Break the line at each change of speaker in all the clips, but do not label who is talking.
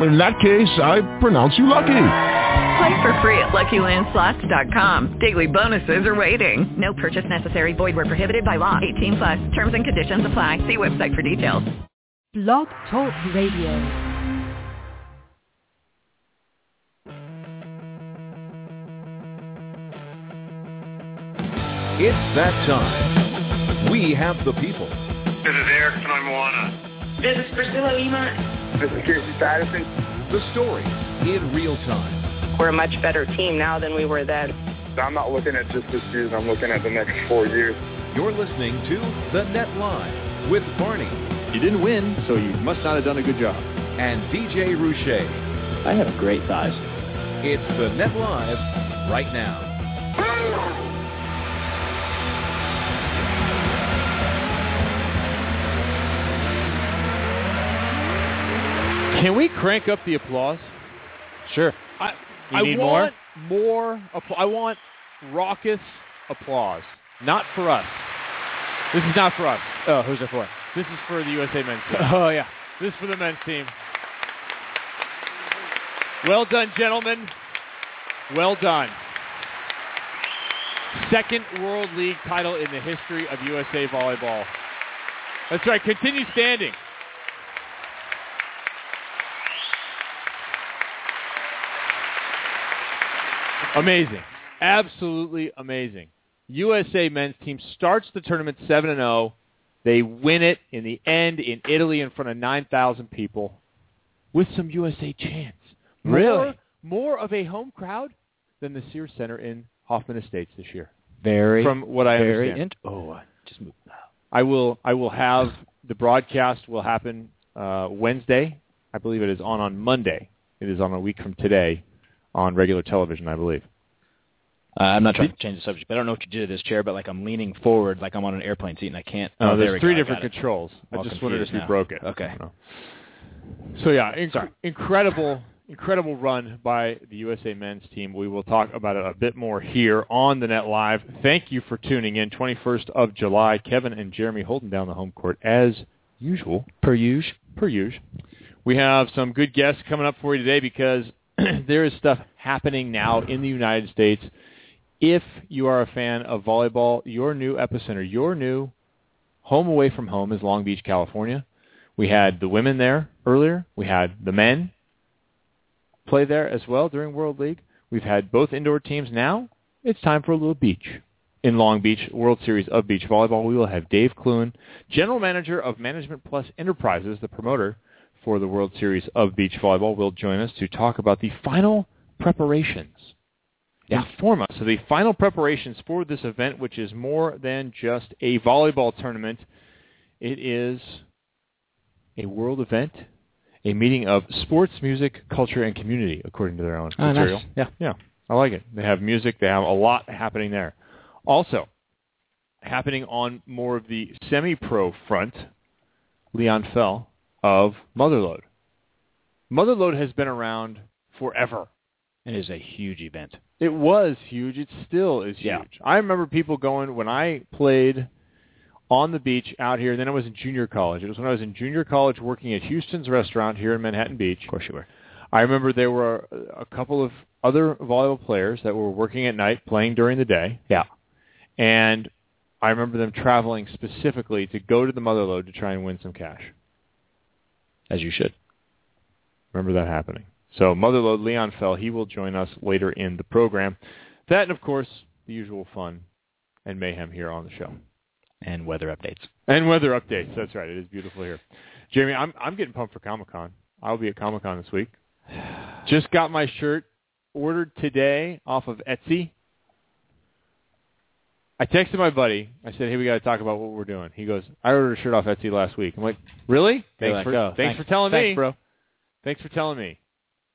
In that case, I pronounce you lucky.
Play for free at LuckyLandSlots.com. Daily bonuses are waiting. No purchase necessary. Void where prohibited by law. 18 plus. Terms and conditions apply. See website for details.
Blog Talk Radio.
It's that time. We have the people.
This is Eric Pnoimoana. This is Priscilla Lima. This is Casey Patterson.
The story in real time.
We're a much better team now than we were then.
I'm not looking at just this season. I'm looking at the next four years.
You're listening to The Net Live with Barney. You didn't win, so you must not have done a good job. And DJ Rouche.
I have great thighs.
It's The Net Live right now.
Can we crank up the applause?
Sure.
I,
You
I
need
want more. appla- I want raucous applause. Not for us. This is not for us.
Oh, who's it for?
This is for the USA men's team.
Oh, yeah.
This is for the men's team. Well done, gentlemen. Well done. Second World League title in the history of USA volleyball. That's right. Continue standing. Amazing. Absolutely amazing. USA men's team starts the tournament 7 and 0. They win it in the end in Italy in front of 9,000 people with some USA chants. More-
Really?
More, of a home crowd than the Sears Center in Hoffman Estates this year.
Very.
From what I
very
understand.
int- oh, I just moved.
I will I will have the broadcast will happen uh, Wednesday. I believe it is on on Monday. It is on a week from today on regular television, I believe.
Uh, I'm not trying to change the subject, but I don't know what you did to this chair, but like I'm leaning forward like I'm on an airplane seat and I can't.
Uh,
oh, there we
there's three
go, I
different
got it.
controls. I
All
just wondered if
confused
you
now.
broke it.
Okay.
So yeah, inc- incredible, incredible run by the USA men's team. We will talk about it a bit more here on the Net Live. Thank you for tuning in. 21st of July, Kevin and Jeremy holding down the home court as usual.
Per usual.
Per usual. We have some good guests coming up for you today because there is stuff happening now in the United States. If you are a fan of volleyball, your new epicenter, your new home away from home is Long Beach, California. We had the women there earlier. We had the men play there as well during World League. We've had both indoor teams now. It's time for a little beach. In Long Beach, World Series of Beach Volleyball, we will have Dave Clune, General Manager of Management Plus Enterprises, the promoter for the World Series of Beach Volleyball, will join us to talk about the final preparations. Inform us of the final preparations for this event, which is more than just a volleyball tournament. It is a world event, a meeting of sports, music, culture, and community, according to their own
Oh, nice.
material.
Yeah.
yeah, I like it. They have music. They have a lot happening there. Also, happening on more of the semi-pro front, Leon Fell of Motherload. Motherload has been around forever.
It is a huge event.
It was huge. It still is huge.
Yeah.
I remember people going when I played on the beach out here. Then I was in junior college. It was when I was in junior college working at Houston's restaurant here in Manhattan Beach.
Of course you were.
I remember there were a couple of other volleyball players that were working at night, playing during the day.
Yeah.
And I remember them traveling specifically to go to the Motherlode to try and win some cash.
As you should.
Remember that happening. So Motherlode Leon Fell, he will join us later in the program. That and of course the usual fun and mayhem here on the show.
And weather updates.
And weather updates. That's right. It is beautiful here. Jeremy, I'm I'm getting pumped for Comic Con. I'll be at Comic Con this week. Just got my shirt ordered today off of Etsy. I texted my buddy. I said, "Hey, we got to talk about what we're doing." He goes, "I ordered a shirt off Etsy last week." I'm like, "Really?
They're
Thanks
like,
for
oh,
thanks, for telling
thanks,
me,
bro.
Thanks for telling me."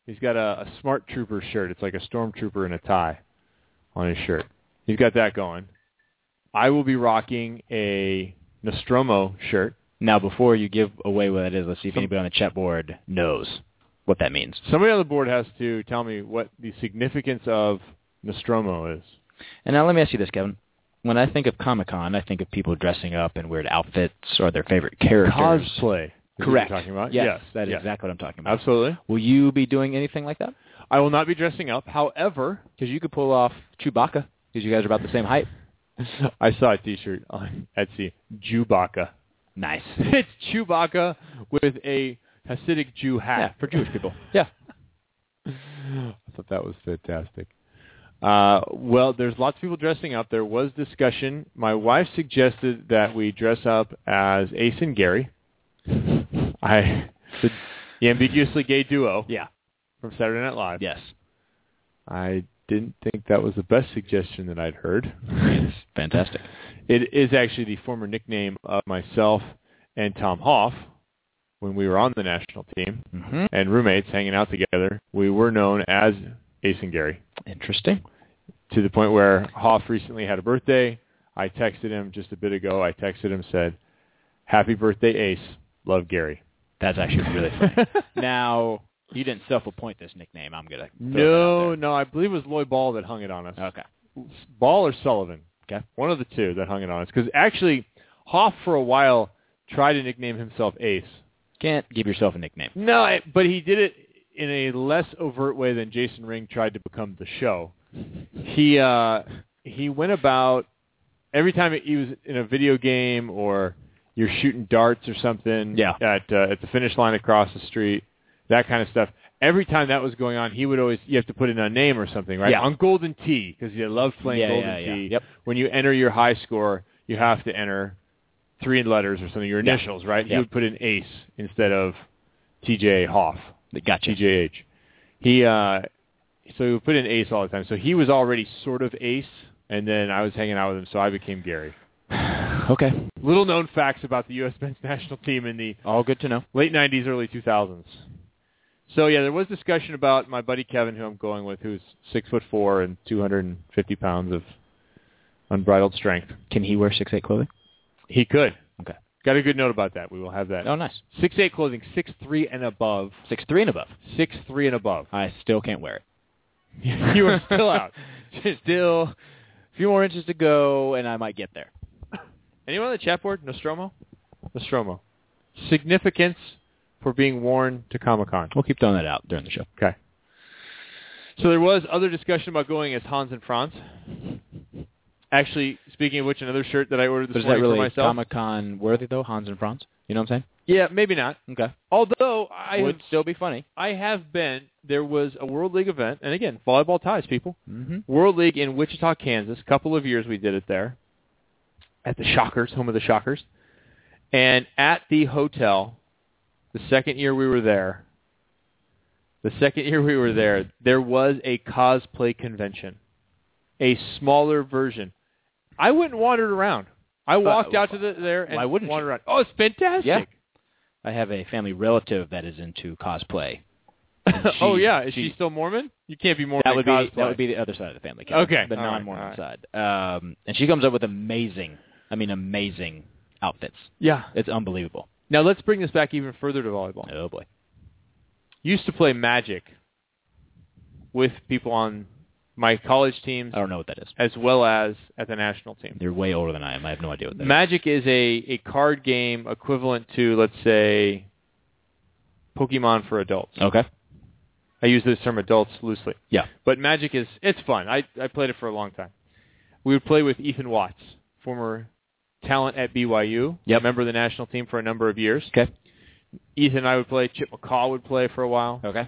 He's got a, a smart trooper shirt. It's like a stormtrooper in a tie on his shirt. He's got that going. I will be rocking a Nostromo shirt
Now, before you give away what that is, let's see if anybody on the chat board knows what that means.
Somebody on the board has to tell me what the significance of Nostromo is.
And now let me ask you this, Kevin. When I think of Comic Con, I think of people dressing up in weird outfits or their favorite characters.
Cosplay. is what you're
Correct.
talking about?
Yes,
Yes,
that is
yes.
exactly what I'm talking about.
Absolutely.
Will you be doing anything like that?
I will not be dressing up. However,
Because you could pull off Chewbacca, because you guys are about the same height.
I saw a T-shirt on Etsy. Chewbacca.
Nice.
It's Chewbacca with a Hasidic Jew hat
Yeah, for Jewish people.
Yeah. I thought that was fantastic. Uh, well, there's lots of people dressing up. There was discussion. My wife suggested that we dress up as Ace and Gary. I the, E the ambiguously gay duo.
Yeah.
From Saturday Night Live.
Yes.
I didn't think that was the best suggestion that I'd heard.
Fantastic.
It is actually the former nickname of myself and Tom Hoff when we were on the national team
hmm
and roommates hanging out together. We were known as Ace and Gary
Interesting.
to the point where Hoff recently had a birthday. I texted him just a bit ago. I texted him said, "Happy birthday, Ace. Love Gary."
That's actually really funny. now, you didn't self-appoint this nickname. I'm going to
no, no, I believe it was Lloyd Ball that hung it on us.
Okay.
Ball or Sullivan.
Okay.
One of the two that hung it on us because actually Hoff for a while tried to nickname himself Ace.
Can't give yourself a nickname.
No, I- but he did it in a less overt way than Jason Ring tried to become the show. He uh, he went about every time he was in a video game or you're shooting darts or something
Yeah.
at uh, at the finish line across the street, that kind of stuff. Every time that was going on, he would always you have to put in a name or something, right?
Yeah.
On Golden Tee because you love playing
Yeah,
Golden
yeah, yeah.
Tee.
Yep.
When you enter your high score, you have to enter three letters or something, your
Yeah.
initials, right? You
Yeah.
would put in Ace instead of TJ Hoff,
Gotcha.
TJH. He uh, so he would put in Ace all the time. So he was already sort of Ace, and then I was hanging out with him, so I became Gary.
Okay.
Little known facts about the U.S. men's national team in the
All good to know.
late '90s, early 2000s. So yeah, there was discussion about my buddy Kevin, who I'm going with, who's six foot four and 250 pounds of unbridled strength.
Can he wear six eight clothing?
He could.
Okay.
Got a good note about that. We will have that.
Oh, nice.
Six eight clothing, six three and above.
Six three and above.
Six three and above.
I still can't wear it.
you are still out.
still a few more inches to go, and I might get there.
Anyone on the chat board? Nostromo? Nostromo. Significance for being worn to Comic Con.
We'll keep throwing that out during the show.
Okay. So there was other discussion about going as Hans and Franz. Actually, speaking of which, another shirt that I ordered this
But is that
morning for
really
myself.
Comic Con worthy though? Hans and Franz. You know what I'm
yeah, maybe not.
saying? Okay.
Although I
Would
have,
still be funny.
I have been. There was a World League event, and again, volleyball ties, people.
Mm-hmm.
World League in Wichita, Kansas. Couple of years we did it there at the Shockers, home of the Shockers. And at the hotel, the second year we were there, the second year we were there, there was a cosplay convention, a smaller version. I went and wandered around. I walked out to the, there and
Uh, why wouldn't
wandered
you?
around. Oh, it's fantastic.
Yeah. I have a family relative that is into cosplay.
oh
She-
yeah, is she,
she-
still Mormon? You can't be Mormon.
That
in
would be that
cosplay.
would be the other side of the family. Kevin,
Okay.
The
All right,
non-Mormon
all
side. Um, and she comes up with amazing. I mean, amazing outfits.
yeah.
It's unbelievable.
Now let's bring this back even further to volleyball.
Oh boy.
used to play Magic with people on my college teams
I don't know what that is.
as well as at the national team.
You're way older than I am. I have no idea what that is.
Magic is a, a card game equivalent to, let's say, Pokemon for adults.
Okay.
I use this term adults loosely.
Yeah.
But Magic is, it's fun. I, I played it for a long time. We would play with Ethan Watts, former talent at BYU,
Yep.
member of the national team for a number of years.
Okay.
Ethan and I would play. Chip McCaw would play for a while.
Okay.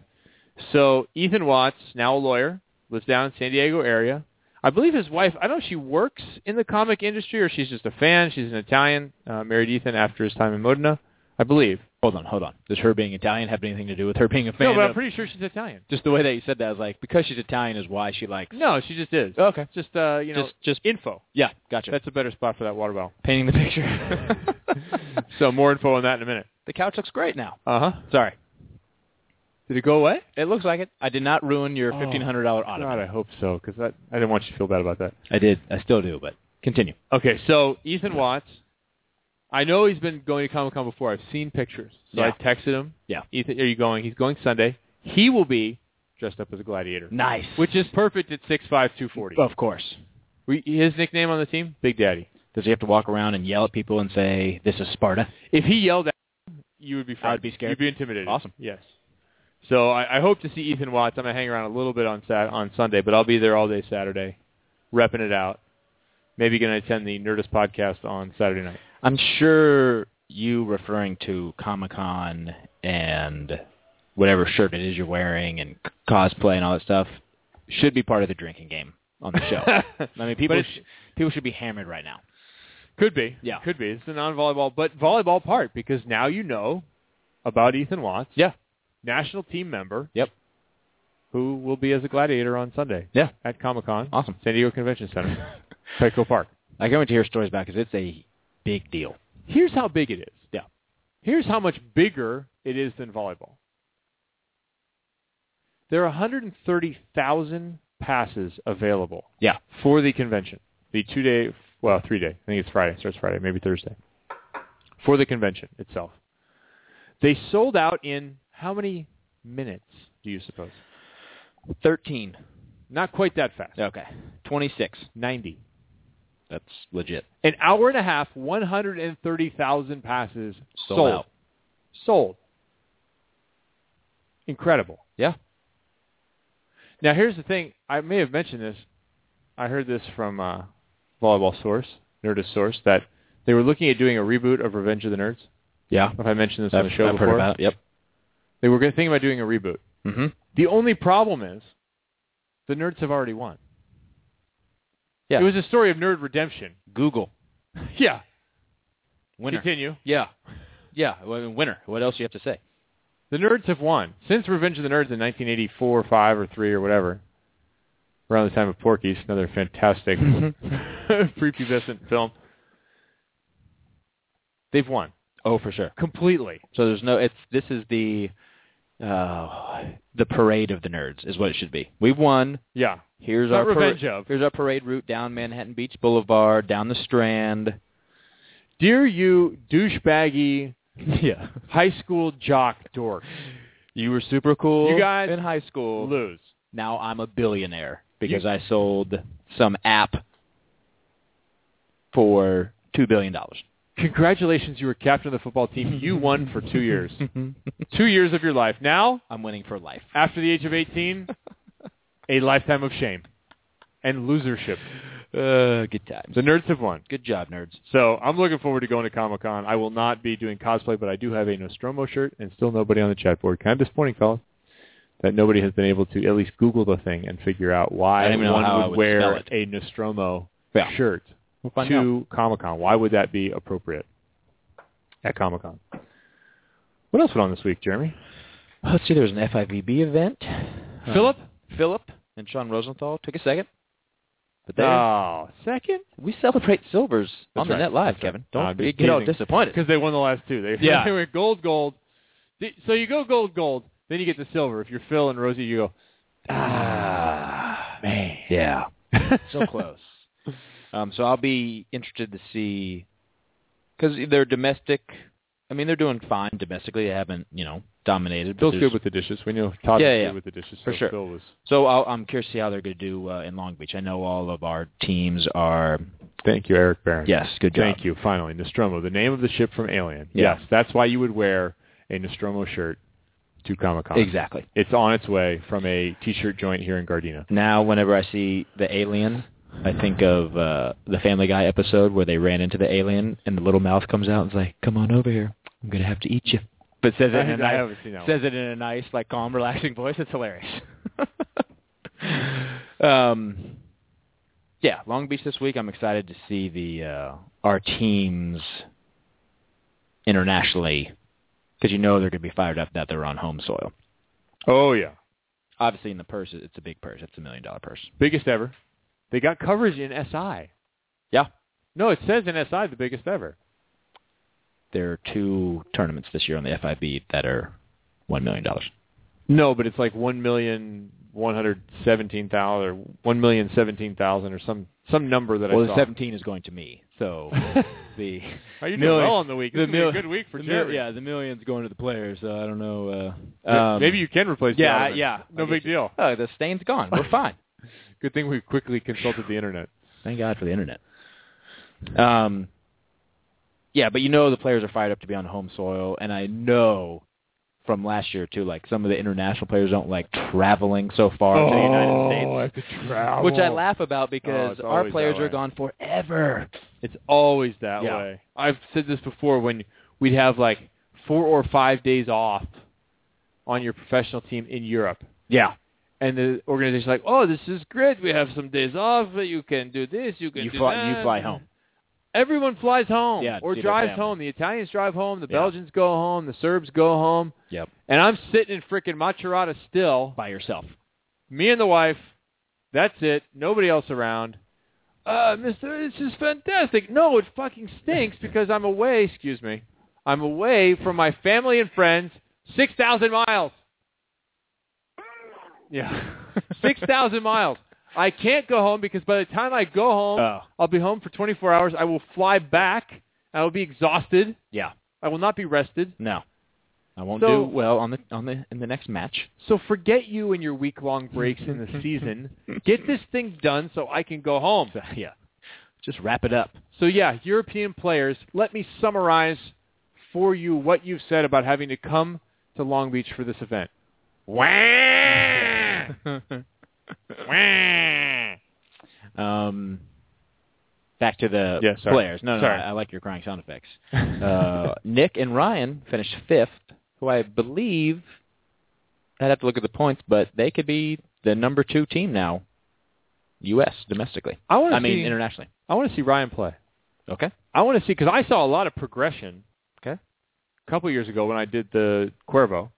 So Ethan Watts, now a lawyer, lives down in San Diego area. I believe his wife, I don't know if she works in the comic industry or she's just a fan. She's an Italian, uh, married Ethan after his time in Modena, I believe.
Hold on, hold on. Does her being Italian have anything to do with her being a fan?
No, but I'm
of-
pretty sure she's Italian.
just the way that you said that, I was like, because she's Italian is why she likes.
No, she just is.
Okay.
Just, uh, you know,
Just- just-
info.
Yeah, gotcha.
That's a better spot for that water bottle.
painting the picture.
so more info on that in a minute.
the couch looks great now.
Uh-huh.
Sorry,
Did it go away?
it looks like it. I did not ruin your
Oh,
fifteen hundred dollar
God,
ottoman.
I hope so, because I, I didn't want you to feel bad about that.
I did. I still do, but continue.
Okay, so Ethan Watts I know he's been going to Comic Con before. I've seen pictures, so
Yeah.
I texted him.
Yeah.
Ethan, are you going? He's going Sunday. He will be dressed up as a gladiator.
Nice.
Which is perfect at six five two forty.
Of course.
We, his nickname on the team, Big Daddy.
Does he have to walk around and yell at people and say, "This is Sparta"?
If he yelled at you, you would be frightened.
I'd be scared.
You'd be intimidated.
Awesome.
Yes. So I, I hope to see Ethan Watts. I'm gonna hang around a little bit on Sat on Sunday, but I'll be there all day Saturday, repping it out. Maybe gonna attend the Nerdist podcast on Saturday night.
I'm sure you referring to Comic Con and whatever shirt it is you're wearing and c- cosplay and all that stuff should be part of the drinking game on the show. I mean, people
But it's-
sh- people should be hammered right now.
Could be.
Yeah.
Could be. It's the non-volleyball, but volleyball part because now you know about Ethan Watts.
Yeah.
National team member.
Yep.
Who will be as a gladiator on Sunday?
Yeah.
At Comic Con.
Awesome.
San Diego Convention Center. Petco Park.
I can't wait to hear stories about because it's a big deal.
Here's how big it is.
Yeah.
Here's how much bigger it is than volleyball. There are 130,000 passes available
Yeah.
for the convention. The two day, well, three day. I think it's Friday. Starts Friday, maybe Thursday. For the convention itself, they sold out in how many minutes? Do you suppose?
13.
Not quite that fast.
Okay. 26.
Ninety.
That's legit.
An hour and a half, 130,000 passes
Sold out.
Sold. Incredible.
Yeah.
Now here's the thing. I may have mentioned this. I heard this from uh, volleyball source, Nerdist source, that they were looking at doing a reboot of Revenge of the Nerds.
Yeah.
If I mentioned this on
I've,
the show
I've
before,
heard about it. Yep.
they were gonna- thinking about doing a reboot.
Mm-hmm.
The only problem is the Nerds have already won.
Yeah.
It was a story of nerd redemption.
Google.
Yeah.
Winner.
Continue.
Yeah. Yeah. Well, winner. What else do you have to say?
The Nerds have won since Revenge of the Nerds in 1984 or 5 or 3 or whatever. Around the time of Porky's, another fantastic
Mm-hmm.
prepubescent film. They've won
Oh, for sure.
completely.
So there's no. It's this is the uh, the parade of the nerds is what it should be. We've won.
Yeah.
Here's
Not
our par-
revenge of.
here's our parade route down Manhattan Beach Boulevard, down the Strand.
Dear you douchebaggy
Yeah.
high school jock dork,
You were super cool.
You guys
in high school.
lose.
Now I'm a billionaire because
You-
I sold some app for two billion dollars.
Congratulations, you were captain of the football team. You won for two years. two years of your life. Now,
I'm winning for life.
after the age of 18, a lifetime of shame and losership.
Uh, good times.
The Nerds have won.
Good job, nerds.
So I'm looking forward to going to Comic Con. I will not be doing cosplay, but I do have a Nostromo shirt and still nobody on the chat board. Kind of disappointing, fellas, that nobody has been able to at least Google the thing and figure out
I
why
don't even know
one
how I would spell
would, wear
it.
a Nostromo
Yeah.
shirt
We'll find out.
to Comic Con. Why would that be appropriate at Comic Con? What else went on this week, Jeremy?
Oh, Let's see. There was an FIVB event.
Philip?
Uh, Philip, and Sean Rosenthal took a second. But they
Oh, second?
Uh, we celebrate silvers
That's
on the
right.
net live,
That's right.
Kevin. Don't
I'm
be-
just
get all
teasing.
disappointed.
Because they won the last two. They,
Yeah.
they were gold, gold. The- So you go gold, gold. Then you get to silver. If you're Phil and Rosie, you go,
Ah, man. Yeah. so close. Um, so I'll be interested to see because they're domestic. I mean, they're doing fine domestically. They haven't, you know, dominated. but
Phil's
there's-
good with the dishes. We know Todd
Yeah,
was
yeah.
good with the dishes.
For
so
sure.
Phil was.
So I'll, I'm curious to see how they're going to do uh, in Long Beach. I know all of our teams are.
Thank you, Eric Barron.
Yes, good job.
Thank you. Finally, Nostromo, the name of the ship from Alien.
Yeah.
Yes, that's why you would wear a Nostromo shirt to Comic Con.
Exactly.
It's on its way from a T-shirt joint here in Gardena.
Now, whenever I see the alien, I think of uh, the Family Guy episode where they ran into the alien and the little mouth comes out and's like, "Come on over here. I'm gonna have to eat you." But says it in
I
a nice,
haven't seen that
says it in a nice, like calm, relaxing voice. It's hilarious. um, yeah, Long Beach this week. I'm excited to see the uh, our teams internationally because you know they're gonna be fired up that they're on home soil.
Oh yeah,
Obviously, in the purse, it's a big purse. It's a million dollar purse.
biggest ever. They got coverage in SI.
Yeah.
No, it says in SI the biggest ever.
there are two tournaments this year on the FIB that are one million dollars.
No, but it's like one million one hundred seventeen thousand or one million seventeen thousand or some some number that
Well,
I
the
saw.
seventeen is going to me. So the
Are you doing
million-
well on the week? This
the
is gonna be a good week for
the
Jerry.
yeah, the millions going to the players. So I don't know. Uh,
Yeah,
um,
maybe you can replace the
Yeah,
ottoman.
yeah.
No
I
big
guess-
deal.
Oh, the stain's gone. We're fine.
Good thing we've quickly consulted the internet.
Thank God for the internet. Um, yeah, but you know the players are fired up to be on home soil, and I know from last year too, like some of the international players don't like traveling so far to the United States. Which I laugh about because
Oh, it's
our
always
players
that way.
are gone forever.
It's always that
Yeah.
way. I've said this before when we'd have like four or five days off on your professional team in Europe.
Yeah.
And the organization's like, oh, this is great. We have some days off. You can do this. You can
You
do
fly, you
that."
fly home.
Everyone flies home
Yeah,
or
see their
drives
family.
home. The Italians drive home. The
Yeah.
Belgians go home. The Serbs go home.
Yep.
And I'm sitting in frickin' Macerata still.
By yourself.
Me and the wife. That's it. Nobody else around. Uh, mister, this is fantastic. No, it fucking stinks because I'm away, excuse me. I'm away from my family and friends 6,000 miles. Yeah. 6,000 miles. I can't go home because by the time I go home,
Oh.
I'll be home for 24 hours. I will fly back. I will be exhausted.
Yeah.
I will not be rested.
No. I won't
So-
do well on the on the in the next match.
So forget you and your week-long breaks in the season. Get this thing done so I can go home.
yeah. Just wrap it up.
So yeah, European players, let me summarize for you what you've said about having to come to Long Beach for this event.
um, back to the
Yeah, sorry.
players. No, no,
Sorry.
I, I like your crying sound effects. Uh, Nick and Ryan finished fifth, who I believe I'd have to look at the points, but they could be the number two team now, U.S. domestically.
I want to
I mean
see
internationally.
I want to see Ryan play.
Okay.
I want to see cuz I saw a lot of progression
Okay.
a couple years ago when I did the Cuervo.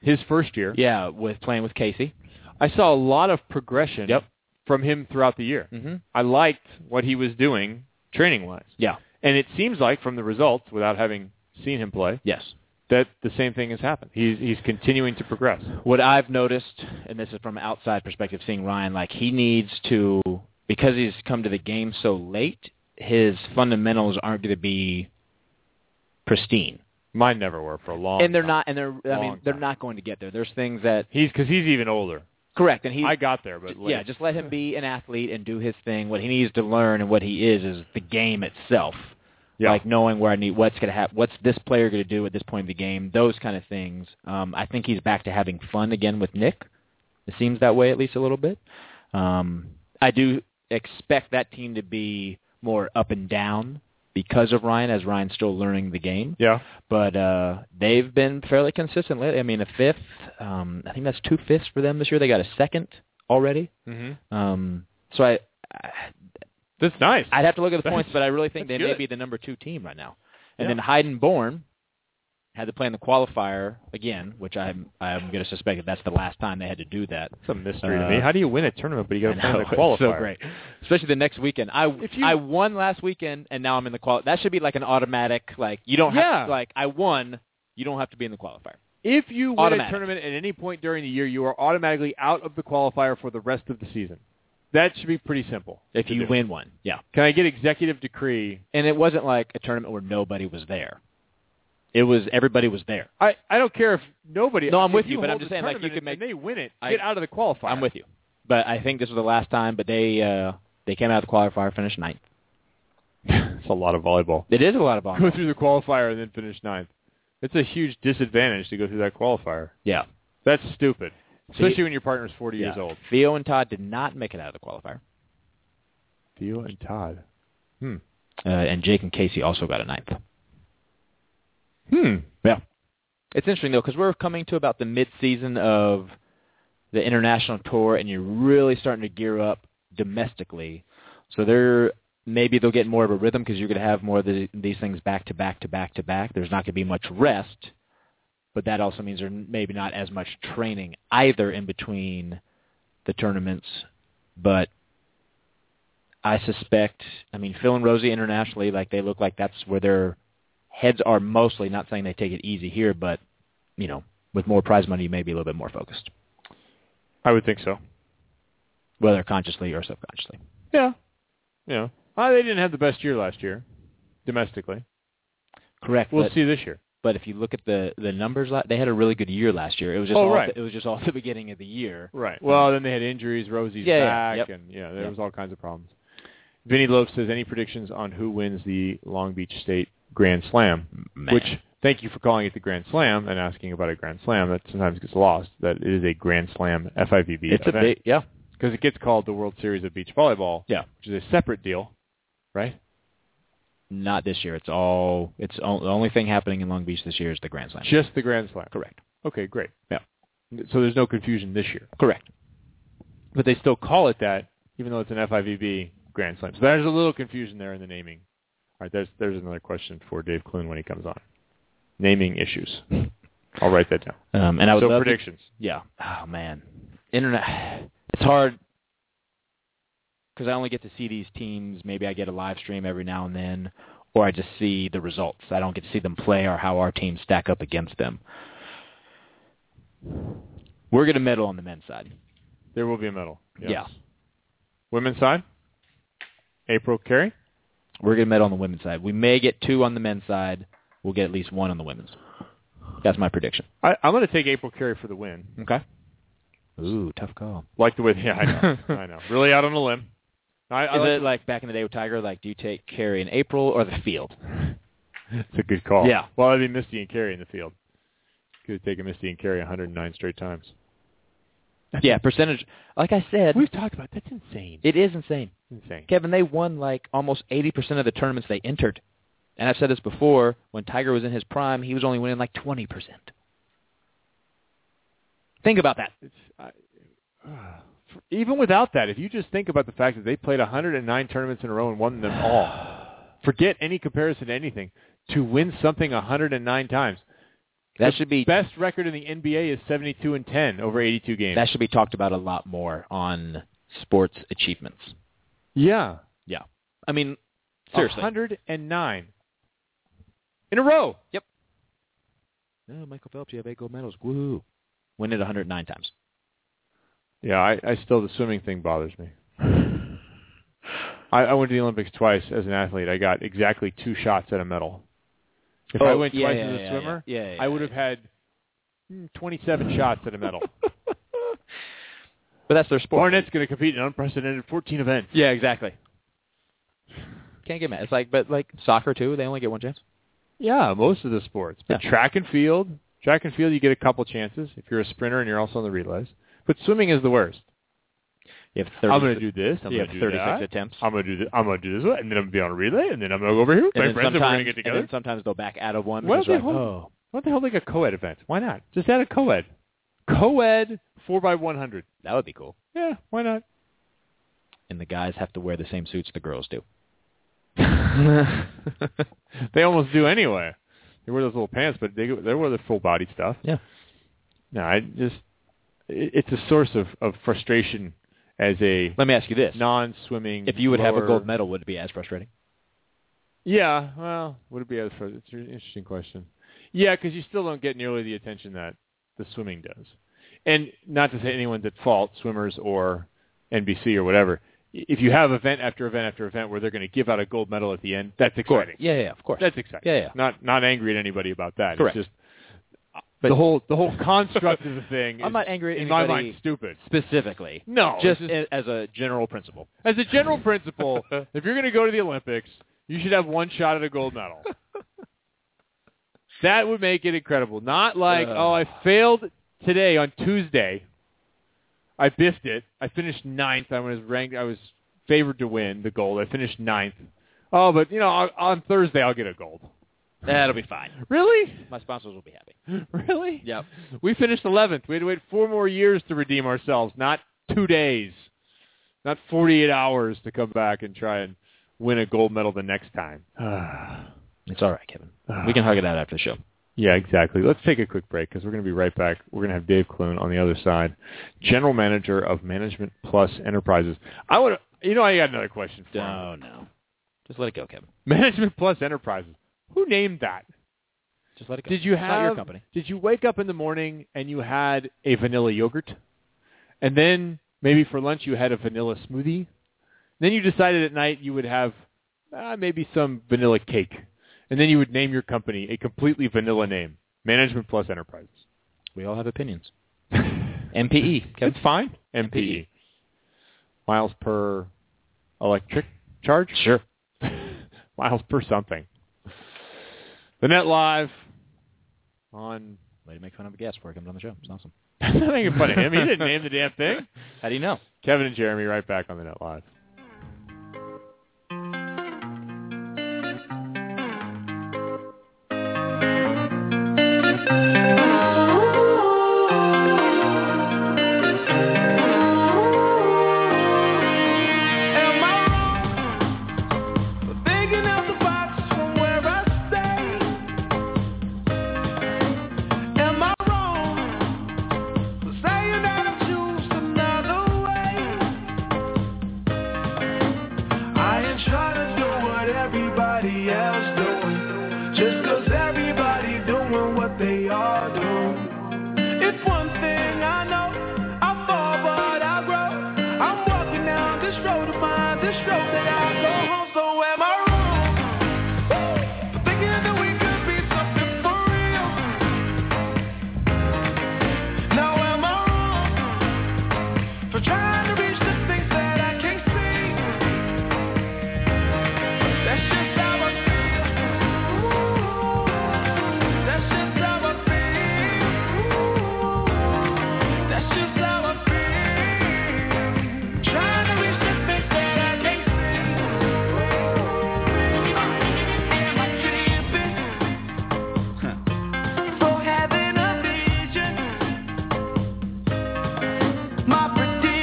His first year.
Yeah, with playing with Casey.
I saw a lot of progression
Yep.
from him throughout the year.
Mm-hmm.
I liked what he was doing training-wise.
Yeah.
And it seems like from the results without having seen him play
Yes.
that the same thing has happened. He's he's continuing to progress.
what I've noticed, and this is from an outside perspective, seeing Ryan, like he needs to because he's come to the game so late, his fundamentals aren't going to be pristine,
Mine never were for a long.
and they're
time.
not. And they're, I
Long
mean, they're
time.
not going to get there. There's things that
He's because he's even older.
correct, and he,
I got there, but
yeah,
later.
just let him be an athlete and do his thing. What he needs to learn and what he is is the game itself.
Yeah.
Like knowing where I need, what's gonna happen, what's this player gonna do at this point in the game, those kind of things. Um, I think he's back to having fun again with Nick. It seems that way at least a little bit. Um, I do expect that team to be more up and down because of Ryan, as Ryan's still learning the game.
yeah,
But uh, they've been fairly consistent lately. I mean, a fifth. Um, I think that's two fifths for them this year. They got a second already.
mm-hmm.
Um, so I, I,
that's nice.
I'd have to look at the
That's-
points, but I really think they
that's
may
good.
be the number two team right now. And
Yeah.
then Hayden Bourne had to play in the qualifier again, which I'm I'm going to suspect that that's the last time they had to do that.
That's a mystery to
Uh,
me. How do you win a tournament but you got to
I
play in
know,
the
it's
qualifier?
so great, especially the next weekend. I
If you-
I won last weekend, and now I'm in the qual. That should be like an automatic, like you don't
Yeah.
have like I won, you don't have to be in the qualifier.
If you win
Automatic.
a tournament at any point during the year, you are automatically out of the qualifier for the rest of the season. That should be pretty simple.
If
to
you
do.
win one, yeah.
can I get executive decree?
And it wasn't like a tournament where nobody was there. It was everybody was there.
I, I don't care if nobody.
No, I'm
if
with you, but I'm
hold
just
the
saying, like, you
tournament
could make-
and they win it.
I-
get out of the qualifier.
I'm with you. But I think this was the last time. But they uh, they came out of the qualifier, finished ninth.
It's a lot of volleyball.
It is a lot of
go
volleyball.
through the qualifier and then finish ninth. It's a huge disadvantage to go through that qualifier.
yeah,
That's stupid,
See-
especially when your partner's 40 years
Yeah.
old.
Theo and Todd did not make it out of the qualifier,
Theo and Todd. Hmm.
uh, and Jake and Casey also got a ninth.
Hmm.
Yeah, it's interesting though because we're coming to about the mid season of the international tour, and you're really starting to gear up domestically. So they're maybe they'll get more of a rhythm because you're going to have more of the, these things back to back to back to back. There's not going to be much rest, but that also means there's maybe not as much training either in between the tournaments. But I suspect, I mean, Phil and Rosie internationally, like they look like that's where their heads are mostly. Not saying they take it easy here, but you know, with more prize money, you may be a little bit more focused
I would think so.
whether consciously or subconsciously.
Yeah. Yeah. Well, they didn't have the best year last year, domestically.
Correct.
We'll
but-
see this year.
But if you look at the the numbers, la- they had a really good year last year. It was just
Oh,
all
right.
it was just all at the beginning of the year.
Right. Well, then they had injuries. Rosie's
Yeah, yeah,
back,
yep.
and yeah, there
Yep.
was all kinds of problems. Vinny Loaf says, any predictions on who wins the Long Beach State Grand Slam?
Man.
Which, thank you for calling it the Grand Slam and asking about a Grand Slam. That sometimes gets lost. That it is a Grand Slam FIVB
It's a big yeah
because it gets called the World Series of Beach Volleyball,
yeah.
which is a separate deal, right?
Not this year. It's all it's all, the only thing happening in Long Beach this year is the Grand Slam.
Just the Grand Slam.
Correct.
Okay, great.
Yeah.
So there's no confusion this year.
Correct.
but they still call it that, even though it's an FIVB Grand Slam. So there's a little confusion there in the naming. All right, there's there's another question for Dave Kloon when he comes on. Naming issues. I'll write that down.
Um, and I would
so
love to-
predictions.
yeah. Oh man, internet. It's hard because I only get to see these teams. Maybe I get a live stream every now and then, or I just see the results. I don't get to see them play or how our teams stack up against them. We're gonna medal on the men's side.
There will be a medal. Yes.
Yeah.
Women's side. April Carey.
We're gonna medal on the women's side. We may get two on the men's side. We'll get at least one on the women's. That's my prediction.
I, I'm going to take April Carey for the win.
Okay. Ooh, tough call.
Like the way, yeah, I know, I know. Really out on a limb. I, I
Is
like-
it like back in the day with Tiger? Like, do you take Carey in April or the field?
It's a good call.
Yeah.
Well, I'd be Misty and Carey in the field. Could have taken Misty and Carey 109 straight times.
yeah, percentage. Like I said,
We've talked about that's insane.
it is insane.
insane.
Kevin, they won like almost 80% of the tournaments they entered. And I've said this before, when Tiger was in his prime, he was only winning like 20%. Think about that.
It's, I, uh, for- even without that, if you just think about the fact that they played 109 tournaments in a row and won them all, forget any comparison to anything. To win something 109 times,
That
The
should be
best record in the NBA is 72 and 10 over 82 games.
that should be talked about a lot more on sports achievements.
yeah,
Yeah. I mean, seriously.
109 in a row.
Yep. No, Michael Phelps, you have eight gold medals. Woo. Win it 109 times.
Yeah, I, I still the swimming thing bothers me. I, I went to the Olympics twice as an athlete. I got exactly two shots at a medal. If I
Oh,
went
yeah,
twice
yeah,
as a
yeah,
swimmer,
yeah. Yeah, yeah,
I would have had mm, 27 shots at a medal.
But that's their sport.
Barnett's going to compete in unprecedented 14 events.
Yeah, exactly. Can't get mad. It's like, but like soccer too, they only get one chance.
Yeah, most of the sports. But
Yeah.
track and field, track and field, you get a couple chances if you're a sprinter and you're also on the relays. But swimming is the worst.
You have 30,
I'm going to do this.
I'm
you
gonna
have
do
36
that.
attempts. I'm going to do this. I'm going to do this, and then I'm going to be on a relay, and then I'm going to go over here with
and
my
then
friends, and we're going
sometimes,
to get
and
together.
then sometimes they'll back out of one.
Why
because
don't
they're
they
like, oh,
hold- Why don't they hold like a co-ed event? Why not? Just add a co-ed. Co-ed 4x100.
"Oh, that would be cool.
Yeah, why not?
And the guys have to wear the same suits the girls do.
they almost do anyway. They wear those little pants, but they they wear the full body stuff.
Yeah.
No, I just it, it's a source of, of frustration as a
Let me ask you this:
non-swimming.
If you would have a
lower-
gold medal, would it be as frustrating?
yeah, well, would it be as frustrating? It's an interesting question. Yeah, because you still don't get nearly the attention that the swimming does. And not to say anyone's at fault, swimmers or NBC or whatever. I- If you have event after event after event where they're going to give out a gold medal at the end, that's exciting.
Yeah, yeah, of course.
That's exciting.
Yeah, yeah.
Not not angry at anybody about that.
Correct.
It's just the whole the whole construct of the thing.
I'm
is,
not angry at
in my
anybody.
mind stupid.
Specifically,
No,
just
it's
a- as a general principle.
As a general principle, if you're going to go to the Olympics, you should have one shot at a gold medal. that would make it incredible. Not like,
Ugh.
oh, I failed today on Tuesday. I biffed it. I finished ninth. I was ranked. I was favored to win the gold. I finished ninth. Oh, but you know, on, on Thursday I'll get a gold.
That'll be fine.
Really?
My sponsors will be happy.
Really?
Yep.
We finished 11th. We had to wait four more years to redeem ourselves, not two days, not 48 hours to come back and try and win a gold medal the next time.
It's all right, Kevin. We can hug it out after the show.
yeah, exactly. Let's take a quick break because we're going to be right back. We're going to have Dave Kloon on the other side, general manager of Management Plus Enterprises. I would, you know, I got another question for
No,
him.
Oh, no. Just let it go, Kevin.
Management Plus Enterprises. Who named that?
Just let it go.
Did you
It's
have
not your company?
Did you wake up in the morning and you had a vanilla yogurt, and then maybe for lunch you had a vanilla smoothie, and Then you decided at night you would have uh, maybe some vanilla cake, and then you would name your company a completely vanilla name: Management Plus Enterprises.
We all have opinions. MPE. E. Kevin. E.
It's fine. MPE. Miles per electric charge.
Sure.
Miles per something. The Net Live on.
Way to make fun of a guest before I comes on the show. It's awesome.
I'm not making fun of him. He didn't name the damn thing.
How do you know?
Kevin and Jeremy right back on the Net Live.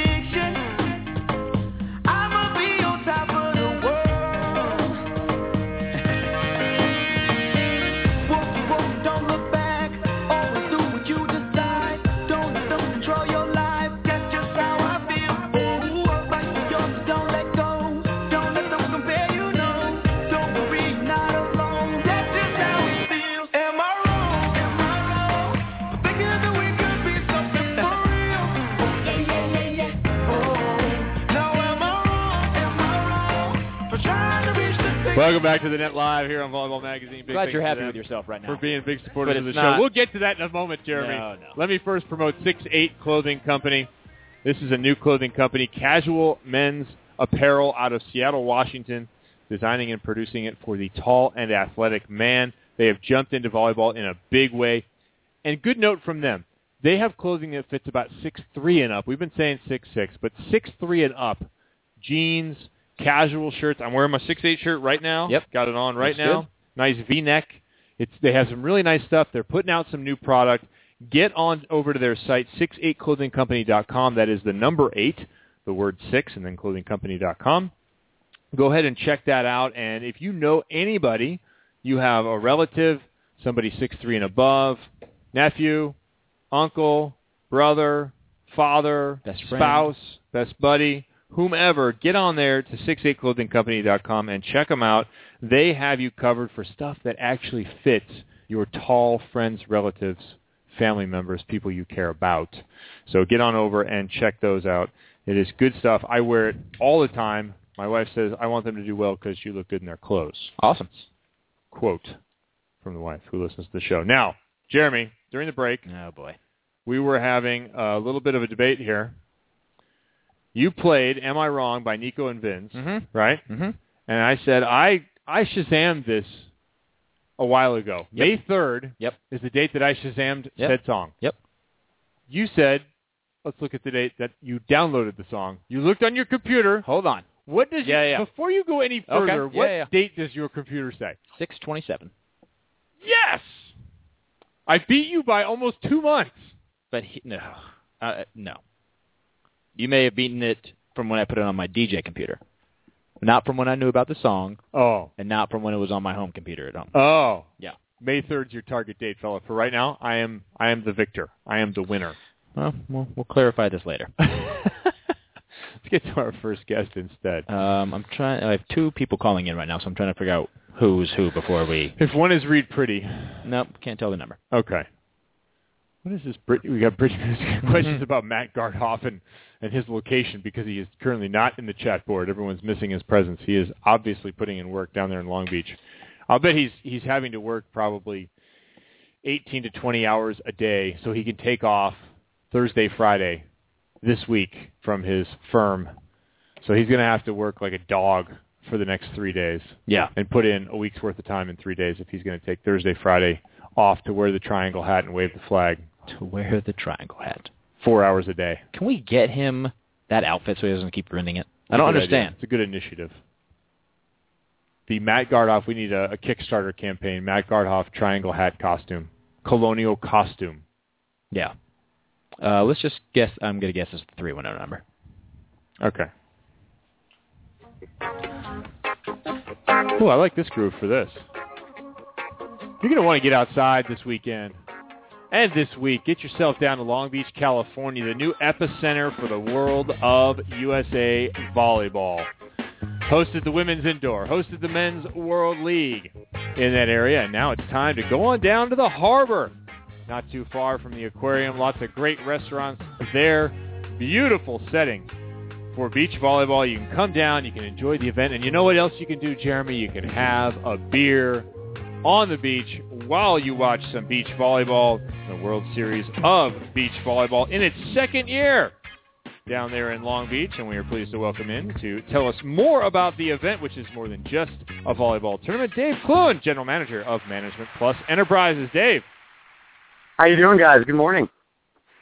Oh.
Welcome back to the Net Live here on Volleyball Magazine. Big
Glad
thanks
you're
to
happy
them
with yourself right now.
For being big supporters
But
of the
it's
show.
not-
We'll get to that in a moment, Jeremy.
No, no.
Let me first promote 6-8 Clothing Company. This is a new clothing company, casual men's apparel out of Seattle, Washington, designing and producing it for the tall and athletic man. They have jumped into volleyball in a big way. And good note from them. They have clothing that fits about 6'3 and up. We've been saying 6'6, but 6'3 and up. Jeans, casual shirts. I'm wearing my 6'8 shirt right now.
Yep.
Got it on right
Looks
now.
good.
Nice V-neck. It's they have some really nice stuff. They're putting out some new product. Get on over to their site 68clothingcompany.com. That is the number 8, the word 6 and then clothingcompany.com. Go ahead and check that out and if you know anybody, you have a relative, somebody 6'3 and above, nephew, uncle, brother, father,
Best friend.
spouse, best buddy, whomever, get on there to 68clothingcompany.com and check them out. They have you covered for stuff that actually fits your tall friends, relatives, family members, people you care about. So get on over and check those out. It is good stuff. I wear it all the time. My wife says I want them to do well because you look good in their clothes.
Awesome.
Quote from the wife who listens to the show. Now, Jeremy, during the break,
Oh boy.
we were having a little bit of a debate here. You played "Am I Wrong" by Nico and Vince,
Mhm.
right?
Mm-hmm.
And I said I I shazammed this a while ago.
Yep.
May third
Yep.
is the date that I shazammed
Yep.
said song.
Yep.
You said, let's look at the date that you downloaded the song. You looked on your computer.
Hold on.
What does
Yeah,
your-
yeah.
before you go any
Okay.
further?
Yeah,
What
yeah.
date does your computer say?
Six twenty-seven.
Yes, I beat you by almost two months.
But he, no, uh, no. You may have beaten it from when I put it on my DJ computer, not from when I knew about the song,
Oh,
and not from when it was on my home computer at home.
oh,
Yeah.
May third's your target date, fella. For right now, I am I am the victor. I am the winner.
Well, we'll, we'll clarify this later.
Let's get to our first guest instead.
Um, I'm trying. I have two people calling in right now, so I'm trying to figure out who's who before we.
If one is Reed Pretty,
Nope, can't tell the number.
okay. What is this? Brit- we got Brit- questions about Matt Gardhoff and, and his location because he is currently not in the chat board. Everyone's missing his presence. He is obviously putting in work down there in Long Beach. I'll bet he's he's having to work probably 18 to 20 hours a day so he can take off Thursday, Friday this week from his firm. So he's going to have to work like a dog for the next three days.
Yeah.
And put in a week's worth of time in three days if he's going to take Thursday, Friday off to wear the triangle hat and wave the flag.
To wear the triangle hat.
Four hours a day.
Can we get him that outfit so he doesn't keep ruining it? I
It's a
don't
good idea.
understand.
It's a good initiative. The Matt Gardhoff, we need a, a Kickstarter campaign. Matt Gardhoff triangle hat costume. Colonial costume.
Yeah. Uh, let's just guess. I'm going to guess it's the 310 number.
Okay. Oh, I like this groove for this. You're going to want to get outside this weekend. And this week, get yourself down to Long Beach, California, the new epicenter for the world of USA volleyball. Hosted the women's indoor, hosted the men's World League in that area, and now it's time to go on down to the harbor. Not too far from the aquarium, lots of great restaurants there, beautiful setting for beach volleyball. You can come down, you can enjoy the event, and you know what else you can do, Jeremy? You can have a beer on the beach while you watch some beach volleyball, the World Series of Beach Volleyball in its second year down there in Long Beach, and we are pleased to welcome in to tell us more about the event, which is more than just a volleyball tournament, Dave Clune, General Manager of Management Plus Enterprises. Dave,
How you doing, guys? Good morning.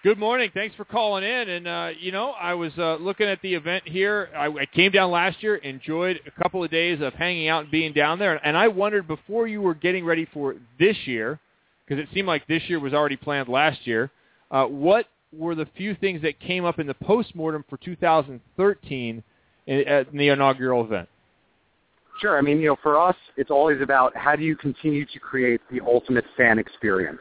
Good morning. Thanks for calling in. And uh, you know, I was uh, looking at the event here. I, I came down last year, enjoyed a couple of days of hanging out and being down there. And I wondered before you were getting ready for this year, because it seemed like this year was already planned last year. Uh, what were the few things that came up in the postmortem for 2013 in, uh, at the inaugural event?
Sure. I mean, you know, for us, it's always about how do you continue to create the ultimate fan experience.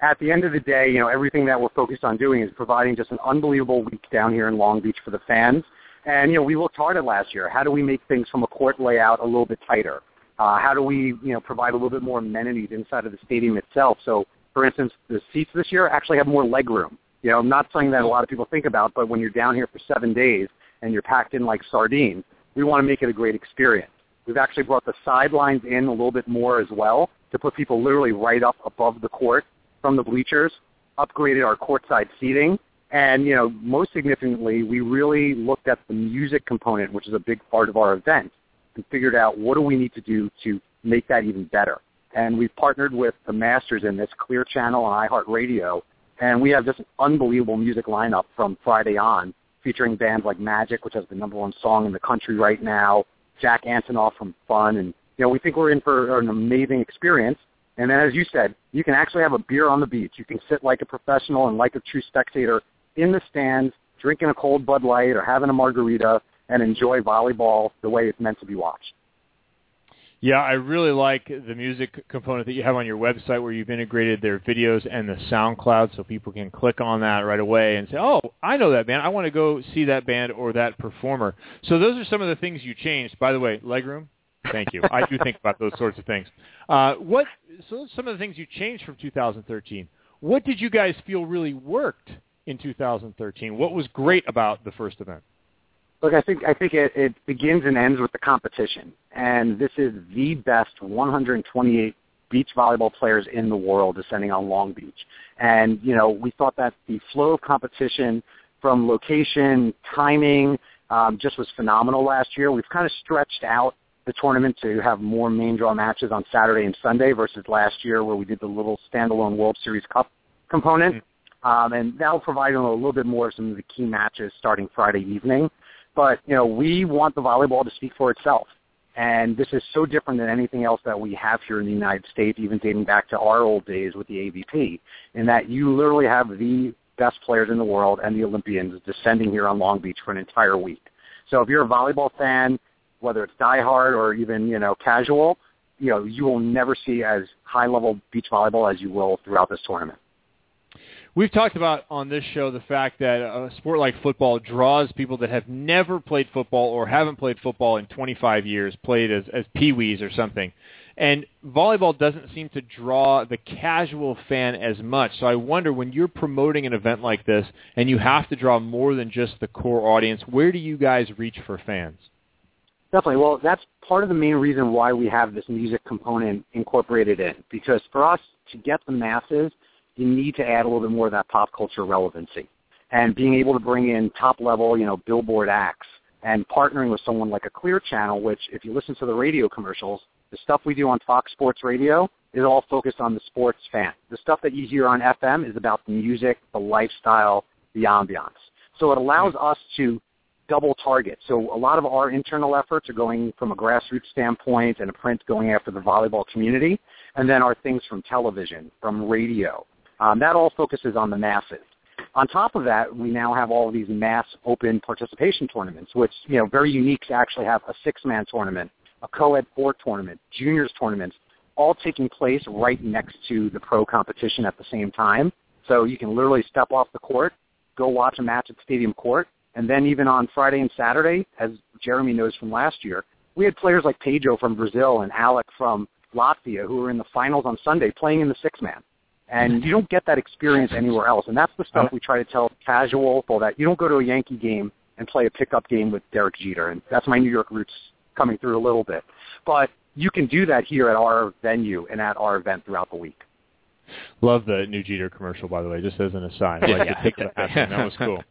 At the end of the day, you know, everything that we're focused on doing is providing just an unbelievable week down here in Long Beach for the fans. And you know, we looked hard at last year. How do we make things from a court layout a little bit tighter? Uh, how do we, you know, provide a little bit more amenities inside of the stadium itself? So, for instance, the seats this year actually have more leg room. You know, not something that a lot of people think about, but when you're down here for seven days and you're packed in like sardines, we want to make it a great experience. We've actually brought the sidelines in a little bit more as well to put people literally right up above the court from the bleachers, upgraded our courtside seating, and you know, most significantly, we really looked at the music component, which is a big part of our event, and figured out what do we need to do to make that even better. And we've partnered with the masters in this, Clear Channel and iHeartRadio, and we have just an unbelievable music lineup from Friday on, featuring bands like Magic, which has the number one song in the country right now, Jack Antonoff from Fun, and you know we think we're in for an amazing experience. And then, as you said, you can actually have a beer on the beach. You can sit like a professional and like a true spectator in the stands, drinking a cold Bud Light or having a margarita, and enjoy volleyball the way it's meant to be watched.
Yeah, I really like the music component that you have on your website where you've integrated their videos and the SoundCloud so people can click on that right away and say, oh, I know that band. I want to go see that band or that performer. So those are some of the things you changed. By the way, legroom? Thank you. I do think about those sorts of things. Uh, what? So some of the things you changed from 2013. What did you guys feel really worked in 2013? What was great about the first event?
Look, I think I think it, it begins and ends with the competition, and this is the best 128 beach volleyball players in the world descending on Long Beach, and you know we thought that the flow of competition from location, timing, um, just was phenomenal last year. We've kind of stretched out the tournament to have more main draw matches on Saturday and Sunday versus last year where we did the little standalone World Series Cup component. Um, and that'll provide a little bit more of some of the key matches starting Friday evening but you know we want the volleyball to speak for itself and this is so different than anything else that we have here in the united states even dating back to our old days with the avp in that you literally have the best players in the world and the olympians descending here on long beach for an entire week so if you're a volleyball fan whether it's diehard or even you know casual you know you will never see as high level beach volleyball as you will throughout this tournament
We've talked about on this show the fact that a sport like football draws people that have never played football or haven't played football in 25 years, played as, as peewees or something, And volleyball doesn't seem to draw the casual fan as much. So I wonder when you're promoting an event like this and you have to draw more than just the core audience, where do you guys reach for fans?
Definitely. Well, that's part of the main reason why we have this music component incorporated in, because for us to get the masses, you need to add a little bit more of that pop culture relevancy. And being able to bring in top level, you know, billboard acts and partnering with someone like a Clear Channel, which if you listen to the radio commercials, the stuff we do on Fox Sports Radio is all focused on the sports fan. The stuff that you hear on FM is about the music, the lifestyle, the ambiance. So it allows us to double target. So a lot of our internal efforts are going from a grassroots standpoint and a print going after the volleyball community, and then our things from television, from radio. Um, that all focuses on the masses. On top of that, we now have all of these mass open participation tournaments, which, you know, very unique to actually have a six-man tournament, a co-ed four tournament, juniors tournaments, all taking place right next to the pro competition at the same time. So you can literally step off the court, go watch a match at Stadium Court, and then even on Friday and Saturday, as Jeremy knows from last year, we had players like Pedro from Brazil and Alec from Latvia who were in the finals on Sunday playing in the six-man. And you don't get that experience anywhere else. And that's the stuff we try to tell casual people that you don't go to a Yankee game and play a pickup game with Derek Jeter. And that's my New York roots coming through a little bit. But you can do that here at our venue and at our event throughout the week.
Love the new Jeter commercial, by the way, just as an aside. I like the
Yeah.
pick of the hat. That was cool.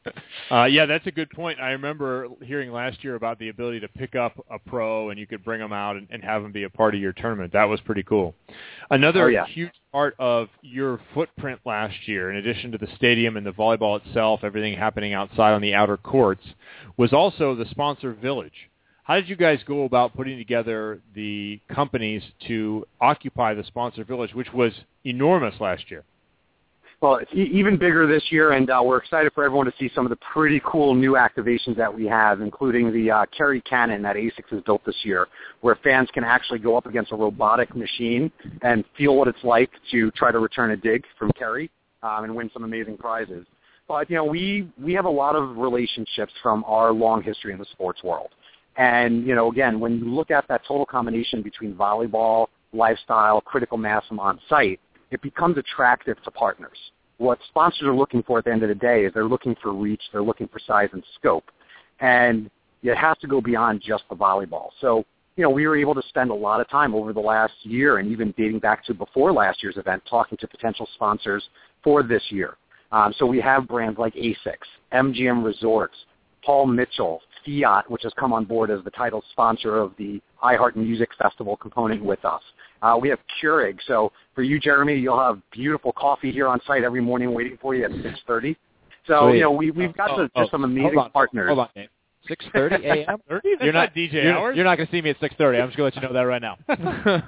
Uh, yeah, that's a good point. I remember hearing last year about the ability to pick up a pro and you could bring them out and, and have them be a part of your tournament. That was pretty cool. Another
Oh, yeah.
huge part of your footprint last year, in addition to the stadium and the volleyball itself, everything happening outside on the outer courts, was also the sponsor village. How did you guys go about putting together the companies to occupy the sponsor village, which was enormous last year?
Well, it's e- even bigger this year, and uh, we're excited for everyone to see some of the pretty cool new activations that we have, including the uh, carry cannon that ASICS has built this year, where fans can actually go up against a robotic machine and feel what it's like to try to return a dig from carry um, and win some amazing prizes. But you know, we we have a lot of relationships from our long history in the sports world, and you know, again, when you look at that total combination between volleyball, lifestyle, critical mass, and on site, it becomes attractive to partners. What sponsors are looking for at the end of the day is they're looking for reach, they're looking for size and scope, and it has to go beyond just the volleyball. So. You know, we were able to spend a lot of time over the last year and even dating back to before last year's event talking to potential sponsors for this year. Um, so we have brands like ASICS, MGM Resorts, Paul Mitchell, Fiat, which has come on board as the title sponsor of the iHeart Music Festival component with us. Uh, we have Keurig. So for you, Jeremy, you'll have beautiful coffee here on site every morning waiting for you at 6.30. So,
Sweet.
you know, we, we've got
Oh,
the,
oh,
just some
hold
amazing
on,
partners.
hold on, Dave. 6:30 a.m.
You're not DJ
you're,
hours?
You're not going to see me at 6:30. I'm just going to let you know that right now.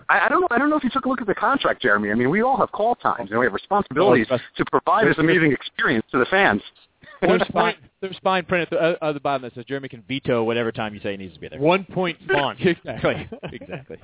I, I don't know. I don't know if you took a look at the contract, Jeremy. I mean, we all have call times and we have responsibilities to provide this amazing experience to the fans.
There's fine, there's fine print at the, uh, at the bottom that says Jeremy can veto whatever time you say he needs to be there.
One point font.
exactly. Exactly.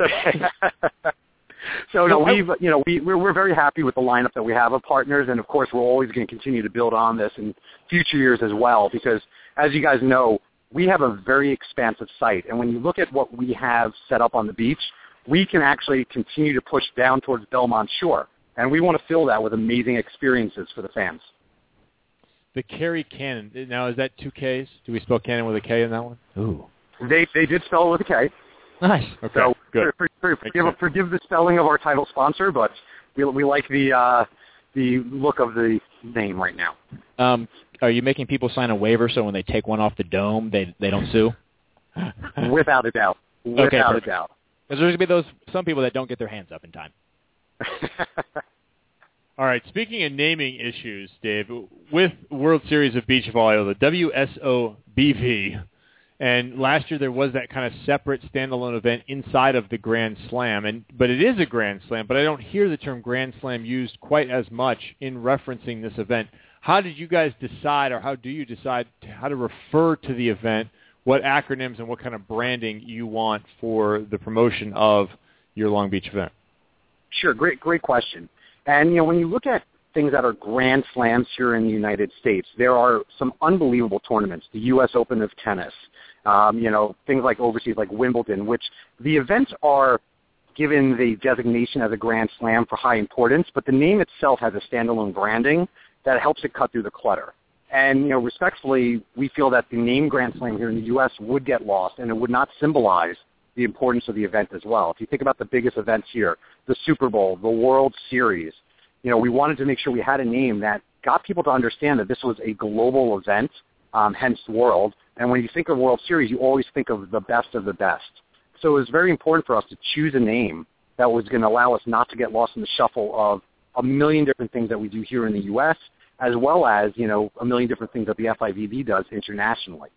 So no,
No, I-
we've you know we we're, we're very happy with the lineup that we have of partners, and of course we're always going to continue to build on this in future years as well. Because as you guys know, we have a very expansive site, and when you look at what we have set up on the beach, we can actually continue to push down towards Belmont Shore, and we want to fill that with amazing experiences for the fans.
The Kerry Cannon. Now, is that two Ks? Do we spell Cannon with a K in that one? Ooh.
They they did spell it with a K.
Nice.
Okay.
So
good.
For, for, forgive, forgive the spelling of our title sponsor, but we we like the uh, the look of the name right now.
Um, are you making people sign a waiver so when they take one off the dome, they they don't sue?
Without a doubt.
Okay,
Without
perfect.
a doubt.
Because there's going to be those some people that don't get their hands up in time.
All right. Speaking of naming issues, Dave, with World Series of Beach Volleyball, the WSOBV, and last year there was that kind of separate standalone event inside of the Grand Slam, and but it is a Grand Slam, but I don't hear the term Grand Slam used quite as much in referencing this event. How did you guys decide, or how do you decide to, how to refer to the event? What acronyms and what kind of branding you want for the promotion of your Long Beach event?
Sure, great, great question. And you know, when you look at things that are grand slams here in the United States, there are some unbelievable tournaments. The U.S. Open of tennis, um, you know, things like overseas, like Wimbledon, which the events are given the designation as a Grand Slam for high importance, but the name itself has a standalone branding that helps it cut through the clutter. And you know, respectfully, we feel that the name Grand Slam here in the U.S. would get lost, and it would not symbolize the importance of the event as well. If you think about the biggest events here, the Super Bowl, the World Series, you know, we wanted to make sure we had a name that got people to understand that this was a global event, um, hence world. And when you think of World Series, you always think of the best of the best. So it was very important for us to choose a name that was going to allow us not to get lost in the shuffle of a million different things that we do here in the U.S., as well as, you know, a million different things that the FIVB does internationally.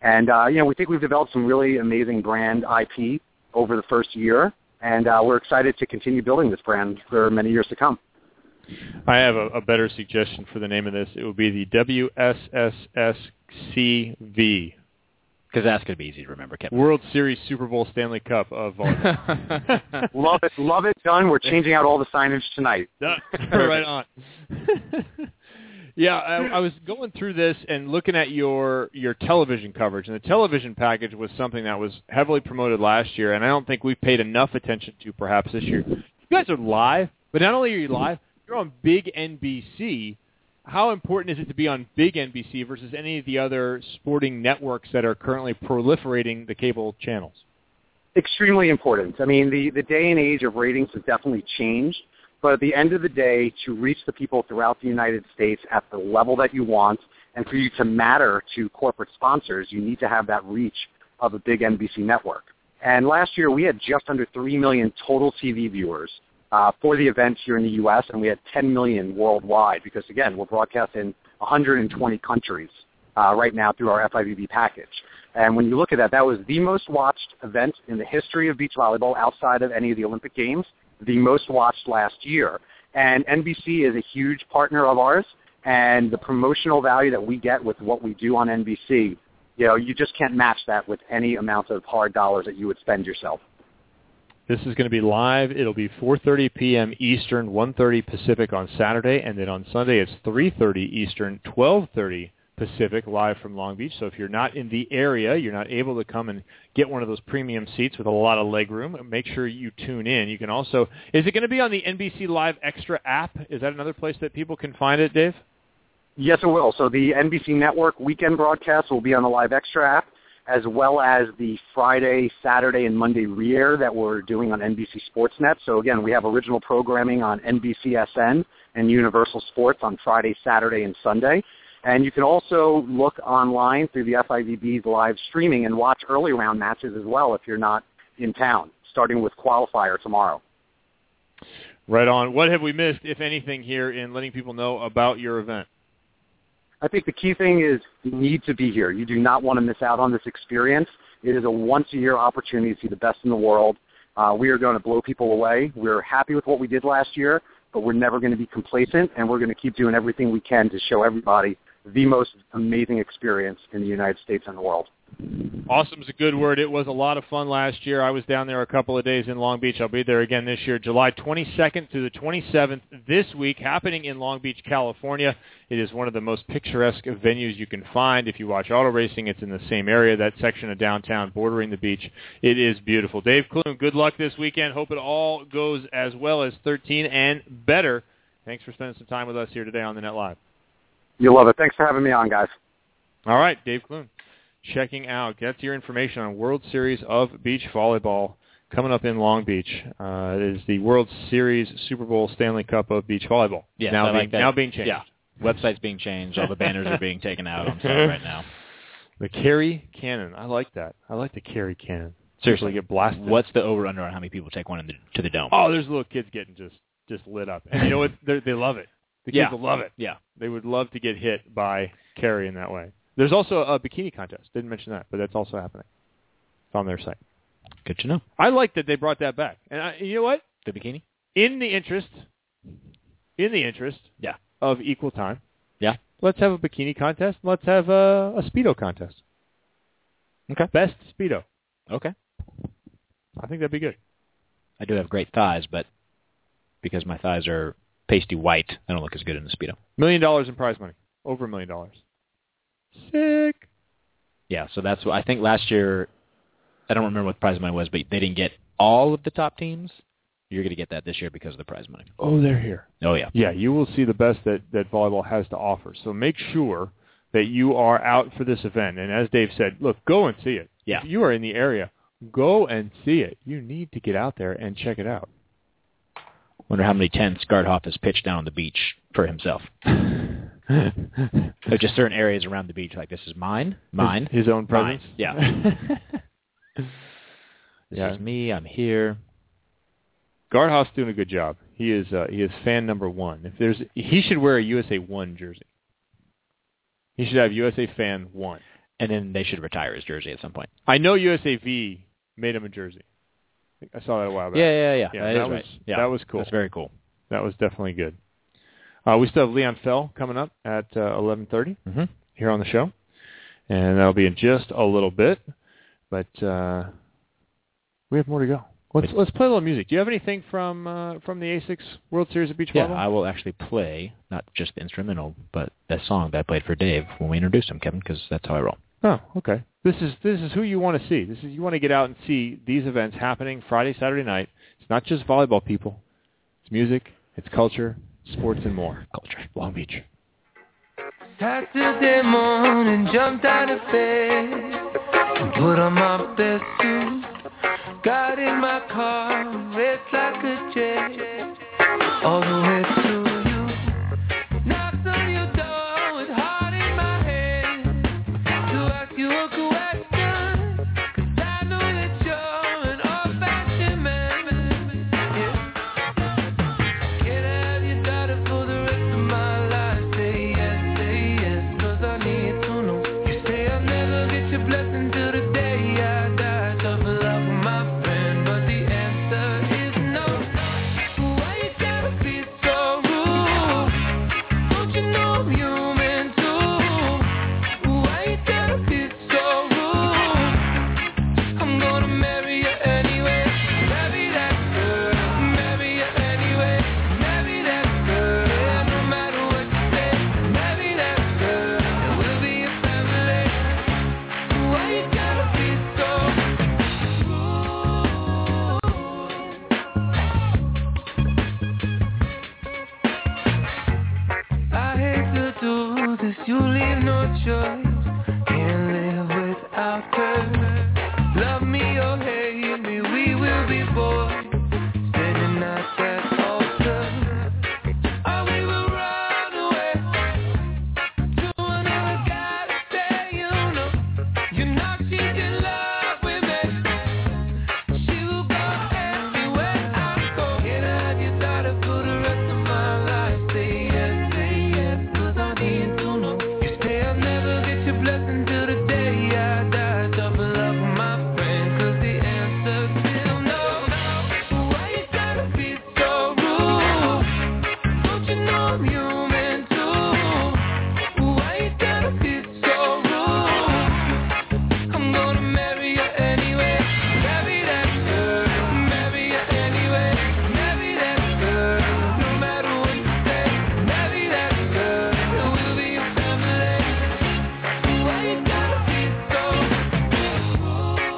And, uh, you know, we think we've developed some really amazing brand IP over the first year, and uh, we're excited to continue building this brand for many years to come.
I have a, a better suggestion for the name of this. It would be the WSSSCV.
Because that's going to be easy to remember, Kevin.
World Series Super Bowl Stanley Cup of volleyball.
love it, love it, done. We're changing out all the signage tonight.
Done. right on. yeah, I, I was going through this and looking at your your television coverage, and the television package was something that was heavily promoted last year, and I don't think we paid enough attention to perhaps this year. You guys are live, but not only are you live, you're on big NBC. How important is it to be on big NBC versus any of the other sporting networks that are currently proliferating the cable channels?
Extremely important. I mean, the, the day and age of ratings has definitely changed, but at the end of the day, to reach the people throughout the United States at the level that you want and for you to matter to corporate sponsors, you need to have that reach of a big NBC network. And last year, we had just under 3 million total TV viewers uh, for the events here in the U.S., and we had 10 million worldwide because, again, we're broadcast in 120 countries uh, right now through our FIVB package. And when you look at that, that was the most watched event in the history of beach volleyball outside of any of the Olympic Games, the most watched last year. And NBC is a huge partner of ours, and the promotional value that we get with what we do on NBC, you know, you just can't match that with any amount of hard dollars that you would spend yourself.
This is going to be live. It'll be 4:30 p.m. Eastern, 1:30 Pacific on Saturday, and then on Sunday it's 3:30 Eastern, 12:30 Pacific, live from Long Beach. So if you're not in the area, you're not able to come and get one of those premium seats with a lot of legroom. Make sure you tune in. You can also is it going to be on the NBC Live Extra app? Is that another place that people can find it, Dave?
Yes, it will. So the NBC Network weekend broadcast will be on the Live Extra app as well as the Friday, Saturday, and Monday re-air that we're doing on NBC Sportsnet. So again, we have original programming on NBCSN and Universal Sports on Friday, Saturday, and Sunday. And you can also look online through the FIVB's live streaming and watch early round matches as well if you're not in town, starting with qualifier tomorrow.
Right on. What have we missed, if anything, here in letting people know about your event?
I think the key thing is you need to be here. You do not want to miss out on this experience. It is a once-a-year opportunity to see the best in the world. Uh, we are going to blow people away. We're happy with what we did last year, but we're never going to be complacent, and we're going to keep doing everything we can to show everybody the most amazing experience in the United States and the world.
Awesome is a good word. It was a lot of fun last year. I was down there a couple of days in Long Beach. I'll be there again this year, July 22nd through the 27th this week, happening in Long Beach, California. It is one of the most picturesque venues you can find. If you watch auto racing, it's in the same area, that section of downtown bordering the beach. It is beautiful. Dave Kloon, good luck this weekend. Hope it all goes as well as 13 and better. Thanks for spending some time with us here today on the Net Live.
You love it. Thanks for having me on, guys.
All right, Dave Kloon checking out. That's your information on World Series of Beach Volleyball coming up in Long Beach. Uh, it is the World Series Super Bowl Stanley Cup of Beach Volleyball.
Yes,
now,
I
being,
like that.
now being changed.
Yeah. Website's being changed. All the banners are being taken out on site right now.
The carry cannon. I like that. I like the carry cannon.
Seriously,
get blasted.
What's the over under on how many people take one in the, to the dome?
Oh, there's little kids getting just just lit up, and you know what? They're, they love it. The kids
Yeah.
will love it.
Yeah.
they would love to get hit by carry in that way. There's also a bikini contest. Didn't mention that, but that's also happening. It's on their site.
Good to know.
I like that they brought that back. And I, you know what?
The bikini?
In the interest, in the interest
Yeah.
of equal time,
Yeah.
let's have a bikini contest. Let's have a, a speedo contest.
Okay.
Best speedo.
Okay.
I think that'd be good.
I do have great thighs, but because my thighs are pasty white, I don't look as good in the speedo.
Million dollars in prize money. Over a million dollars. Sick.
Yeah, so that's what I think last year. I don't remember what the prize money was, but they didn't get all of the top teams, you're going to get that this year because of the prize money.
Oh, they're here.
Oh yeah.
Yeah, you will see the best that, that volleyball has to offer. So make sure that you are out for this event. And as Dave said, look, go and see it.
Yeah.
If you are in the area, go and see it. You need to get out there and check it out.
Wonder how many tents Gardhoff has pitched down on the beach for himself. There's just certain areas around the beach, like this is mine, mine,
His- his own
mine.
presence?
Yeah. this
Yeah.
is me. I'm here.
Gardhoff's doing a good job. He is uh, he is fan number one. If there's he should wear a USA one jersey. He should have USA fan one.
And then they should retire his jersey at some point.
I know USAV made him a jersey. I saw that a while back.
Yeah, yeah, yeah. That is
that, was
right. Yeah.
that was cool.
That's very cool.
That was definitely good. Uh, we still have Leon Fell coming up at uh, 11:30
Mhm.
here on the show, and that'll be in just a little bit. But uh, we have more to go. Let's let's play a little music. Do you have anything from uh, from the Asics World Series of Beach
Yeah,
Volleyball?
I will actually play not just the instrumental, but that song that I played for Dave when we introduced him, Kevin, because that's how I roll.
Oh, okay. This is this is who you want to see. This is you want to get out and see these events happening Friday, Saturday night. It's not just volleyball people. It's music, it's culture, sports, and more.
Culture,
Long Beach.
Saturday morning, jumped out of bed, and put on my best suit. Got in my car, raced like a jet, all the way to you. Knocked on your door with heart in my hand to ask you a question. 'Cause I know that you're an old-fashioned man. Yeah. Can I have your daughter for the rest of my life? Say yes, say yes, 'cause I need to know. You say I'll never get your blessing till the day I die. Tough love with my friend, but the answer is no. Why you gotta be so rude? Don't you know I'm human too? Why you gotta be so rude? I'm gonna marry you anyway. Marry that girl. Marry you anyway. Marry that girl. No matter what you say. Marry that girl. And we'll be a family. Why you gotta be so rude? I hate to do this. You leave no choice. Can't live without her. Love me or hate me, we will be boys Standing at that altar Or we will run away To another guy to say you know You know she's in love with me She will go everywhere I go Get out your daughter for the rest of my life Say yes, say yes, cause I need to know You say I'll never get your blessing till the day I die Tough love with my friend, cause the answer's still no why you gotta be so rude? Don't you know I'm human too? Why you gotta be so rude? I'm gonna marry you anyway. Marry that girl. Marry you anyway. Marry that girl. No matter what you say. Marry that girl. And we'll be a family. Why you gotta be so rude?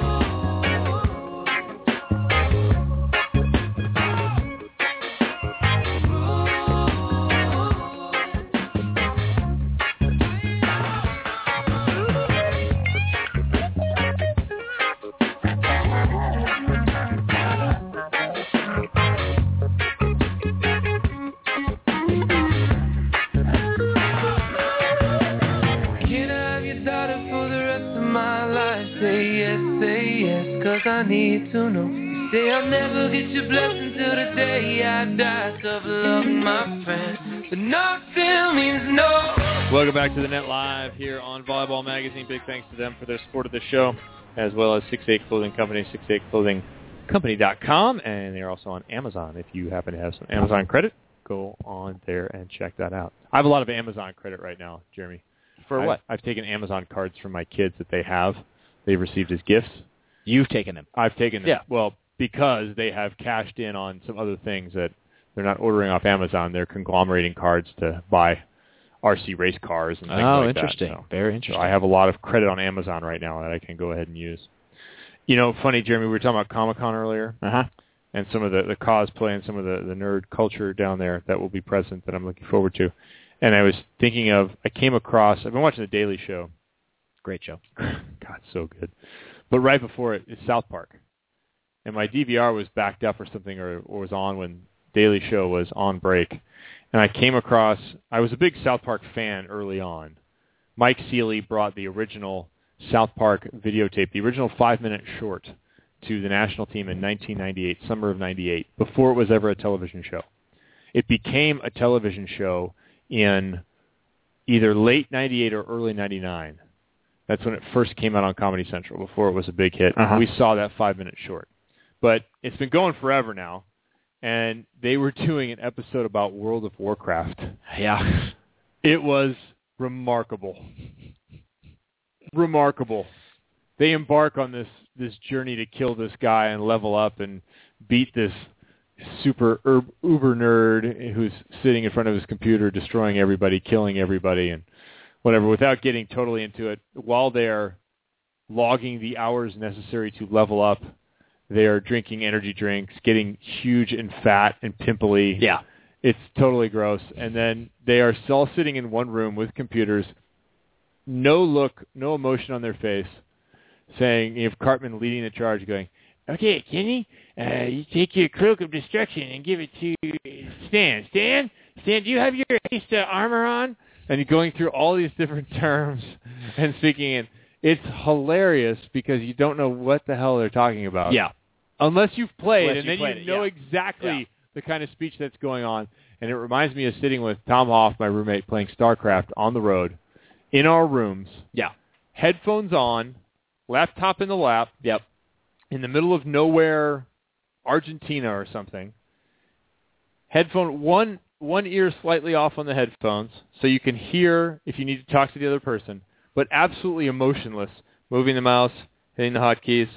Can I have your daughter for the rest of my life? Say yes, say yes, cause I need to know. You say I'll never get your blessing till the day I die. Tough love, my friend. But nothing means no.
Welcome back to the Net Live here on Volleyball Magazine. Big thanks to them for their support of the show, as well as 68 Clothing Company, 68clothingcompany.com, and they're also on Amazon. If you happen to have some Amazon credit, go on there and check that out. I have a lot of Amazon credit right now, Jeremy.
For
I've-
what?
I've taken Amazon cards from my kids that they have. They've received as gifts.
You've taken them.
I've taken them.
Yeah.
Well, because they have cashed in on some other things that they're not ordering off Amazon. They're conglomerating cards to buy RC race cars and things
Oh,
like that.
interesting.
So-
Very
So
interesting.
I have a lot of credit on Amazon right now that I can go ahead and use. You know, funny, Jeremy. We were talking about Comic Con earlier,
Uh-huh.
and some of the, the cosplay and some of the, the nerd culture down there that will be present that I'm looking forward to. And I was thinking of, I came across, I've been watching The Daily Show.
Great show.
God, so good. But right before it is South Park, and my DVR was backed up or something, or, or was on when Daily Show was on break, and I came across. I was a big South Park fan early on. Mike Seeley brought the original South Park videotape, the original five-minute short, to the national team in 1998, summer of '98, before it was ever a television show. It became a television show in either late '98 or early '99. That's when it first came out on Comedy Central before it was a big hit.
Uh-huh.
We saw that five minute short. But it's been going forever now. And they were doing an episode about World of Warcraft.
Yeah.
It was remarkable. remarkable. They embark on this this journey to kill this guy and level up and beat this super ur- uber nerd who's sitting in front of his computer destroying everybody, killing everybody and whatever without getting totally into it while they're logging the hours necessary to level up. They are drinking energy drinks, getting huge and fat and pimply.
Yeah.
It's totally gross. And then they are all sitting in one room with computers, no look, no emotion on their face, saying, you have Cartman leading the charge going, okay, Kenny, uh, you take your cloak of destruction and give it to Stan. Stan, Stan, do you have your haste uh, armor on? And going through all these different terms and speaking in. It's hilarious because you don't know what the hell they're talking about.
Yeah.
Unless you've played,
Unless
and
you
then
played
you
it,
know
yeah.
exactly
Yeah.
the kind of speech that's going on. And it reminds me of sitting with Tom Hoff, my roommate, playing StarCraft on the road in our rooms.
Yeah.
Headphones on, laptop in the lap.
Yep.
In the middle of nowhere, Argentina or something. Headphone one one ear slightly off on the headphones, so you can hear if you need to talk to the other person, but absolutely emotionless, moving the mouse, hitting the hotkeys,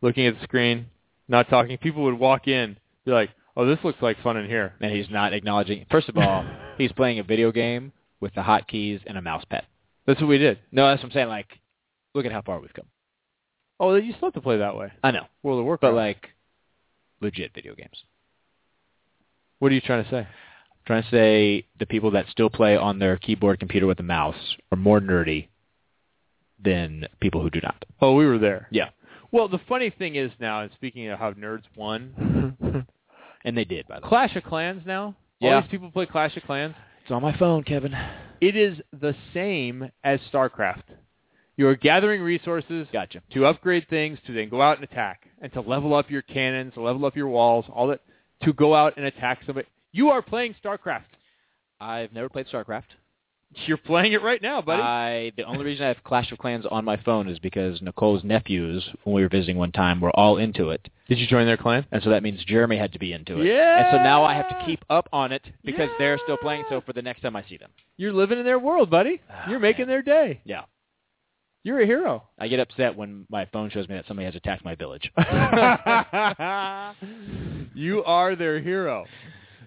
looking at the screen, not talking. People would walk in, be like, "Oh, this looks like fun in here."
And he's not acknowledging. First of all, he's playing a video game with the hotkeys and a mouse pad.
That's what we did.
No, that's what I'm saying. Like, look at how far we've come.
Oh, you still have to play that way.
I know.
World of Warcraft.
But like, legit video games.
what are you trying to say?
trying to say the people that still play on their keyboard computer with a mouse are more nerdy than people who do not.
Oh, we were there.
Yeah.
Well, the funny thing is now, and speaking of how nerds won,
And they did, by the way.
Clash of Clans now.
Yeah.
All these people play Clash of Clans.
It's on my phone, Kevin.
It is the same as StarCraft. You are gathering resources
Gotcha.
to upgrade things to then go out and attack and to level up your cannons, to level up your walls, all that to go out and attack somebody. You are playing StarCraft.
I've never played StarCraft.
You're playing it right now, buddy.
I the only reason I have Clash of Clans on my phone is because Nicole's nephews, when we were visiting one time, were all into it,
Did you join their clan?
and so that means Jeremy had to be into it.
Yeah.
And so now I have to keep up on it because they're still
Yeah.
playing. So for the next time I see them,
You're living in their world, buddy.
Ah,
You're making
man.
their day.
yeah,
You're a hero.
I get upset when my phone shows me that somebody has attacked my village.
you are their hero.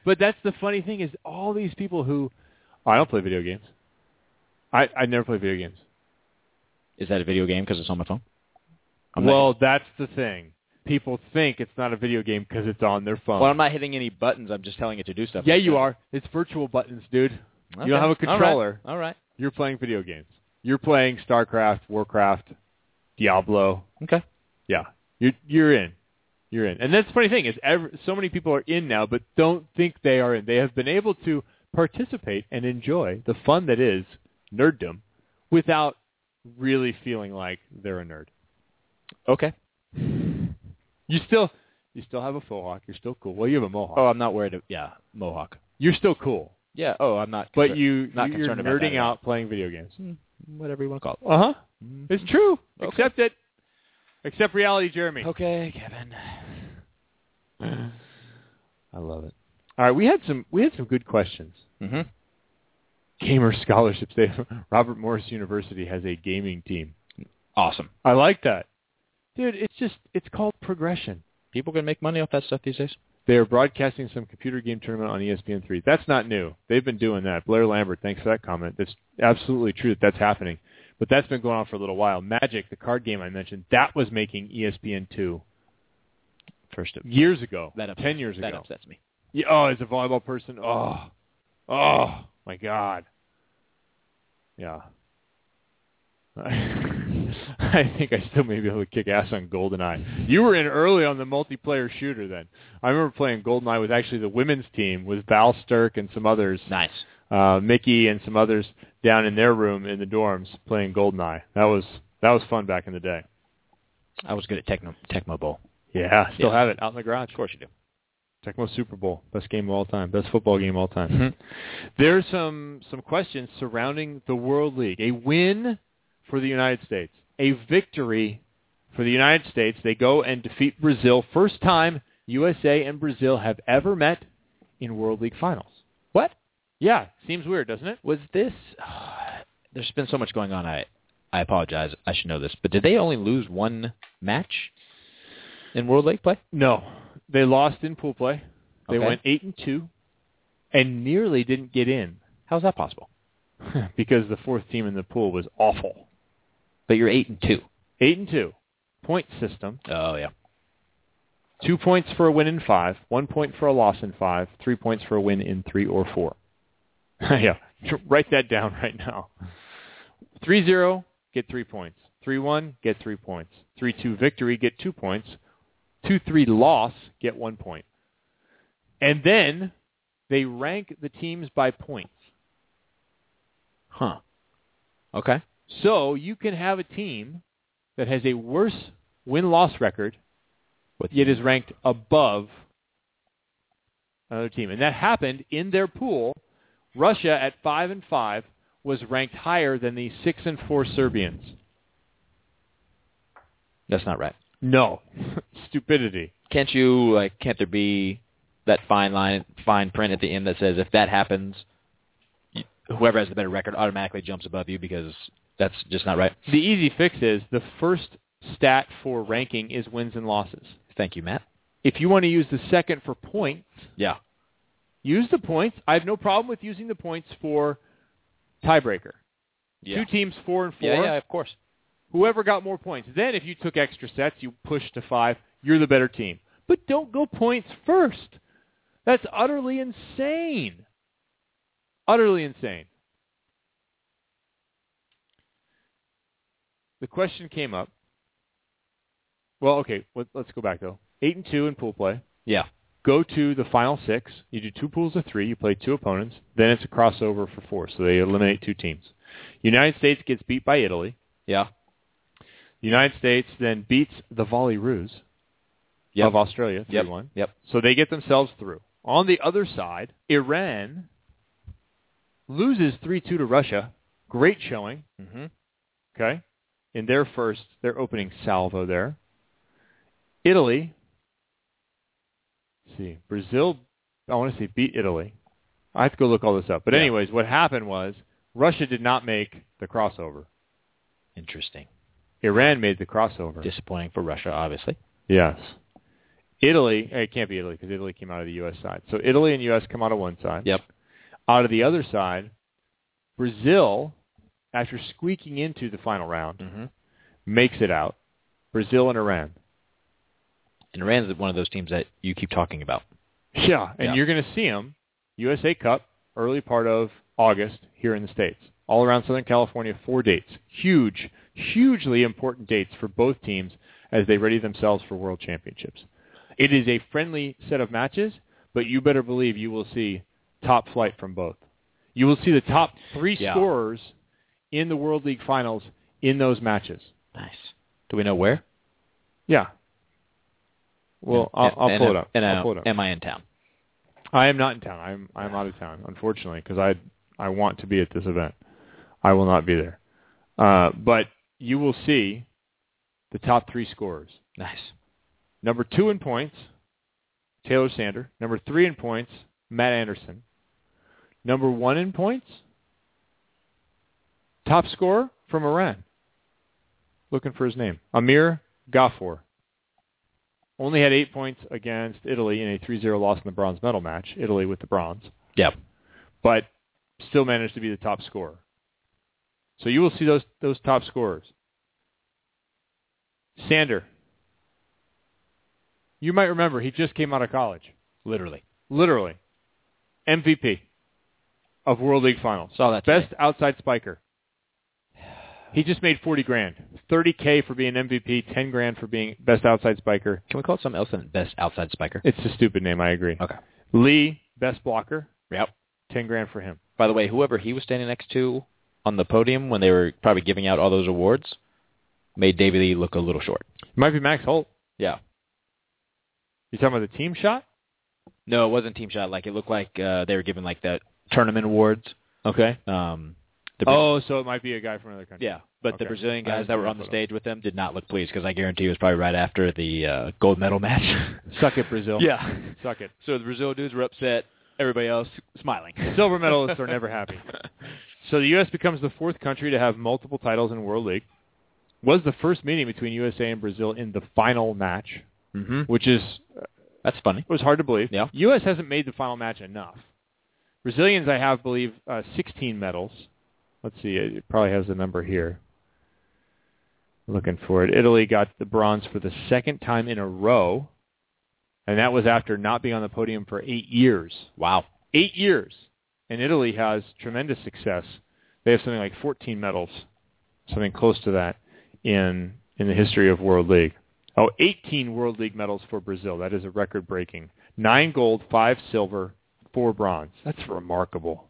But that's the funny thing is all these people who I don't play video games. I I never play video games.
Is that a video game because it's on my phone? I'm not-
well, that's the thing. People think it's not a video game because it's on their phone.
Well, I'm not hitting any buttons. I'm just telling it to do stuff.
yeah, you are. It's virtual buttons, dude. You don't have a controller.
All right.
You're playing video games. You're playing StarCraft, Warcraft, Diablo.
Okay.
Yeah, you're you're in, you're in, and that's the funny thing is, every, so many people are in now, but don't think they are in. They have been able to participate and enjoy the fun that is nerddom, without really feeling like they're a nerd.
Okay.
You still you still have a mohawk. You're still cool. Well, you have a mohawk.
Oh, I'm not worried. Of, yeah, Mohawk.
You're still cool,
Yeah. Oh, I'm not.
but
concerned-
you
not
you're
concerned about that
nerding
at all.
out playing video games.
Whatever you want to call
Uh huh.
it.
It's true.
Okay.
Accept it. Accept reality, Jeremy.
Okay, Kevin.
I love it. All right, we had some we had some good questions.
Mm-hmm.
gamer scholarships. They Robert Morris University has a gaming team.
Awesome.
I like that, dude. It's just it's called progression.
People can make money off that stuff these days.
They are broadcasting some computer game tournament on E ESPN3. That's not new. They've been doing that. Blair Lambert, thanks for that comment. That's absolutely true that that's happening. But that's been going on for a little while. Magic, the card game I mentioned, that was making E ESPN two.
First
years ago,
That upsets,
ten years
that
ago.
upsets me.
Yeah, oh, as a volleyball person, oh, oh my God. Yeah. I think I still may be able to kick ass on GoldenEye. You were in early on the multiplayer shooter then. I remember playing GoldenEye with actually the women's team with Val Sturk and some others.
Nice.
Uh, Mickey and some others down in their room in the dorms playing GoldenEye. That was that was fun back in the day.
I was good at Tecmo, Tecmo Bowl.
Yeah, still
Yeah.
have it out in the garage. Of
course you do.
Tecmo Super Bowl, best game of all time, best football game of all time. There's some some questions surrounding the World League. A win for the United States, a victory for the United States. They go and defeat Brazil. First time USA and Brazil have ever met in World League finals. What? Yeah, seems weird, doesn't it?
Was this? There's been so much going on. I I apologize. I should know this, but did they only lose one match in World League play?
No, they lost in pool play. They
Okay.
went eight and two, and nearly didn't get in
How's that possible?
because the fourth team in the pool was awful.
But you're eight and two.
Eight and two, point system.
Oh yeah.
Two points for a win in five, one point for a loss in five, three points for a win in three or four. yeah, write that down right now. 3-0, get three points. 3-1, get three points. 3-2 victory, get two points. 2-3 loss, get one point. And then they rank the teams by points.
Huh. Okay.
So you can have a team that has a worse win-loss record, yet is ranked above another team, and that happened in their pool. Russia at five and five was ranked higher than the six and four Serbians.
That's not right.
No, stupidity.
Can't you like? Can't there be that fine line, fine print at the end that says if that happens, you- whoever has the better record automatically jumps above you because that's just not right.
The easy fix is the first stat for ranking is wins and losses.
Thank you, Matt.
If you want to use the second for points,
Yeah.
use the points. I have no problem with using the points for tiebreaker.
Yeah.
Two teams four and four.
Yeah, yeah, of course.
Whoever got more points. Then if you took extra sets, you push to five. You're the better team. But don't go points first. That's utterly insane. Utterly insane. The question came up. Well, okay, let, let's go back though. Eight and two in pool play.
Yeah.
Go to the final six. You do two pools of three. You play two opponents. Then it's a crossover for four, so they eliminate two teams. United States gets beat by Italy.
Yeah.
The United States then beats the Volley Ruse
Yep.
of Australia 3 1.
Yep.
So they get themselves through. On the other side, Iran loses 3 2 to Russia. Great showing,
Mm-hmm.
okay, in their first, their opening salvo there. Italy, let's see, Brazil, I want to say beat Italy. I have to go look all this up. But
Yeah.
anyways, what happened was Russia did not make the crossover.
Interesting.
Iran made the crossover.
Disappointing for Russia, obviously.
Yes. Italy, eh, it can't be Italy because Italy came out of the U.S. side. So Italy and U.S. come out of one side.
Yep.
Out of the other side, Brazil, after squeaking into the final round,
Mm-hmm.
makes it out. Brazil and Iran.
And Iran's one of those teams that you keep talking about.
Yeah, and
Yeah.
you're going to see them USA Cup early part of August here in the states, all around Southern California. Four dates, huge, hugely important dates for both teams as they ready themselves for World Championships. It is a friendly set of matches, but you better believe you will see top flight from both. You will see the top three
Yeah.
scorers in the World League Finals in those matches.
Nice. Do we know where?
Yeah. Well, I'll,
And-
I'll
and-
pull it up.
And,
I'll
uh,
pull it up.
Am I in town?
I am not in town. I'm I'm out of town, unfortunately, because I I want to be at this event. I will not be there. Uh, but you will see the top three scorers.
Nice.
Number two in points, Taylor Sander. Number three in points, Matt Anderson. Number one in points, top scorer from Iran. Looking for his name, Amir Gafour. Only had eight points against Italy in a 3-0 loss in the bronze medal match. Italy with the bronze
Yeah.
but still managed to be the top scorer. So you will see those those top scorers. Sander. You might remember he just came out of college. Literally. Literally. MVP of World League Final.
Saw that
Best outside spiker. He just made 40 grand. 30k for being MVP, 10 grand for being best outside spiker.
Can we call it something else than best outside spiker?
It's a stupid name, I agree.
Okay.
Lee, best blocker.
Yep.
10 grand for him.
By the way, whoever he was standing next to on the podium when they were probably giving out all those awards made David Lee look a little short.
Might be Max Holt.
Yeah.
You talking about the team shot?
No, it wasn't team shot. Like it looked like uh, they were giving like the tournament awards.
Okay.
Um,
oh, so it might be a guy from another country.
Yeah, but
Okay.
the Brazilian
I
guys
haven't
that
seen
were on the
photo.
stage with them did not look pleased because I guarantee it was probably right after the uh, gold medal match.
Suck it, Brazil.
yeah.
Suck it.
So the Brazil dudes were upset. Everybody else smiling.
Silver medalists are never happy. So the U.S. becomes the fourth country to have multiple titles in World League. Was the first meeting between USA and Brazil in the final match,
hmm
which is
That's funny.
was hard to believe.
Yeah.
U.S. hasn't made the final match enough. Brazilians, I have believe, uh, 16 medals. Let's see, it probably has the number here. Looking for it. Italy got the bronze for the second time in a row, and that was after not being on the podium for eight years.
Wow.
Eight years, and Italy has tremendous success. They have something like 14 medals, something close to that in in the history of World League. Oh, 18 World League medals for Brazil. That is a record breaking. Nine gold, five silver, four bronze. That's remarkable.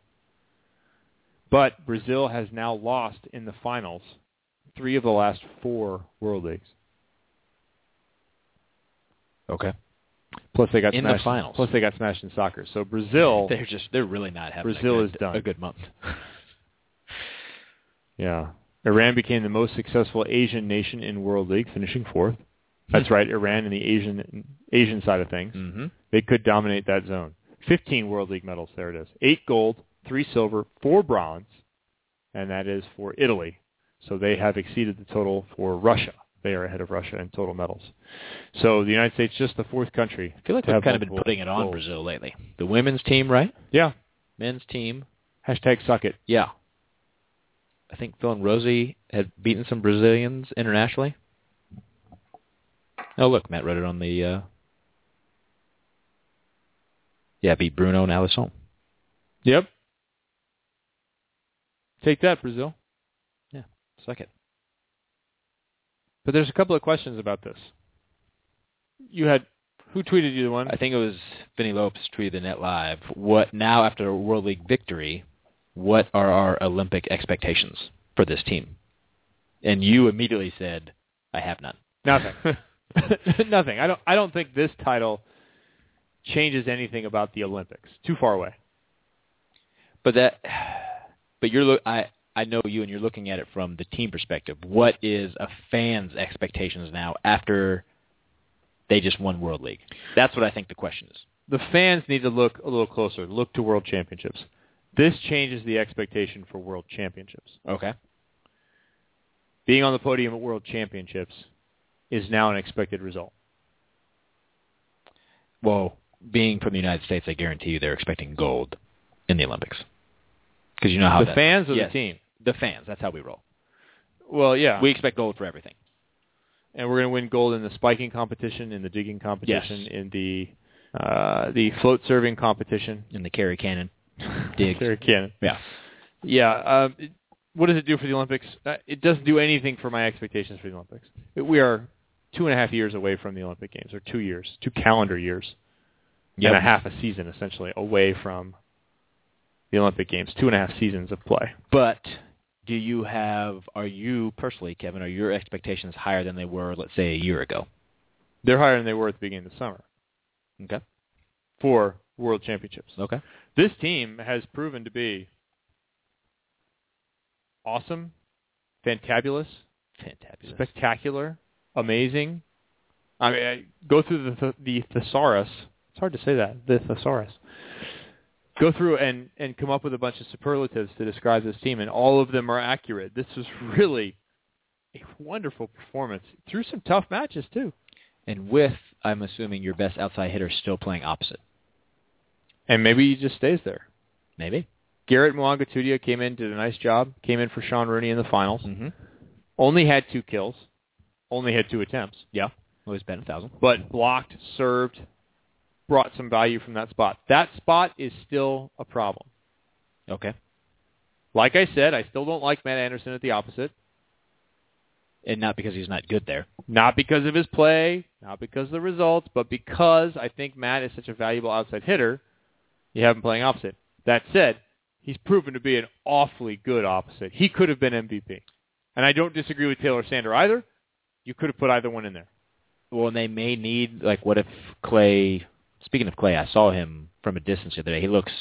But Brazil has now lost in the finals three of the last four World Leagues.
Okay.
Plus they got
In the
smashed,
finals.
Plus they got smashed in soccer. So Brazil,
They're just they're really not having
Brazil
a
is
good,
done.
a good month.
yeah. Iran became the most successful Asian nation in World League, finishing fourth. That's right, Iran in the Asian Asian side of things.
mm-hmm.
They could dominate that zone. 15 World League medals. There it is. Eight gold, three silver, four bronze, and that is for Italy. So they have exceeded the total for Russia. They are ahead of Russia in total medals. So the United States just the fourth country.
I feel like
to
we've
have
kind of been
multiple
putting it on
golds.
Brazil lately. The women's team, right?
Yeah.
Men's team.
Hashtag suck it.
Yeah. I think Phil and Rosie had beaten some Brazilians internationally. Oh, look, Matt wrote it on the. Uh... Yeah, beat Bruno and Alice Home.
Yep. Take that, Brazil.
Suck it.
But there's a couple of questions about this. You had who tweeted you the one?
I think it was Vinny Lopes tweeted the net live. What now after a World League victory? What are our Olympic expectations for this team? And you immediately said, "I have none."
Nothing. Nothing. I don't. I don't think this title changes anything about the Olympics. Too far away.
But that, but you're look. I I know you, and you're looking at it from the team perspective. What is a fan's expectations now after they just won World League? That's what I think the question is.
The fans need to look a little closer. Look to World Championships. This changes the expectation for World Championships.
Okay.
Being on the podium at World Championships is now an expected result.
Well, being from the United States, I guarantee you they're expecting gold in the Olympics. Because you know how
the
that-
fans of
Yes.
the team.
the fans. That's how we roll.
Well, yeah.
We expect gold for everything.
and we're going to win gold in the spiking competition, in the digging competition,
Yes.
in the uh, the float serving competition.
In the carry cannon, dig.
Sarah Cannon.
Yeah.
Yeah. Um, it- what does it do for the Olympics? Uh, it doesn't do anything for my expectations for the Olympics. We are two and a half years away from the Olympic Games, or two years, two calendar years,
Yep.
and a half a season essentially away from the Olympic Games. Two and a half seasons of play.
But do you have? Are you personally, Kevin? Are your expectations higher than they were, let's say, a year ago?
They're higher than they were at the beginning of the summer
Okay.
for World Championships.
Okay.
this team has proven to be awesome, fantabulous,
Fantabulous.
spectacular, amazing. I mean, I go through the, th- the thesaurus. It's hard to say that the thesaurus. Go through and and come up with a bunch of superlatives to describe this team, and all of them are accurate. This was really a wonderful performance through some tough matches too,
and with, I'm assuming your best outside hitter still playing opposite.
and maybe he just stays there.
Maybe.
Garrett Mwangatudia came in, did a nice job, came in for Sean Rooney in the finals.
Mm-hmm.
Only had two kills, only had two attempts. Yeah,
always been a thousand.
but blocked, served, brought some value from that spot. That spot is still a problem.
Okay.
Like I said, I still don't like Matt Anderson at the opposite.
And not because he's not good there.
Not because of his play, not because of the results, but because I think Matt is such a valuable outside hitter, you have him playing opposite. That said, he's proven to be an awfully good opposite. He could have been MVP. And I don't disagree with Taylor Sander either. You could have put either one in there.
Well, and they may need like what if Clay? Speaking of Clay, I saw him from a distance the other day. He looks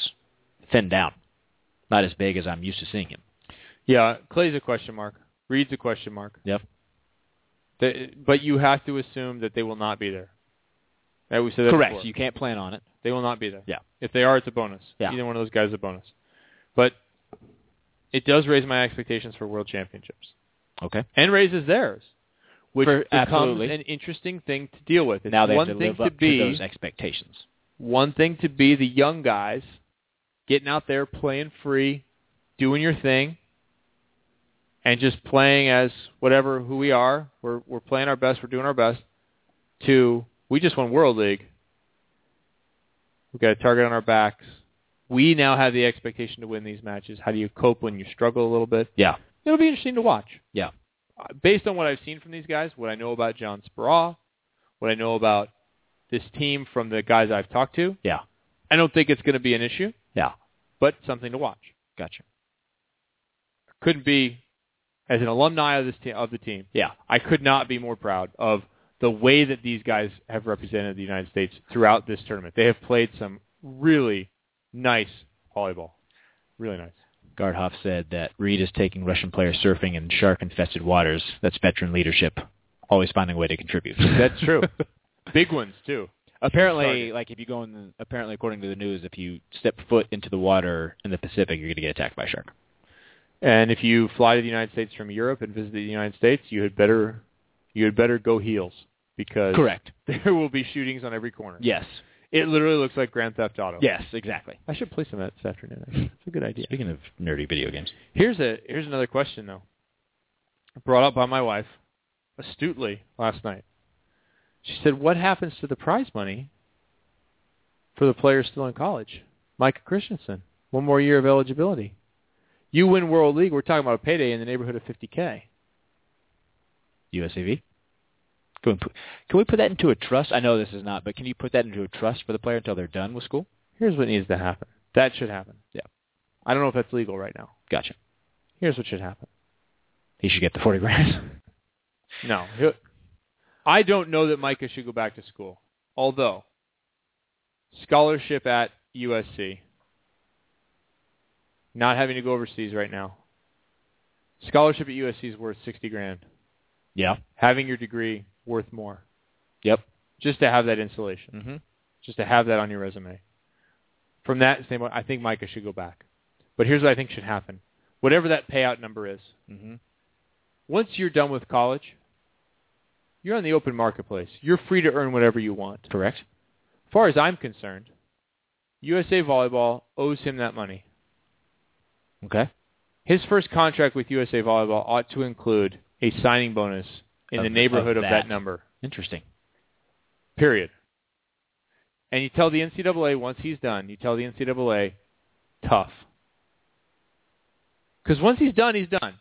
thinned down, not as big as I'm used to seeing him.
Yeah, Clay's a question mark. Reed's a question mark.
Yep.
They- but you have to assume that they will not be there. That we said that
Correct.
before.
You can't plan on it.
They will not be there.
Yeah.
If they are, it's a bonus.
Yeah.
Either one of those guys is a bonus. But it does raise my expectations for world championships
Okay.
and raises theirs, which
For-
becomes
absolutely.
an interesting thing to deal with. It's
now they have
one
to
thing
live up
to be
those expectations.
one thing to be the young guys getting out there playing free, doing your thing, and just playing as whatever who we are. We're we're playing our best, we're doing our best. To we just won World League. We've got a target on our backs. We now have the expectation to win these matches. How do you cope when you struggle a little bit?
Yeah.
It'll be interesting to watch.
Yeah.
Uh, Based on what I've seen from these guys, what I know about John Spraw, what I know about this team from the guys I've talked to,
Yeah.
I don't think it's going to be an issue,
Yeah.
but something to watch.
Gotcha.
Couldn't be as an alumni of this te- of the team.
Yeah.
I could not be more proud of the way that these guys have represented the United States throughout this tournament. They have played some really nice volleyball. Really nice.
Gardhoff said that Reed is taking Russian players surfing in shark-infested waters. That's veteran leadership, always finding a way to contribute.
That's true. Big ones too.
apparently,
Started.
like if you go in, the, apparently according to the news, if you step foot into the water in the Pacific, you're going to get attacked by a shark.
And if you fly to the United States from Europe and visit the United States, you had better you had better go heels because
Correct.
there will be shootings on every corner.
Yes.
It literally looks like Grand Theft Auto.
Yes. Exactly.
I should play some of that this afternoon. actually. It's a Oh. good idea.
Speaking of nerdy video games,
Here's a here's another question though. Brought up by my wife astutely last night. She said, "What happens to the prize money for the players still in college?" Micah Christensen, one more year of eligibility. You win World League, we're talking about a payday in the neighborhood of 50k.
USAV. Can we, put, can we put that into a trust? I know this is not, but can you put that into a trust for the player until they're done with school?
Here's what needs to happen. That should happen.
Yeah.
I don't know if that's legal right now.
Gotcha.
Here's what should happen.
He should get the forty grand.
No. He'll- I don't know that Micah should go back to school. Although, scholarship at USC, not having to go overseas right now, scholarship at USC is worth 60 grand.
yeah.
Having your degree, worth more.
Yep.
Just to have that insulation,
Mm-hmm.
just to have that on your resume. From that standpoint, I think Micah should go back. But here's what I think should happen. Whatever that payout number is,
Mm-hmm.
once you're done with college, you're on the open marketplace. You're free to earn whatever you want. As
Correct.
far as I'm concerned, USA Volleyball owes him that money.
Okay.
His first contract with USA Volleyball ought to include a signing bonus in
Of-
the neighborhood
of
of
that.
that number.
Interesting.
Period. And you tell the NCAA once he's done, you tell the NCAA, tough. Because once he's done, he's done.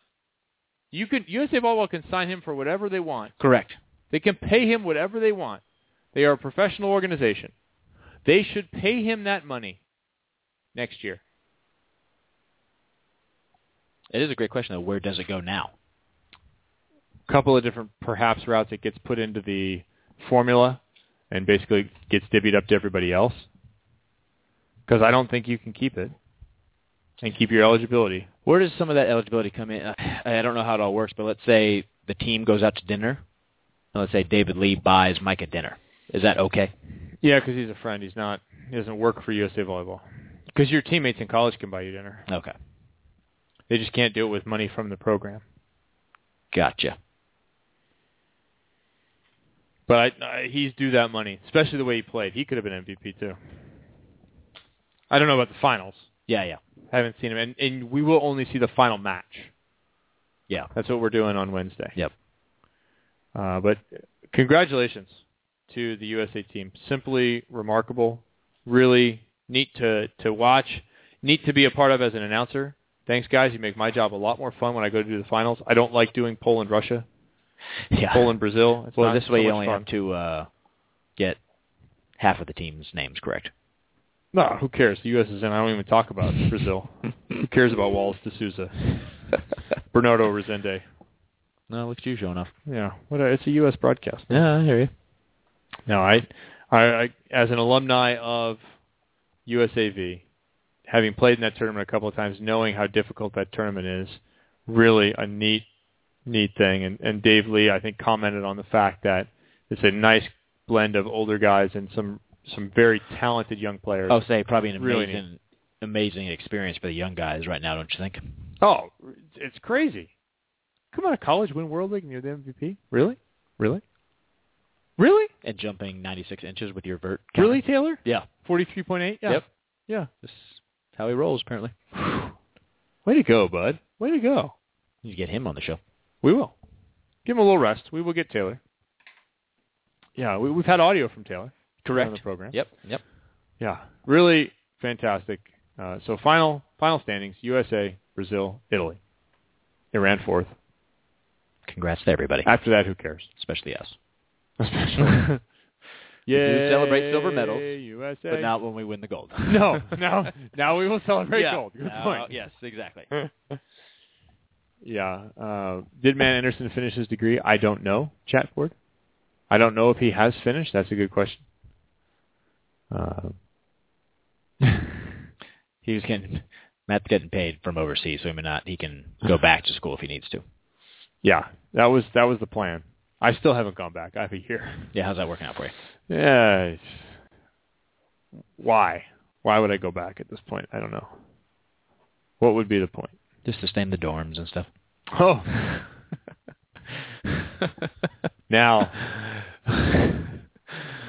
You can USA Volleyball can sign him for whatever they want.
Correct.
They can pay him whatever they want. They are a professional organization. They should pay him that money next year.
It is a great question though. Where does it go now?
couple of different perhaps routes it gets put into the formula and basically gets divvied up to everybody else. Because I don't think you can keep it and keep your eligibility.
Where does some of that eligibility come in? I I don't know how it all works, but let's say the team goes out to dinner, and let's say David Lee buys Mike a dinner. Is that okay?
Yeah, because he's a friend. He's not. He doesn't work for USA Volleyball. Because your teammates in college can buy you dinner.
Okay.
They just can't do it with money from the program.
Gotcha.
But I, I, he's due that money, especially the way he played. He could have been MVP too. I don't know about the finals,
Yeah, yeah.
Haven't seen him, and, and we will only see the final match.
Yeah.
That's what we're doing on Wednesday.
Yep.
Uh, but congratulations to the USA team. Simply remarkable. Really neat to, to watch. Neat to be a part of as an announcer. Thanks, guys. You make my job a lot more fun when I go to do the finals. I don't like doing Poland, Russia,
Yeah.
Poland, Brazil. It's
well,
not
this
so
way you
much
only
fun.
have to uh, get half of the team's names correct.
No, who cares? The U.S. is in. I don't even talk about Brazil. who cares about Wallace D'Souza, Bernardo Resende?
No, look at you showing off.
Yeah, what a, it's a U.S. broadcast.
Yeah, I hear you.
No, I, I, I, as an alumni of USAV, having played in that tournament a couple of times, knowing how difficult that tournament is, really a neat, neat thing. And, and Dave Lee, I think, commented on the fact that it's a nice blend of older guys and some some very talented young players.
Oh, say probably an
Really
amazing,
neat.
amazing experience for the young guys right now, don't you think?
Oh, it's crazy. Come out of college, win World League, and you're the MVP. Really? Really? Really?
And jumping 96 inches with your vert. counter.
Really, Taylor?
Yeah.
43.8? Yeah.
Yep.
Yeah.
This is how he rolls apparently.
Way to go, bud. Way to go.
You get him on the show.
We will. Give him a little rest. We will get Taylor. Yeah, we, we've had audio from Taylor.
Correct.
On the program.
Yep. Yep.
Yeah. Really fantastic. Uh, so final final standings, USA, Brazil, Italy. It ran fourth.
Congrats to everybody,
After that, who cares?
especially us.
Especially.
We do celebrate silver medals,
Yay, USA.
but not when we win the gold.
No, now now we will celebrate
Yeah.
gold. Good
Now-
point.
Yes, exactly.
Yeah. Uh, did Man Anderson finish his degree? I don't know, Chatford. I don't know if he has finished. That's a good question. Uh,
he was getting Matt's getting paid from overseas, so he may not. He can go back to school if he needs to.
yeah, that was that was the plan. I still haven't gone back. I have a year.
Yeah, how's that working out for you?
Yeah. it's- Why? Why would I go back at this point? I don't know. What would be the point?
Just to stay in the dorms and stuff.
Oh. now.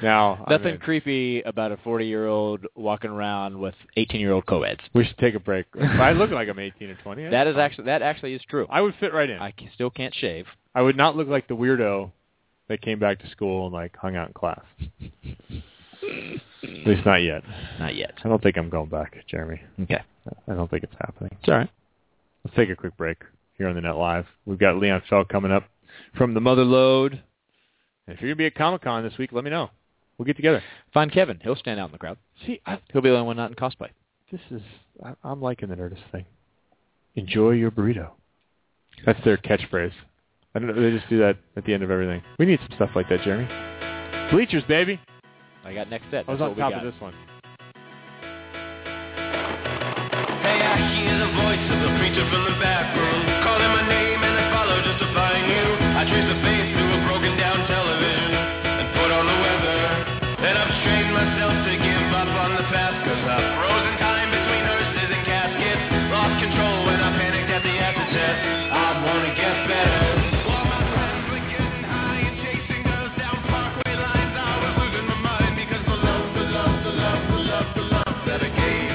Now. Oh. I'm
Nothing
in.
creepy about a 40-year-old walking around with 18-year-old co-eds.
We should take a break. I look like I'm 18 or 20.
That is actually that actually is true.
I would fit right in.
I c- still can't shave.
I would not look like the weirdo that came back to school and like hung out in class. At least not yet.
Not yet.
I don't think I'm going back, Jeremy.
Okay.
I don't think it's happening.
It's all right.
Let's take a quick break here on the Net Live. We've got Leon Fell coming up from the Mother Load. And if you're gonna be at Comic Con this week, let me know. We'll get together.
Find Kevin. He'll stand out in the crowd.
See, I,
He'll be the only one not in cosplay.
this is I, I'm liking the Nerdist thing. Enjoy your burrito. That's their catchphrase. I don't know. They just do that at the end of everything. We need some stuff like that, Jeremy. Bleachers, baby.
I got next set.
I
That's
was on
what we
top
got.
of this one.
Hey, I hear the voice of the preacher from the back room, calling my name and I follow just to find you. I trace the face through a broken down television and put on the weather. Then I've trained myself to give up on the past, cause I've frozen time between hearses and caskets. Lost control when I panicked at the acid test. I wanna get better. While my friends were getting high and chasing girls down parkway lines, I was losing my mind because the love, the love, the love, the love, the love that I gave.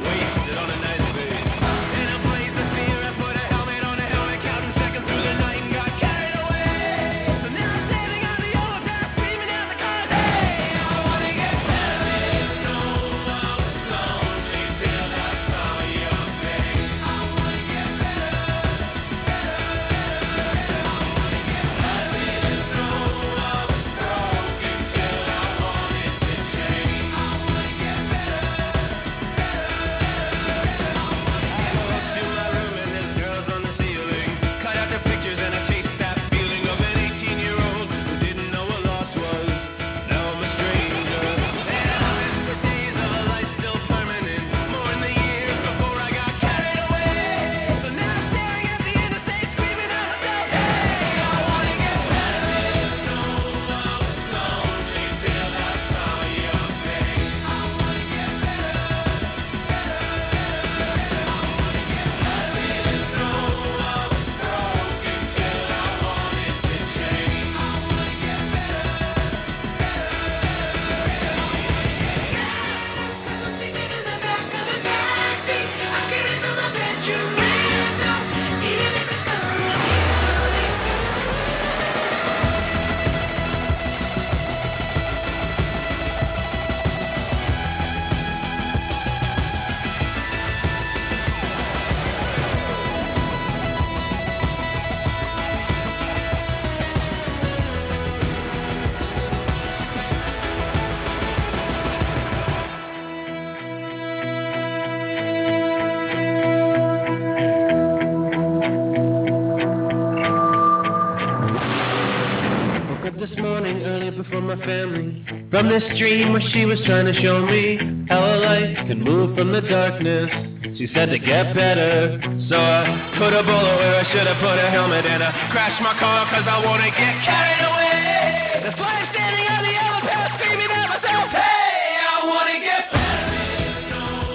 Wasted on a nice day. In a blaze of fear, I put a helmet on a helmet, counting seconds through the night and got carried away. So now I'm standing on the altar, screaming out the cause. Hey, I wanna get better. It's so long, lonely till I saw your face. I wanna get better, better, better, from my family. From this dream where she was trying to show me how a light can move from the darkness. She said to get better, so I put a bullet where I should have put a helmet and I crashed my car cause I wanna get carried away. That's why I'm standing on the overpass screaming at myself, hey, I wanna get better.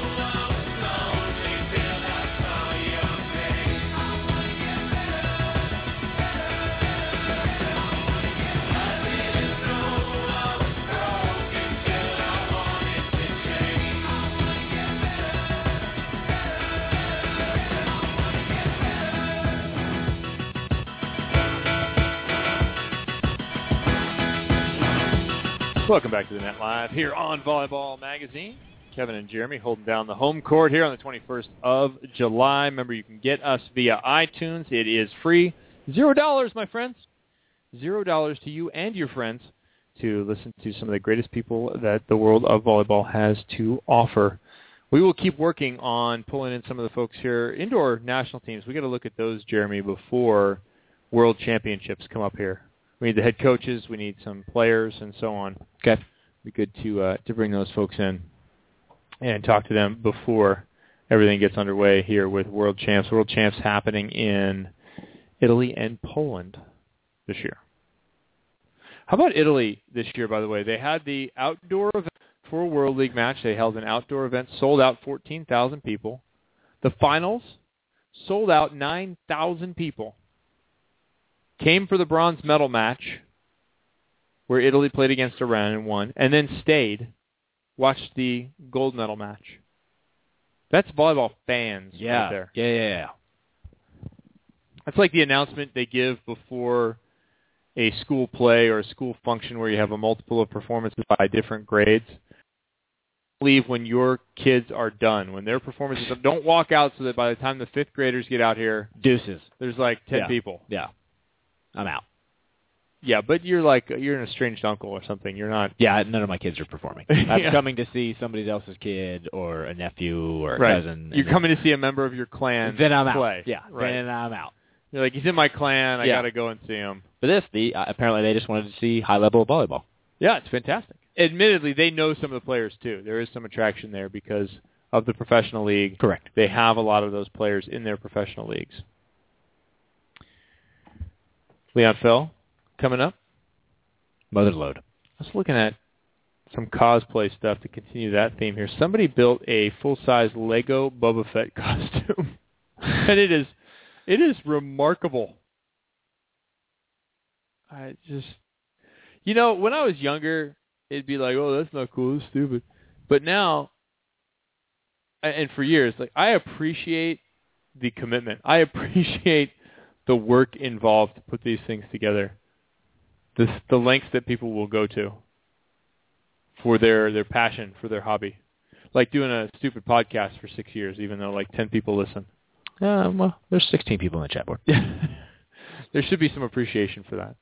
Welcome back to the Net Live here on Volleyball Magazine. Kevin and Jeremy holding down the home court here on the 21st of July. Remember, you can get us via iTunes. It is free. Zero dollars, my friends. Zero dollars to you and your friends to listen to some of the greatest people that the world of volleyball has to offer. We will keep working on pulling in some of the folks here. Indoor national teams, we got to look at those, Jeremy, before world championships come up here. We need the head coaches. We need some players and so on. Okay. Be good to uh, to bring those folks in and talk to them before everything gets underway here with World Champs. World Champs happening in Italy and Poland this year. How about Italy this year? By the way, they had the outdoor event for a World League match. They held an outdoor event, sold out 14,000 people. The finals sold out 9,000 people came for the bronze medal match where Italy played against Iran and won, and then stayed, watched the gold medal match. That's volleyball fans
Yeah.
right there.
Yeah, yeah, yeah.
That's like the announcement they give before a school play or a school function where you have a multiple of performances by different grades. Leave when your kids are done, when their performances are Don't walk out so that by the time the fifth graders get out here,
Deuces.
there's like 10
Yeah.
people.
Yeah. I'm out.
Yeah, but you're like, you're an estranged uncle or something. You're not
Yeah, none of my kids are performing. I'm
Yeah.
coming to see somebody else's kid or a nephew or a
right.
cousin.
You're
and
coming to see a member of your clan.
then, then I'm out.
play.
Yeah,
right.
then I'm out.
You're like, he's in my clan. I
Yeah.
gotta go and see him.
But this, the uh, apparently they just wanted to see high level volleyball.
Yeah, it's fantastic. Admittedly, they know some of the players too. There is some attraction there because of the professional league.
Correct.
They have a lot of those players in their professional leagues. Leon Fell coming up.
Motherload.
I was looking at some cosplay stuff to continue that theme here. Somebody built a full-size Lego Boba Fett costume, and it is it is remarkable. I just, you know, when I was younger, it'd be like, oh, that's not cool, that's stupid. But now, a- and for years, like I appreciate the commitment. I appreciate the work involved to put these things together the the lengths that people will go to for their their passion for their hobby, like doing a stupid podcast for six years, even though like ten people listen.
Uh, well, there's 16 people in the chat board.
there should be some appreciation for that.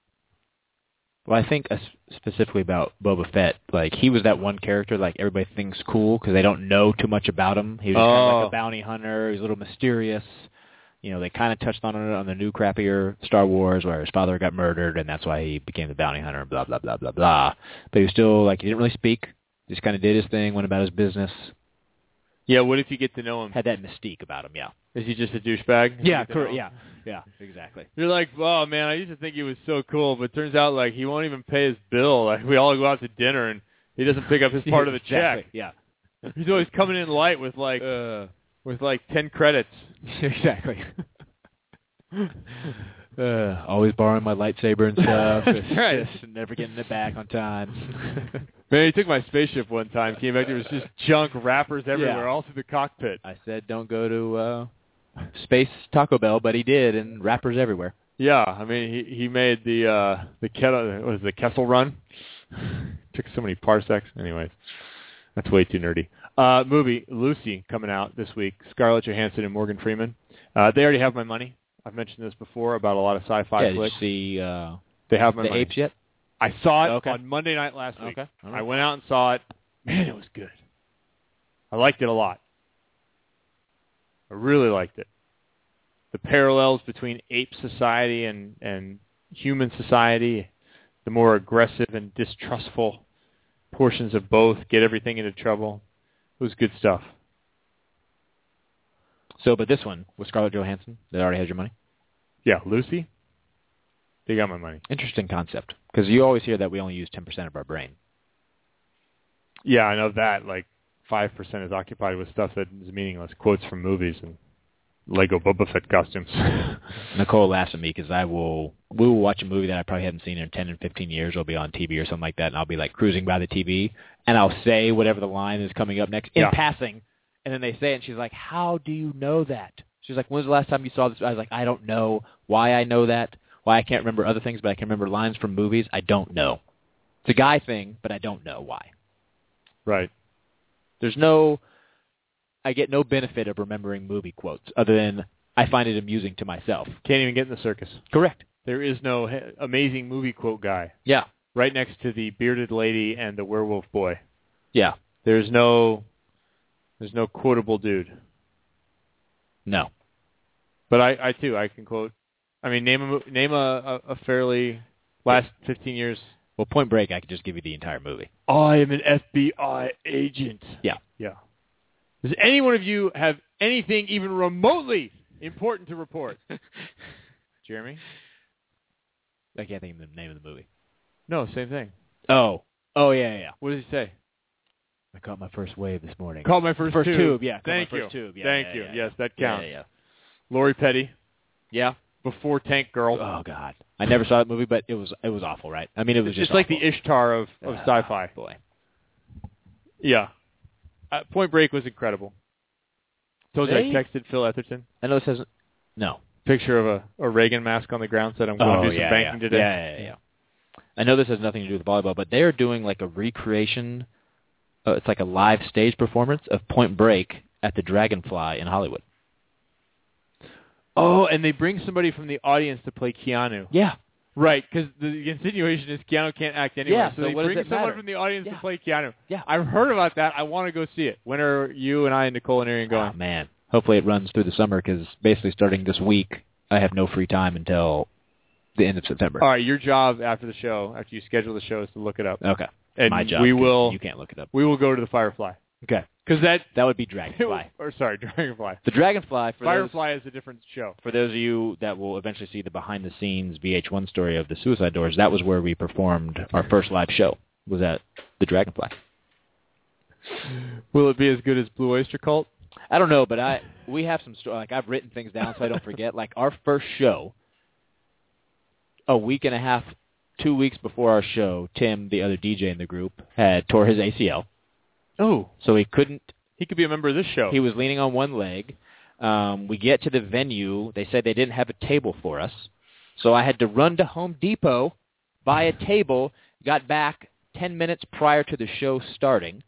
Well, I think uh, s- specifically about Boba Fett, like he was that one character like everybody thinks cool because they don't know too much about him. He was kind of like
Oh.
a bounty hunter. He was a little mysterious. You know, they kind of touched on it on the new crappier Star Wars where his father got murdered and that's why he became the bounty hunter. Blah blah blah blah blah. But he was still like he didn't really speak. Just kind of did his thing, went about his business.
Yeah, what if you get to know him?
Had that mystique about him. Yeah.
Is he just a douchebag?
Yeah.
You get to know
Correct.
him?
Yeah. Yeah. Exactly.
You're like, oh man, I used to think he was so cool, but turns out like he won't even pay his bill. Like we all go out to dinner and he doesn't pick up his part of the
Exactly, Uh. Yeah.
check. Uh. He's always coming in light with like with like ten credits.
exactly. uh, always borrowing my lightsaber and stuff.
That's
It's
right.
just never getting it back on time.
Man, he took my spaceship one time. Came back, there was just junk wrappers everywhere,
Yeah.
all through the cockpit.
I said don't go to uh, space Taco Bell, but he did, and rappers everywhere.
Yeah, I mean, he he made the uh the kettle what is it, the Kessel Run. took so many parsecs. Anyways, that's way too nerdy. Uh, movie Lucy coming out this week. Scarlett Johansson and Morgan Freeman. Uh, they already have my money. I've mentioned this before about a lot of sci-fi
yeah, did you
flicks.
see uh,
They have my
the
money.
apes yet?
I saw it
Okay.
on Monday night last week.
Okay. All right.
I went out and saw it. Man, it was good. I liked it a lot. I really liked it. The parallels between ape society and, and human society, the more aggressive and distrustful portions of both get everything into trouble. It was good stuff.
So, but this one with Scarlett Johansson, that already has your money.
Yeah, Lucy. They got my money.
Interesting concept because you always hear that we only use ten percent of our brain.
Yeah, I know that. Like five percent is occupied with stuff that is meaningless. Quotes from movies and Lego Boba Fett costumes.
Nicole laughs at me because I will we will watch a movie that I probably haven't seen in ten and fifteen years. It'll be on TV or something like that, and I'll be like cruising by the TV, and I'll say whatever the line is coming up next in
Yeah.
passing, and then they say it, and she's like, "How do you know that?" She's like, "When's the last time you saw this?" I was like, "I don't know why I know that. Why I can't remember other things, but I can remember lines from movies. I don't know. It's a guy thing, but I don't know why."
Right.
There's no, I get no benefit of remembering movie quotes other than I find it amusing to myself.
Can't even get in the circus.
Correct.
There is no he- amazing movie quote guy.
Yeah.
Right next to the bearded lady and the werewolf boy.
Yeah.
There's no there's no quotable dude.
No.
But I, I too I can quote. I mean name a mo- name a, a, a fairly last 15 years.
Well, Point Break, I could just give you the entire movie.
I am an FBI agent.
Yeah.
Yeah. Does any one of you have anything even remotely important to report? Jeremy?
I can't think of the name of the movie.
No, same thing.
Oh. Oh yeah, yeah, yeah.
What does he say?
I caught my first wave this morning.
Caught my first,
first
tube.
Yeah. caught my
Thank
first
you.
Tube. Yeah,
Thank
yeah,
you.
yeah,
yes, that
yeah.
counts.
Yeah, yeah.
Lori Petty.
Yeah.
Before Tank Girl.
Oh God. I never saw that movie, but it was it was awful, right? I mean, it was
it's
just
like
awful.
the Ishtar of, of
Ah,
sci-fi.
Boy.
Yeah. Uh, Point Break was incredible. Told you I
They-
texted Phil Etherton.
I know this hasn't. No.
Picture of a, a Reagan mask on the ground said, I'm going
oh
to do some
yeah,
banking
yeah.
today.
Yeah, yeah, yeah, yeah. I know this has nothing to do with volleyball, but they are doing like a recreation. Uh, it's like a live stage performance of Point Break at the Dragonfly in Hollywood.
Oh, and they bring somebody from the audience to play Keanu.
Yeah.
Right, because the insinuation is Keanu can't act anyway.
Yeah,
so,
so
they
what does
bring
it
someone
matter?
from the audience
Yeah.
to play Keanu.
Yeah.
I've heard about that. I want to go see it. When are you and I and Nicole and Arian going?
Oh man. Hopefully it runs through the summer because basically starting this week, I have no free time until the end of September.
All right, your job after the show, after you schedule the show, is to look it up.
Okay.
And
My job.
we
'cause
will-
You can't look it up.
We will go to the Firefly
Okay.
because that
That would be Dragonfly.
or sorry, Dragonfly.
the Dragonfly for those-
Firefly is a different show.
for those of you that will eventually see the behind the scenes VH1 story of the Suicide Doors, that was where we performed our first live show. Was at the Dragonfly.
Will it be as good as Blue Oyster Cult?
I don't know, but I we have some story. Like I've written things down so I don't forget. Like our first show, a week and a half, two weeks before our show, Tim, the other DJ in the group, had tore his ACL,
Oh,
so he couldn't
he could be a member of this show.
He was leaning on one leg. Um, we get to the venue. They said they didn't have a table for us, so I had to run to Home Depot, buy a table. Got back ten minutes prior to the show starting.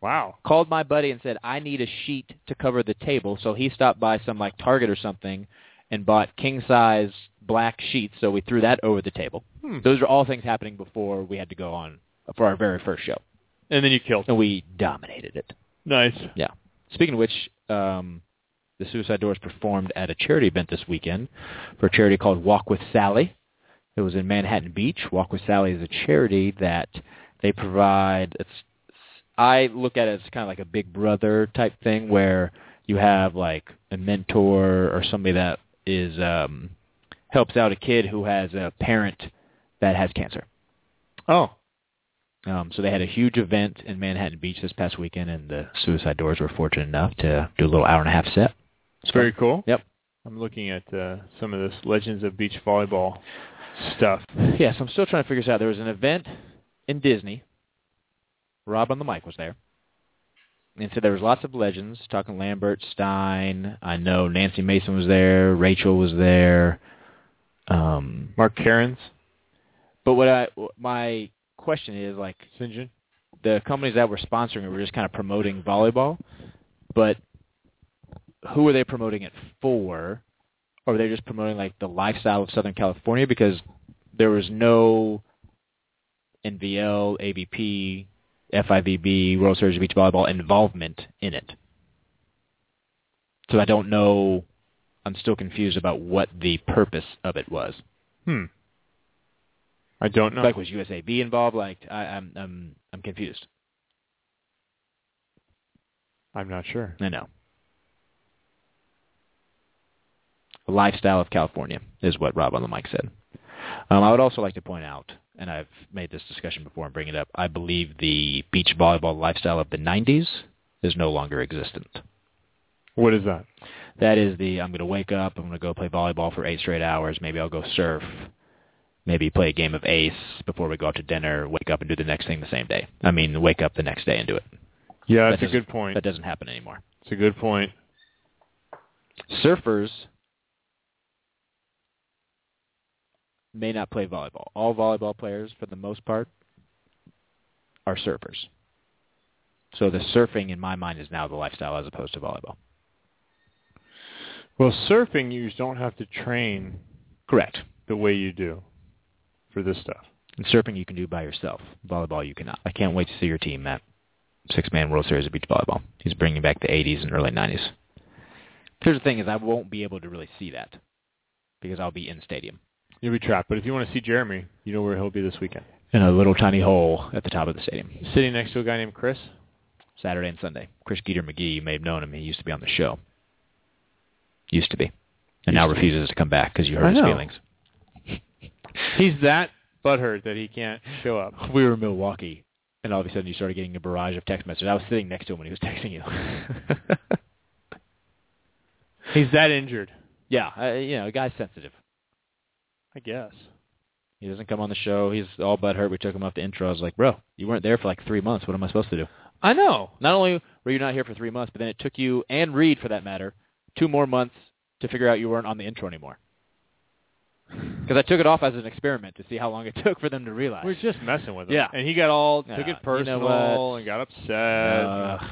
wow.
Called my buddy and said I need a sheet to cover the table. So he stopped by some like Target or something and bought king size black sheets. So we threw that over the table.
Hmm.
Those are all things happening before we had to go on for our very first show,
And then you killed.
and we dominated it.
Nice.
Yeah. Speaking of which, um, the Suicide Doors performed at a charity event this weekend for a charity called Walk with Sally. It was in Manhattan Beach. Walk with Sally is a charity that they provide. It's, I look at it as kind of like a Big Brother type thing where you have like a mentor or somebody that is um, helps out a kid who has a parent that has cancer.
Oh,
Um, so they had a huge event in Manhattan Beach this past weekend, and the Suicide Doors were fortunate enough to do a little hour and a half set.
it's very cool.
Yep.
I'm looking at uh, some of this Legends of Beach Volleyball stuff.
Yeah, so I'm still trying to figure this out. There was an event in Disney. Rob on the mic was there. And so there was lots of legends, talking Lambert, Stein. I know Nancy Mason was there. Rachel was there. Um,
Mark Karens,
but what I, my question is, like,
St. John.
the companies that were sponsoring it were just kind of promoting volleyball, but who are they promoting it for? Or are they just promoting like the lifestyle of Southern California? Because there was no NVL, AVP, FIVB, World Series of Beach Volleyball involvement in it. So I don't know. I'm still confused about what the purpose of it was.
Hmm. I don't know.
Like, was USAB involved? Like, I, I'm I'm I'm confused.
I'm not sure.
I know. The lifestyle of California is what Rob on the mic said. Um, I would also like to point out, and I've made this discussion before and bring it up. I believe the beach volleyball lifestyle of the '90s is no longer existent.
What is that?
That is the I'm going to wake up, I'm going to go play volleyball for eight straight hours. Maybe I'll go surf. Maybe play a game of ace before we go out to dinner. Wake up and do the next thing the same day. I mean, wake up the next day and do it.
Yeah, that's
That
a good
doesn't-
point.
That doesn't happen anymore.
It's a good point.
Surfers may not play volleyball. All volleyball players, for the most part, are surfers. So the surfing, in my mind, is now the lifestyle as opposed to volleyball.
Well, surfing, you just don't have to train.
Correct.
The way you do for this stuff.
And surfing you can do by yourself. Volleyball you cannot. I can't wait to see your team at six-man World Series of Beach Volleyball. He's bringing back the 80s and early 90s. Here's the thing is I won't be able to really see that because I'll be in stadium.
You'll be trapped. But if you want to see Jeremy, you know where he'll be this weekend.
In a little tiny hole at the top of the stadium.
Sitting next to a guy named Chris.
Saturday and Sunday. Chris Geeter McGee, you may have known him. He used to be on the show. Used to be. And now
Used to be.
refuses to come back because you
I
hurt his
know.
feelings.
He's that butthurt that he can't show up.
We were in Milwaukee, and all of a sudden you started getting a barrage of text messages. I was sitting next to him when he was texting you.
He's that injured.
yeah, I, you know, a guy's sensitive.
I guess.
He doesn't come on the show. He's all but hurt. We took him off the intro. I was like, bro, you weren't there for like three months. What am I supposed to do?
I know.
Not only were you not here for three months, but then it took you and Reed, for that matter, two more months to figure out you weren't on the intro anymore. Because I took it off as an experiment to see how long it took for them to realize.
We're just messing with him.
Yeah.
And he got all
Yeah,
took
you know
it personal
what?
and got upset. Uh,
Ugh.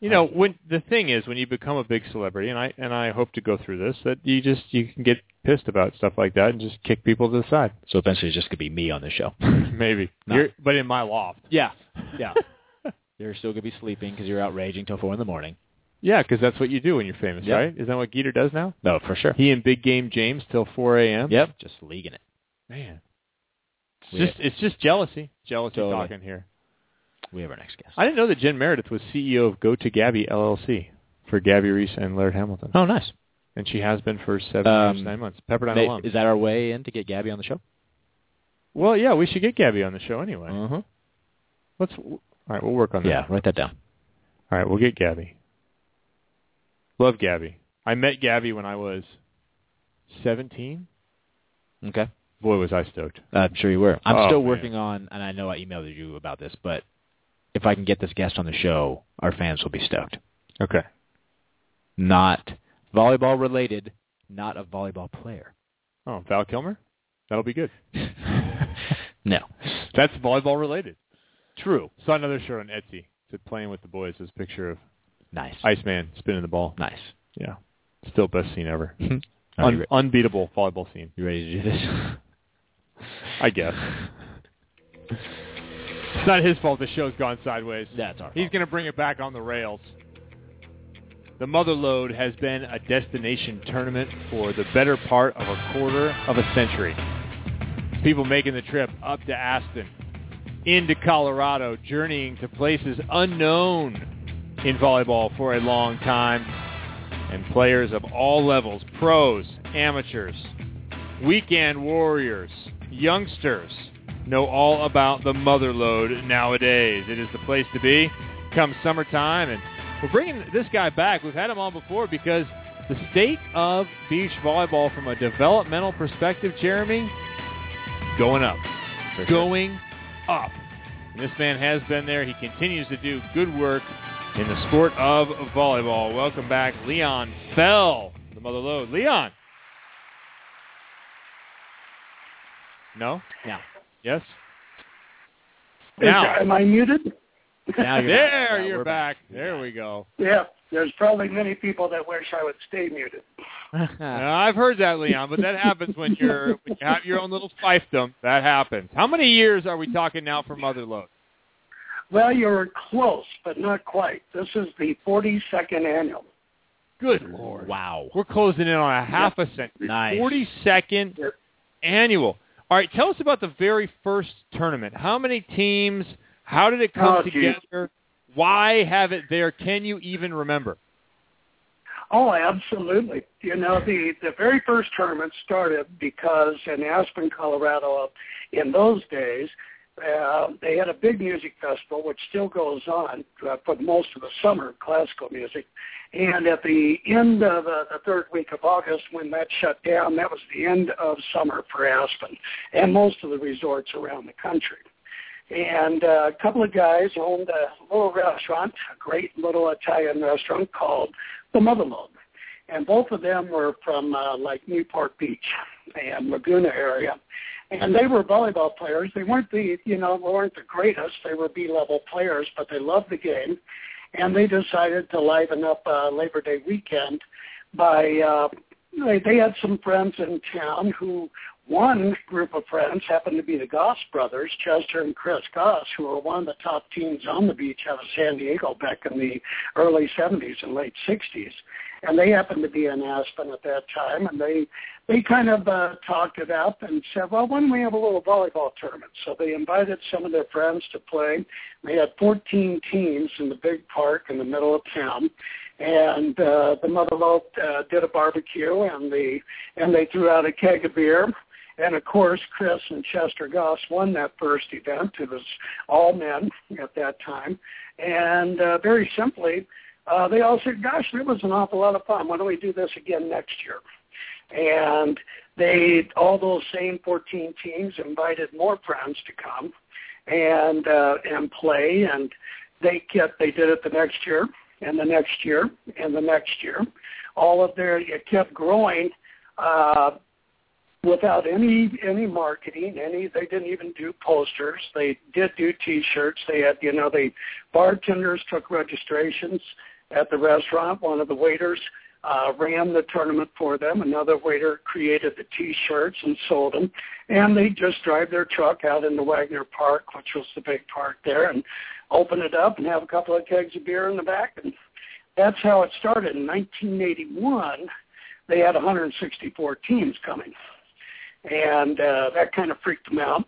you know, when the thing is when you become a big celebrity and I and I hope to go through this that you just you can get pissed about stuff like that and just kick people to the side.
so eventually it's just going to be me on the show.
Maybe.
No.
You're, but in my loft.
yeah. Yeah. you're still going to be sleeping because you're out raging till 4 in the morning.
Yeah, because that's what you do when you're famous,
Yep.
right? Is that what Geeter does now?
No, for sure.
He and Big Game James till 4 a.m.
Yep. Just leaguing it.
Man, it's
We-
just it's just jealousy, jealousy
Totally.
talking here.
We have our next guest.
I didn't know that Jen Meredith was CEO of Go to Gabby LLC for Gabby Reese and Laird Hamilton,
Oh, nice.
and she has been for seven
Um,
years, nine months. Pepperdine
Nate,
alum.
is that our way in to get Gabby on the show?
well, yeah, we should get Gabby on the show anyway.
Uh-huh.
Let's. All right, we'll work on that.
Yeah, write that down.
All right, we'll get Gabby. Love Gabby. I met Gabby when I was seventeen.
Okay.
Boy, was I stoked.
I'm sure you were. I'm
Oh,
still
man.
working on, and I know I emailed you about this, but if I can get this guest on the show, our fans will be stoked.
Okay.
Not volleyball related, not a volleyball player.
Oh, Val Kilmer. That'll be good.
No.
That's volleyball related.
True.
Saw another shirt on Etsy. It's playing with the boys. This picture of
Nice.
Iceman spinning the ball.
nice.
Yeah. Still best scene ever.
Mhm. Are you,
Un-
re-
unbeatable volleyball scene,
you ready to do this?
I guess. it's not his fault the show's gone sideways.
That's our
He's
fault.
going to bring it back on the rails. The Mother Lode has been a destination tournament for the better part of a quarter of a century. People making the trip up to Aspen, into Colorado, journeying to places unknown in volleyball for a long time, and players of all levels, pros, amateurs, weekend warriors, youngsters, know all about the mother lode nowadays. It is the place to be come summertime, and we're bringing this guy back. We've had him on before because the state of beach volleyball from a developmental perspective, Jeremy, going up.
For sure.
Going up. And this man has been there. He continues to do good work in the sport of volleyball. Welcome back, Leon Fell, the mother lode. Leon. No?
Now.
Yes?
Is-
Now.
Am I muted?
Now you're back.
there
Now
you're
we're
back.
back.
There we go.
Yeah, there's probably many people that wish I would stay muted.
Now, I've heard that, Leon, but that happens when you're when you have your own little fiefdom. That happens. How many years are we talking now for Mother Lode?
Well, you're close, but not quite. This is the 42nd annual.
Good lord.
wow.
We're closing in on a half a century.
Nice.
Forty second annual. All right, tell us about the very first tournament. How many teams? How did it come
Oh, geez.
together? Why have it there? Can you even remember?
Oh, absolutely. You know, the, the very first tournament started because in Aspen, Colorado, in those days, uh, they had a big music festival, which still goes on uh, for most of the summer, classical music. And at the end of uh, the third week of August, when that shut down, that was the end of summer for Aspen and most of the resorts around the country. And uh, a couple of guys owned a little restaurant, a great little Italian restaurant called the Motherlode. And both of them were from uh, like Newport Beach and Laguna area. And they were volleyball players. They weren't the, you know, weren't the greatest. They were B-level players, but they loved the game. And they decided to liven up uh, Labor Day weekend by, uh, they, they had some friends in town who one group of friends happened to be the Goss brothers, Chester and Chris Goss, who were one of the top teams on the beach out of San Diego back in the early 70s and late 60s. And they happened to be in Aspen at that time, and they they kind of uh, talked it up and said, well, why don't we have a little volleyball tournament? So they invited some of their friends to play. They had 14 teams in the big park in the middle of town. And uh, the Mother Lode, uh, did a barbecue, and the and they threw out a keg of beer, and of course, Chris and Chester Goss won that first event. It was all men at that time. And uh, very simply, uh, they all said, gosh, that was an awful lot of fun. Why don't we do this again next year? And they, all those same 14 teams invited more friends to come and, uh, and play. And they kept, they did it the next year and the next year and the next year. All of their, it kept growing. Uh, without any any marketing any they didn't even do posters they did do t-shirts they had you know they bartenders took registrations at the restaurant one of the waiters uh, ran the tournament for them another waiter created the t-shirts and sold them and they just drive their truck out into wagner park which was the big park there and open it up and have a couple of kegs of beer in the back and that's how it started in 1981 they had 164 teams coming and uh, that kind of freaked them out.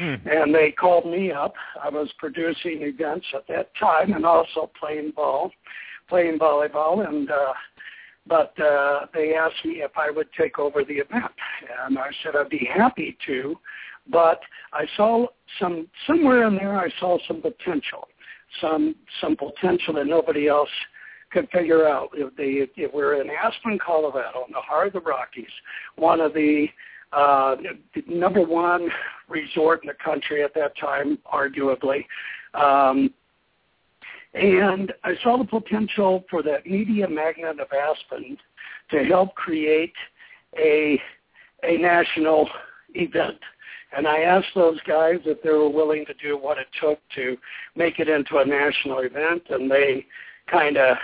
And they called me up. I was producing events at that time and also playing ball, playing volleyball. And uh, but uh, they asked me if I would take over the event, and I said I'd be happy to, but I saw some somewhere in there I saw some potential, some some potential that nobody else could figure out. If they if we're in Aspen, Colorado, in the heart of the Rockies, one of the uh, the number one resort in the country at that time, arguably. Um, and I saw the potential for that media magnet of Aspen to help create a a national event. And I asked those guys if they were willing to do what it took to make it into a national event, and they kind of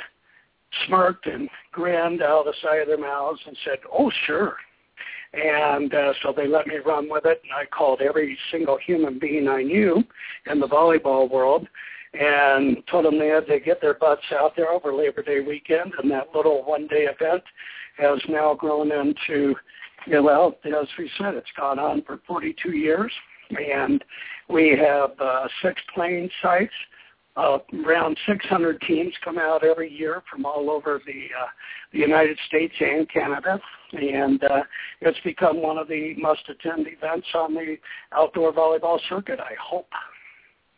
smirked and grinned out of the side of their mouths and said, "Oh, sure, and uh, so they let me run with it. And I called every single human being I knew in the volleyball world and told them they had to get their butts out there over Labor Day weekend. And that little one-day event has now grown into, you know, well, as we said, it's gone on for 42 years. And we have uh, six playing sites. Uh, around 600 teams come out every year from all over the uh, the United States and Canada, and uh, it's become one of the must-attend events on the outdoor volleyball circuit. I hope.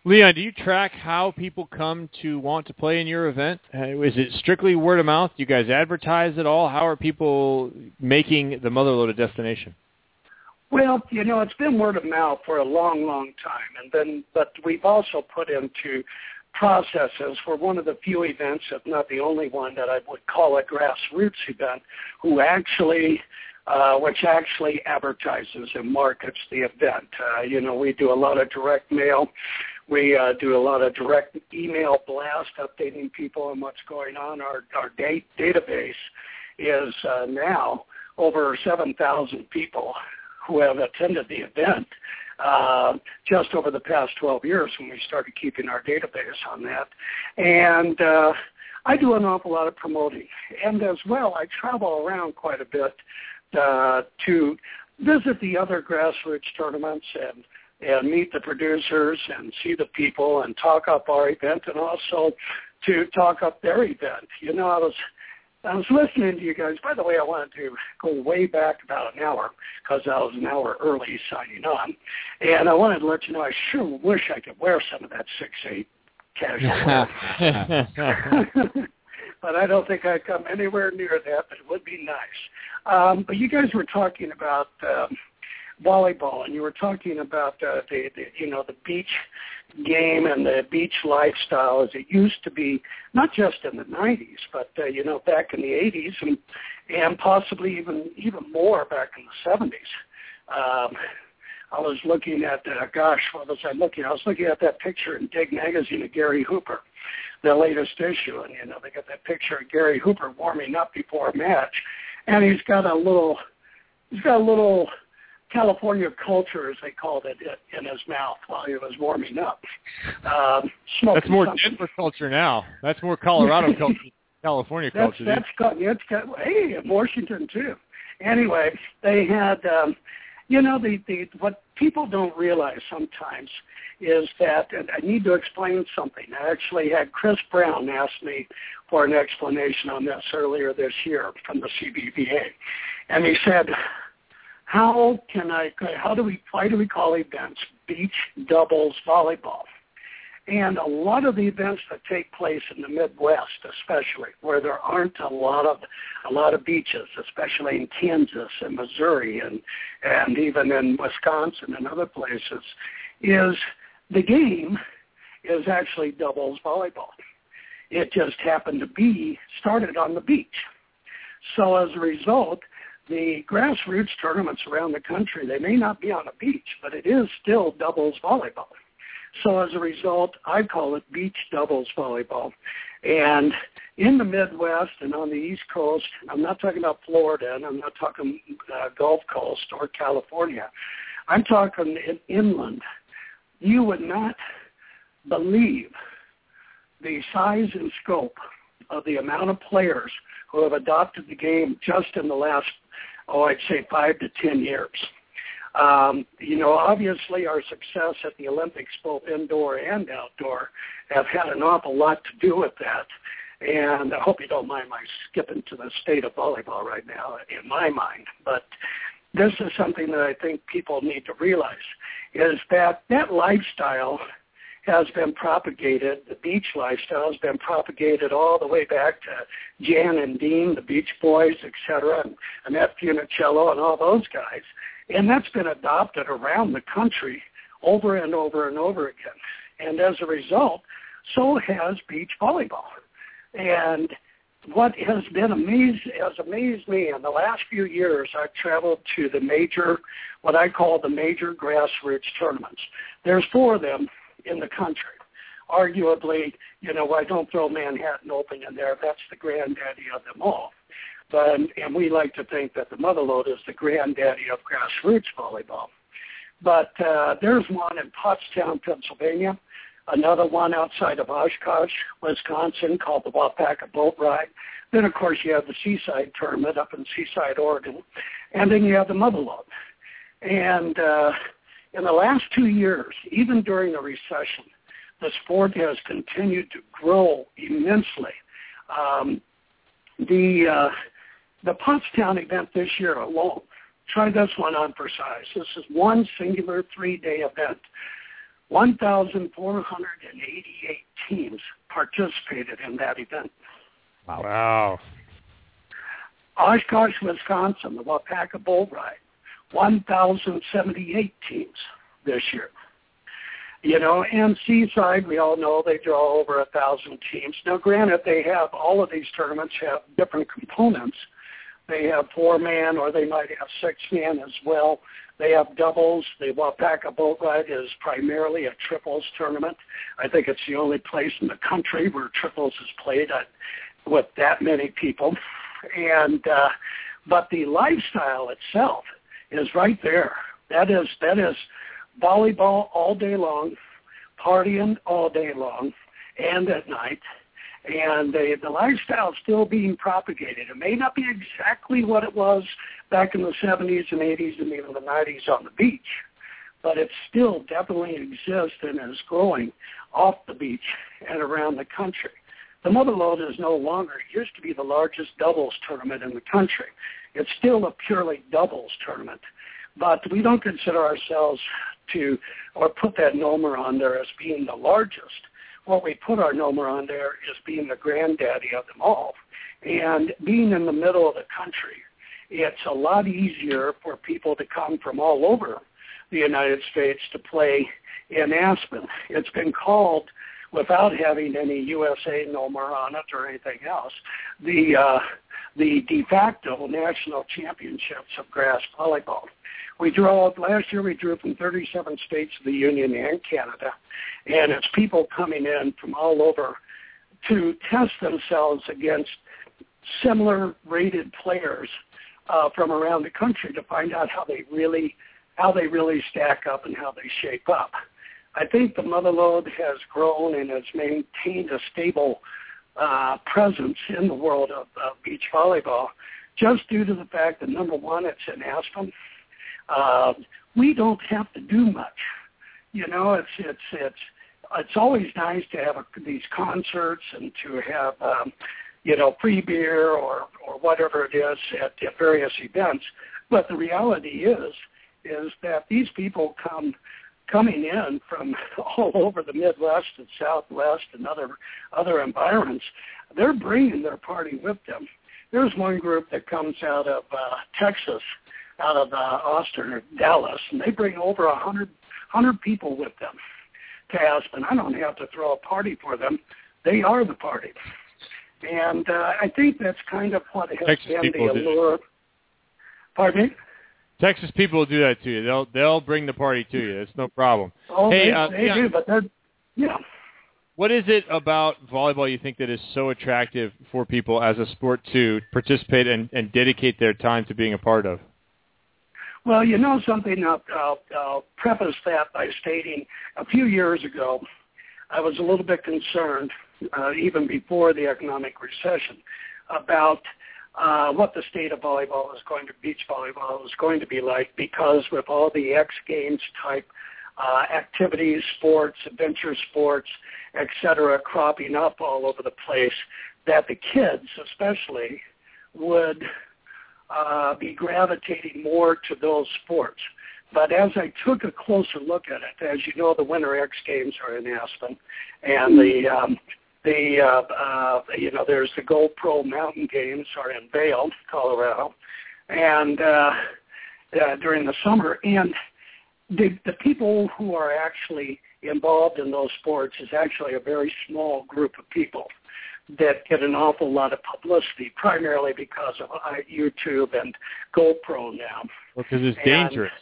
Leon, do you track how people come to want to play in your event? Uh, Is it strictly word of mouth? Do you guys advertise at all? How are people making the Motherlode a destination?
Well, you know, it's been word of mouth for a long, long time, and then but we've also put into processes. We're one of the few events, if not the only one, that I would call a grassroots event, who actually, uh, which actually advertises and markets the event. Uh, you know, we do a lot of direct mail. We uh, do a lot of direct email blast, updating people on what's going on. Our our date database is uh, now over 7,000 people who have attended the event uh, just over the past 12 years when we started keeping our database on that. And uh, I do an awful lot of promoting. And as well, I travel around quite a bit uh, to visit the other grassroots tournaments and and meet the producers and see the people and talk up our event and also to talk up their event. You know, I was I was listening to you guys. By the way, I wanted to go way back about an hour because I was an hour early signing on, and I wanted to let you know I sure wish I could wear some of that six eight casual wear. but I don't think I'd come anywhere near that. But it would be nice. Um, but you guys were talking about um, volleyball, and you were talking about uh, the, the you know the beach game and the beach lifestyle as it used to be, not just in the '90s, but uh, you know back in the '80s and and possibly even even more back in the '70s. Um, I was looking at uh, gosh, what was I looking? I was looking at that picture in Dig Magazine of Gary Hooper, the latest issue, and you know they got that picture of Gary Hooper warming up before a match, and he's got a little, he's got a little California culture, as they called it, in his mouth while he was warming up. Um, smoking
That's more
something.
Denver culture now. That's more Colorado culture. than California
That's
culture.
that's got that's got hey in Washington too. Anyway, they had um, you know the the what people don't realize sometimes is that and I need to explain something. I actually had Chris Brown ask me for an explanation on this earlier this year from the CBVA, and he said, "How can I? How do we? Why do we call events beach doubles volleyball?" And a lot of the events that take place in the Midwest, especially where there aren't a lot of a lot of beaches, especially in Kansas and Missouri and and even in Wisconsin and other places, is the game is actually doubles volleyball. It just happened to be started on the beach. So as a result, the grassroots tournaments around the country, they may not be on a beach, but it is still doubles volleyball. So as a result, I call it beach doubles volleyball. And in the Midwest and on the East Coast, I'm not talking about Florida and I'm not talking uh, Gulf Coast or California. I'm talking in, inland. You would not believe the size and scope of the amount of players who have adopted the game just in the last, oh, I'd say five to ten years. Um, you know, obviously our success at the Olympics, both indoor and outdoor, have had an awful lot to do with that. And I hope you don't mind my skipping to the state of volleyball right now in my mind. But this is something that I think people need to realize is that that lifestyle has been propagated, the beach lifestyle has been propagated all the way back to Jan and Dean, the Beach Boys, et cetera, and Annette Funicello and all those guys. And that's been adopted around the country over and over and over again. And as a result, so has beach volleyball. And what has been amazed has amazed me in the last few years I've traveled to the major what I call the major grassroots tournaments. There's four of them in the country. Arguably, you know, I don't throw Manhattan open in there. That's the granddaddy of them all. But, and we like to think that the Motherlode is the granddaddy of grassroots volleyball. But uh, there's one in Pottstown, Pennsylvania, another one outside of Oshkosh, Wisconsin, called the Wapaka Boat Ride. Then, of course, you have the Seaside Tournament up in Seaside, Oregon. And then you have the Motherlode. And uh, in the last two years, even during the recession, the sport has continued to grow immensely. Um, the uh, the Pottstown event this year alone, try this one on for size. This is one singular three-day event. 1,488 teams participated in that event.
Wow. wow.
Oshkosh, Wisconsin, the Wapaka Bowl Ride, 1,078 teams this year. You know, and Seaside, we all know they draw over a thousand teams. Now, granted, they have all of these tournaments have different components. They have four man, or they might have six man as well. They have doubles. The Wapaka Boat Ride is primarily a triples tournament. I think it's the only place in the country where triples is played at, with that many people. And uh, but the lifestyle itself is right there. That is that is volleyball all day long, partying all day long, and at night, and the, the lifestyle is still being propagated. It may not be exactly what it was back in the 70s and 80s and even the 90s on the beach, but it still definitely exists and is growing off the beach and around the country. The Motherlode is no longer, it used to be the largest doubles tournament in the country. It's still a purely doubles tournament, but we don't consider ourselves to, or put that NOMER on there as being the largest what we put our NOMER on there is being the granddaddy of them all. And being in the middle of the country, it's a lot easier for people to come from all over the United States to play in Aspen. It's been called, without having any USA NOMER on it or anything else, the, uh, the de facto national championships of grass volleyball. We draw last year. We drew from 37 states of the union and Canada, and it's people coming in from all over to test themselves against similar rated players uh, from around the country to find out how they really how they really stack up and how they shape up. I think the Motherlode has grown and has maintained a stable uh, presence in the world of, of beach volleyball just due to the fact that number one, it's in Aspen, uh, we don't have to do much. You know, it's it's it's it's always nice to have a, these concerts and to have um, you know free beer or or whatever it is at, at various events. But the reality is is that these people come coming in from all over the Midwest and Southwest and other other environments. They're bringing their party with them. There's one group that comes out of uh, Texas out of uh, Austin or Dallas, and they bring over a hundred hundred people with them to Aspen. I don't have to throw a party for them; they are the party. And uh, I think that's kind of what has
Texas
been the
people do.
allure. Pardon me.
Texas people will do that to you. They'll they'll bring the party to you. It's no problem.
Oh,
hey,
they,
uh,
they
yeah,
do, but they're yeah.
what is it about volleyball you think that is so attractive for people as a sport to participate and, and dedicate their time to being a part of?
Well, you know something. I'll, I'll, I'll preface that by stating a few years ago, I was a little bit concerned, uh, even before the economic recession, about uh, what the state of volleyball was going to, beach volleyball was going to be like, because with all the X Games type uh, activities, sports, adventure sports, et cetera, cropping up all over the place, that the kids especially would uh, be gravitating more to those sports. But as I took a closer look at it, as you know, the Winter X Games are in Aspen, and the um, the uh, uh, you know there's the GoPro Mountain Games are in Vail, Colorado, and uh, uh, during the summer, and the the people who are actually involved in those sports is actually a very small group of people that get an awful lot of publicity, primarily because of uh, YouTube and GoPro now.
Because it's
And-
dangerous.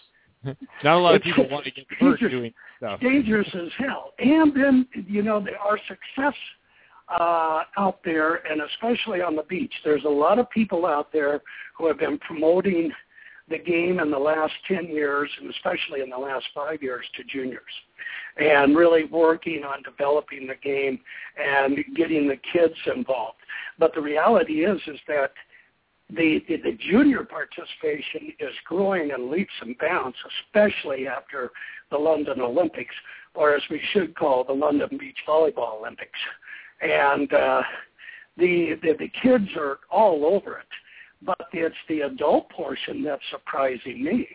Not a lot of
It's-
people want to get hurt
dangerous.
doing stuff.
dangerous as hell. And then you know there are success uh, out there, and especially on the beach, there's a lot of people out there who have been promoting the game in the last ten years, and especially in the last five years, to juniors, and really working on developing the game and getting the kids involved. But the reality is, is that the, the, the junior participation is growing in leaps and bounds, especially after the London Olympics, or as we should call the London Beach Volleyball Olympics. And uh, the, the the kids are all over it, but it's the adult portion that's surprising me.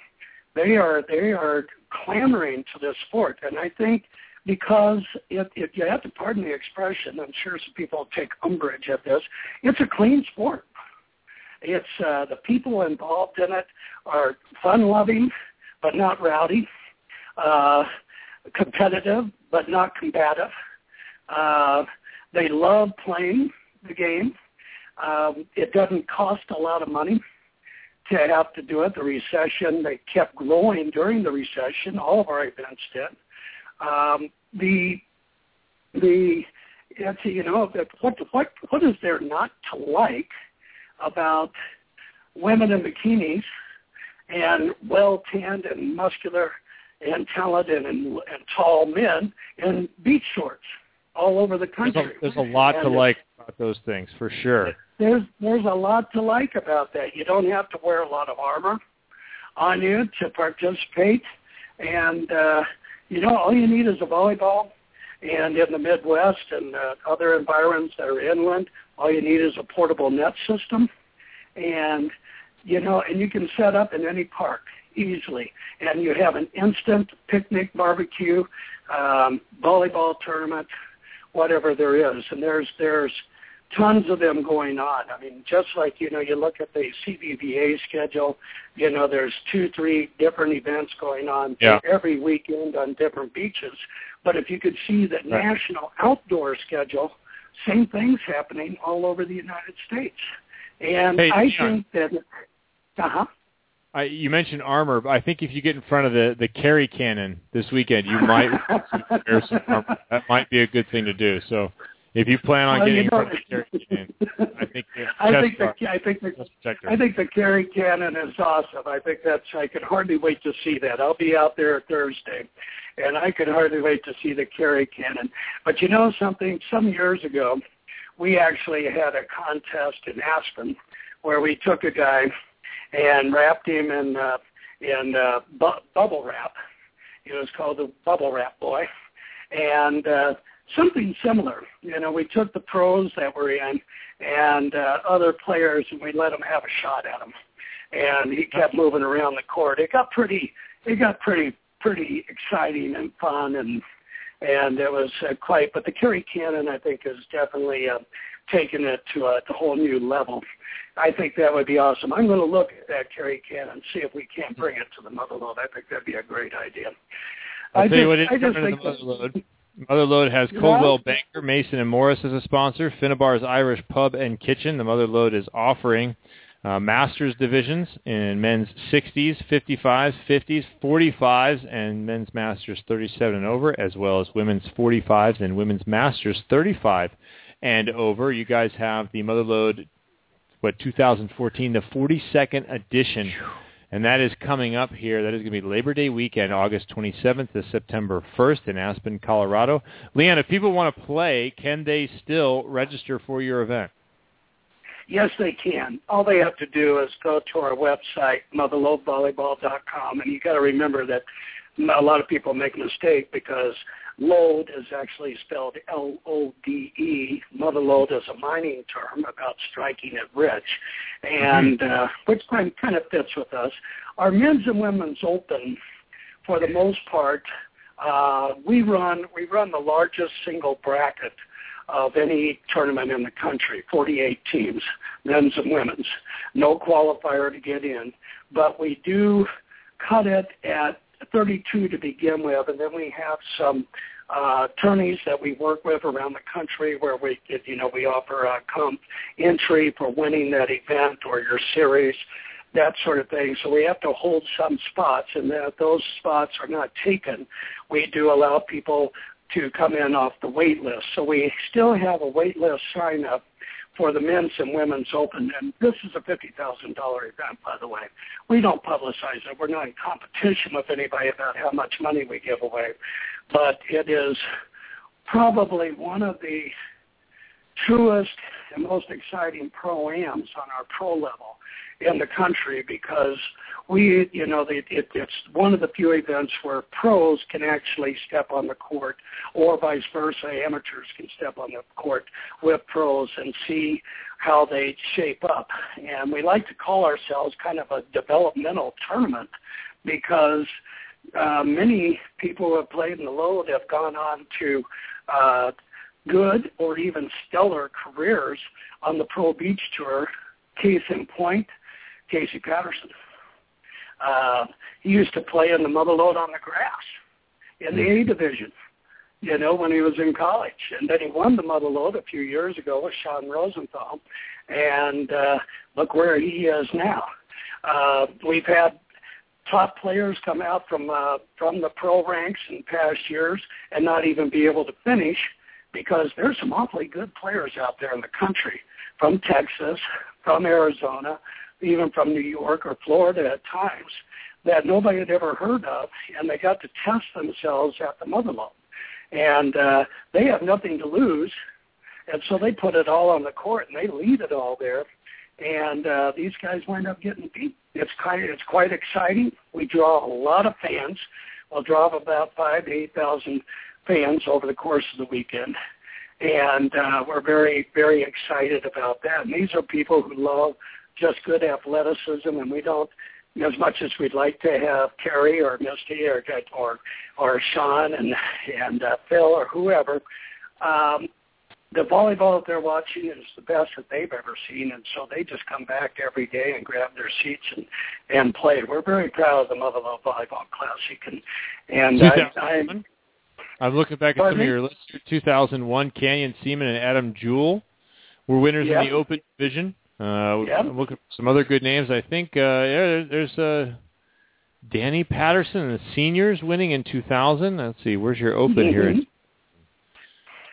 They are they are clamoring to this sport, and I think because it, if you have to pardon the expression, I'm sure some people will take umbrage at this. It's a clean sport. It's uh, the people involved in it are fun loving, but not rowdy. Uh, competitive, but not combative. Uh, they love playing the game. Um, it doesn't cost a lot of money to have to do it. The recession they kept growing during the recession. All of our events did. Um, the the it's, you know that- what what what is there not to like about women in bikinis and well tanned and muscular and talented and, and tall men in beach shorts all over the country.
There's a, there's a lot to
And
like about those things for sure.
There's there's a lot to like about that. You don't have to wear a lot of armor on you to participate, and uh, you know all you need is a volleyball. And in the Midwest and uh, other environments that are inland, all you need is a portable net system, and you know, and you can set up in any park easily, and you have an instant picnic barbecue, um, volleyball tournament, whatever there is, and there's there's tons of them going on. I mean, just like you know, you look at the CBVA schedule, you know, there's two, three different events going on
Yeah.
every weekend on different beaches. But if you could see the
Right.
national outdoor schedule, same things happening all over the United States, and
Hey,
I
John.
think that uh huh.
I, you mentioned armor. But I think if you get in front of the the carry cannon this weekend, you might wear some armor. That might be a good thing to do. So, if you plan on
Well,
getting
you
in
know-
front of the carry cannon, I think your
I
chest
think the
guard,
I think the
chest protector.
I think the carry cannon is awesome. I think that's I could hardly wait to see that. I'll be out there Thursday, and I could hardly wait to see the carry cannon. But you know something? Some years ago, we actually had a contest in Aspen where we took a guy and wrapped him in uh, in uh, bu- bubble wrap. It was called the bubble wrap boy, and uh, something similar. You know, we took the pros that were in and uh, other players, and we let him have a shot at him. And he kept moving around the court. It got pretty, it got pretty, pretty exciting and fun, and and it was uh, quite. But the Kerry Cannon, I think, has definitely uh, taken it to a, to a whole new level. I think that would be awesome. I'm going to look at that Kerry Cannon, see if we can't bring it to the Motherlode. I think that'd be a great idea.
I'll
I
tell you
just-
what is
I just
coming to
think
the
that-
Motherlode. Motherlode has
Yeah.
Coldwell Banker, Mason and Morris as a sponsor. Finnebar's Irish Pub and Kitchen. The Motherlode is offering uh, masters divisions in men's 60s, 55s, 50s, 45s, and men's masters 37 and over, as well as women's 45s and women's masters 35 and over. You guys have the Motherlode, what 2014, the 42nd edition. And that is coming up here. That is going to be Labor Day weekend, August 27th to September 1st in Aspen, Colorado. Leanne, if people want to play, can they still register for your event?
Yes, they can. All they have to do is go to our website, motherloadvolleyball.com, and you got to remember that a lot of people make a mistake because load is actually spelled L-O-D-E. Motherlode E. is a mining term about striking it rich, and uh, which kind kind of fits with us. Our men's and women's open, for the most part, uh, we run we run the largest single bracket of any tournament in the country, 48 teams, men's and women's. No qualifier to get in, but we do cut it at 32 to begin with, and then we have some uh, attorneys that we work with around the country where we, get- you know, we offer a comp entry for winning that event or your series, that sort of thing. So we have to hold some spots, and that those spots are not taken. We do allow people to come in off the wait list. So we still have a wait list sign up for the men's and women's open and this is a fifty thousand dollar event by the way. We don't publicize it. We're not in competition with anybody about how much money we give away. But it is probably one of the truest and most exciting pro ams on our pro level in the country because we, you know, it, it, it's one of the few events where pros can actually step on the court, or vice versa, amateurs can step on the court with pros and see how they shape up. And we like to call ourselves kind of a developmental tournament because uh, many people who have played in the load have gone on to uh, good or even stellar careers on the pro beach tour. Case in point, Casey Patterson. Uh, he used to play in the Motherlode on the grass in the A division, you know, when he was in college. And then he won the Motherlode a few years ago with Sean Rosenthal. And uh, look where he is now. Uh, we've had top players come out from uh, from the pro ranks in past years and not even be able to finish because there's some awfully good players out there in the country from Texas, from Arizona, even from New York or Florida at times that nobody had ever heard of, and they got to test themselves at the Motherlode. and uh, they have nothing to lose, and so they put it all on the court and they leave it all there, and uh, these guys wind up getting beat. It's quite it's quite exciting. We draw a lot of fans. We'll draw about five to eight thousand fans over the course of the weekend, and uh, we're very very excited about that. And these are people who love just good athleticism, and we don't as much as we'd like to have Terry or Misty or or or Sean and and uh, Phil or whoever. Um, the volleyball that they're watching is the best that they've ever seen, and so they just come back every day and grab their seats and and play. We're very proud of the Motherwell Volleyball Classic, and and I, I
2001? I'm looking back at
Pardon
some of
me?
your lists. here. 2001, Canyon Seaman and Adam Jewell were winners in
Yep.
the Open Division. Uh,
Yep.
I'm looking for some other good names. I think uh, yeah, there- there's uh, Danny Patterson and the seniors winning in 2000. Let's see, where's your Open here?
Mhm. Mm-hmm.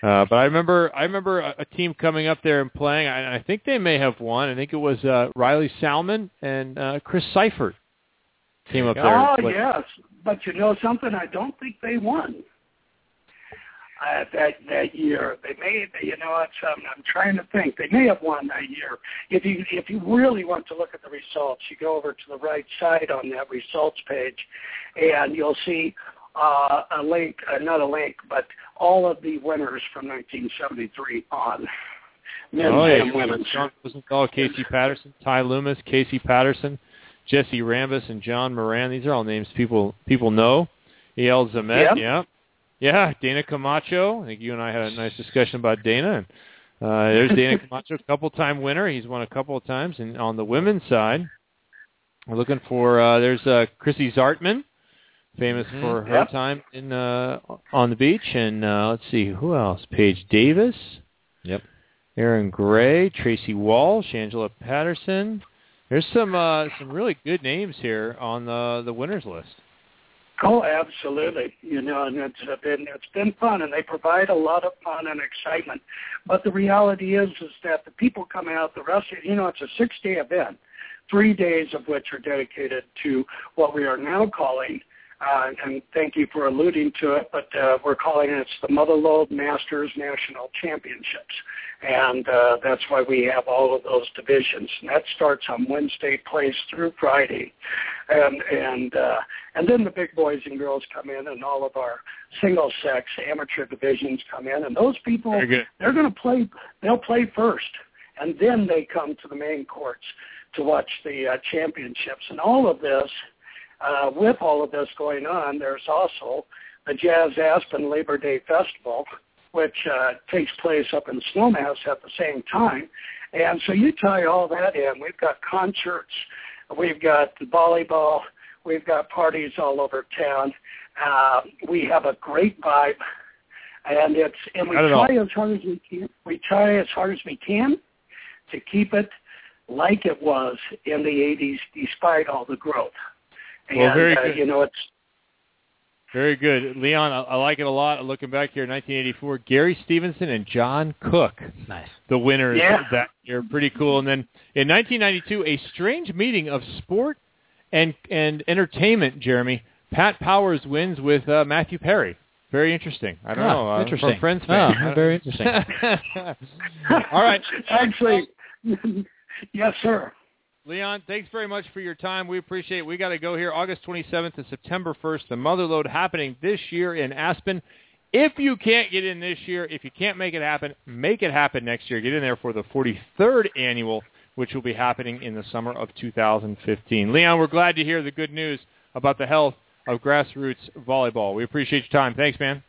Uh, but I remember I remember a, a team coming up there and playing. I, I think they may have won. I think it was uh, Riley Salmon and uh, Chris Seifert came up there.
Oh
and played.
yes, but you know something? I don't think they won uh, that that year. They may, you know, it's, um, I'm trying to think. They may have won that year. If you if you really want to look at the results, you go over to the right side on that results page, and you'll see uh, a link, uh, not a link, but all of the winners from 1973 on. Men
oh, yeah.
and women.
John Rosenthal, Casey Patterson, Ty Loomis, Casey Patterson, Jesse Rambus, and John Moran. These are all names people people know. El Zamet,
Yep.
yeah. Yeah, Dana Camacho. I think you and I had a nice discussion about Dana. And, uh, there's Dana Camacho, couple-time winner. He's won a couple of times. And on the women's side, we're looking for uh, there's uh, Chrissy Zartman, famous for her
Yep.
time in uh, on the beach. And uh, let's see who else: Paige Davis,
Yep.
Aaron Gray, Tracy Walsh, Angela Patterson. There's some uh, some really good names here on the the winners list.
Oh, absolutely. You know, and it's uh, been it's been fun, and they provide a lot of fun and excitement. But the reality is, is that the people come out. The rest, of, you know, it's a six day event, three days of which are dedicated to what we are now calling. Uh, and thank you for alluding to it, but uh, we're calling it it's the Motherlode Masters National Championships, and uh, that's why we have all of those divisions. And that starts on Wednesday, plays through Friday, and and uh, and then the big boys and girls come in, and all of our single sex amateur divisions come in, and those people
Very good.
they're going to play. They'll play first, and then they come to the main courts to watch the uh, championships. And all of this, uh, with all of this going on, there's also the Jazz Aspen Labor Day Festival, which uh, takes place up in Snowmass at the same time. And so you tie all that in. We've got concerts, we've got volleyball, we've got parties all over town. Uh, we have a great vibe, and it's and we
Got it
try
all.
as hard as we can. We try as hard as we can to keep it like it was in the 80s, despite all the growth. And
Well, very
uh,
good.
you know it's
Very good, Leon. I, I like it a lot. Looking back here, 1984, Gary Stevenson and John Cook,
Nice.
the winners
Yeah.
that year. Pretty cool. And then in 1992, a strange meeting of sport and and entertainment. Jeremy Pat Powers wins with uh, Matthew Perry. Very interesting. I don't
Ah,
know. Uh,
interesting.
From Friends.
Ah,
fame.
very interesting.
All right,
actually yes, sir.
Leon, thanks very much for your time. We appreciate it. We got to go here August 27th to September 1st. The Motherlode happening this year in Aspen. If you can't get in this year, if you can't make it happen, make it happen next year. Get in there for the 43rd annual, which will be happening in the summer of 2015. Leon, we're glad to hear the good news about the health of grassroots volleyball. We appreciate your time. Thanks, man.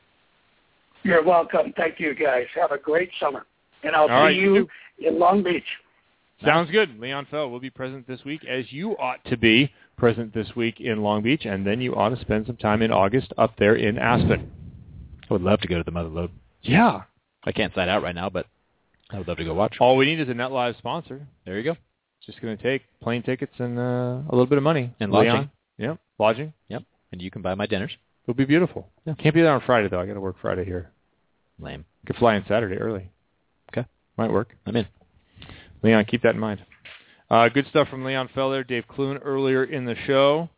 You're welcome. Thank you guys. Have a great summer. And I'll
All
see
right, you
you in Long Beach.
Sounds good. Leon Fell will be present this week, as you ought to be present this week in Long Beach, and then you ought to spend some time in August up there in Aspen.
I would love to go to the Motherlode.
Yeah.
I can't sign out right now, but I would love to go watch.
All we need is a NetLive sponsor.
There you go.
It's just going to take plane tickets and uh, a little bit of money.
And
Leon.
lodging.
Yep. Lodging.
Yep. And you can buy my dinners.
It'll be beautiful. Can't be there on Friday, though. i got to work Friday here.
Lame.
Could fly in Saturday early.
Okay.
Might work.
I'm in.
Leon, keep that in mind. Uh, good stuff from Leon Feller, Dave Kloon earlier in the show.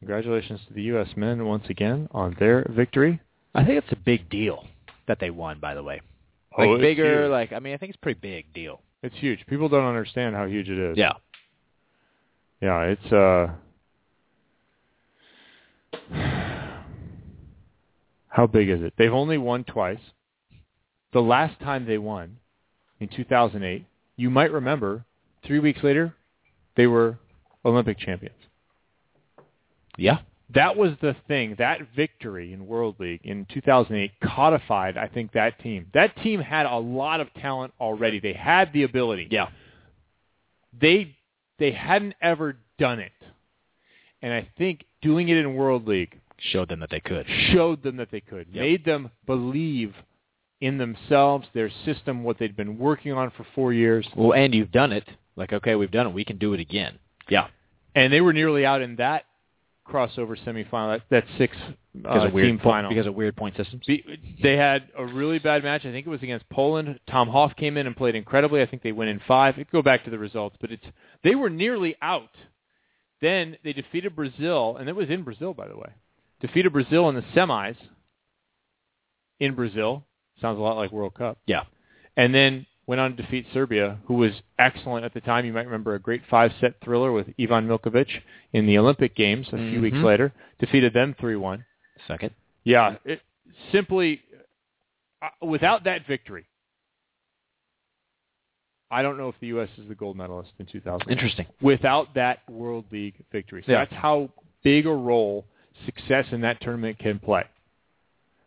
Congratulations to the U.S. men once again on their victory.
I think it's a big deal that they won. By the way,
Oh,
like
it's
bigger.
huge.
Like I mean, I think it's a pretty big deal.
It's huge. People don't understand how huge it is.
Yeah.
Yeah, it's uh How big is it? They've only won twice. The last time they won in 2008, you might remember, 3 weeks later, they were Olympic champions.
Yeah.
That was the thing. That victory in World League in 2008 codified, I think, that team. That team had a lot of talent already. They had the ability.
Yeah.
They they hadn't ever done it, and I think doing it in World League
showed them that they could.
Showed them that they could.
Yep.
Made them believe in themselves, their system, what they'd been working on for four years.
Well, and you've done it. Like okay, we've done it. We can do it again. Yeah.
And they were nearly out in that crossover semifinal, that, that six
Because
uh,
of weird
team
po-
final.
Because of weird point systems.
They had a really bad match. I think it was against Poland. Tom Hoff came in and played incredibly. I think they went in five. It could go back to the results, but it's they were nearly out. Then they defeated Brazil, and it was in Brazil, by the way. Defeated Brazil in the semis. In Brazil, sounds a lot like World Cup.
Yeah.
And then went on to defeat Serbia, who was excellent at the time. You might remember a great five-set thriller with Ivan Milkovic in the Olympic Games a few
Mhm.
weeks later. Defeated them 3-1.
Second.
Yeah, it, simply uh, without that victory, I don't know if the U.S. is the gold medalist in 2000.
Interesting.
Without that World League victory, so
Yeah.
that's how big a role success in that tournament can play.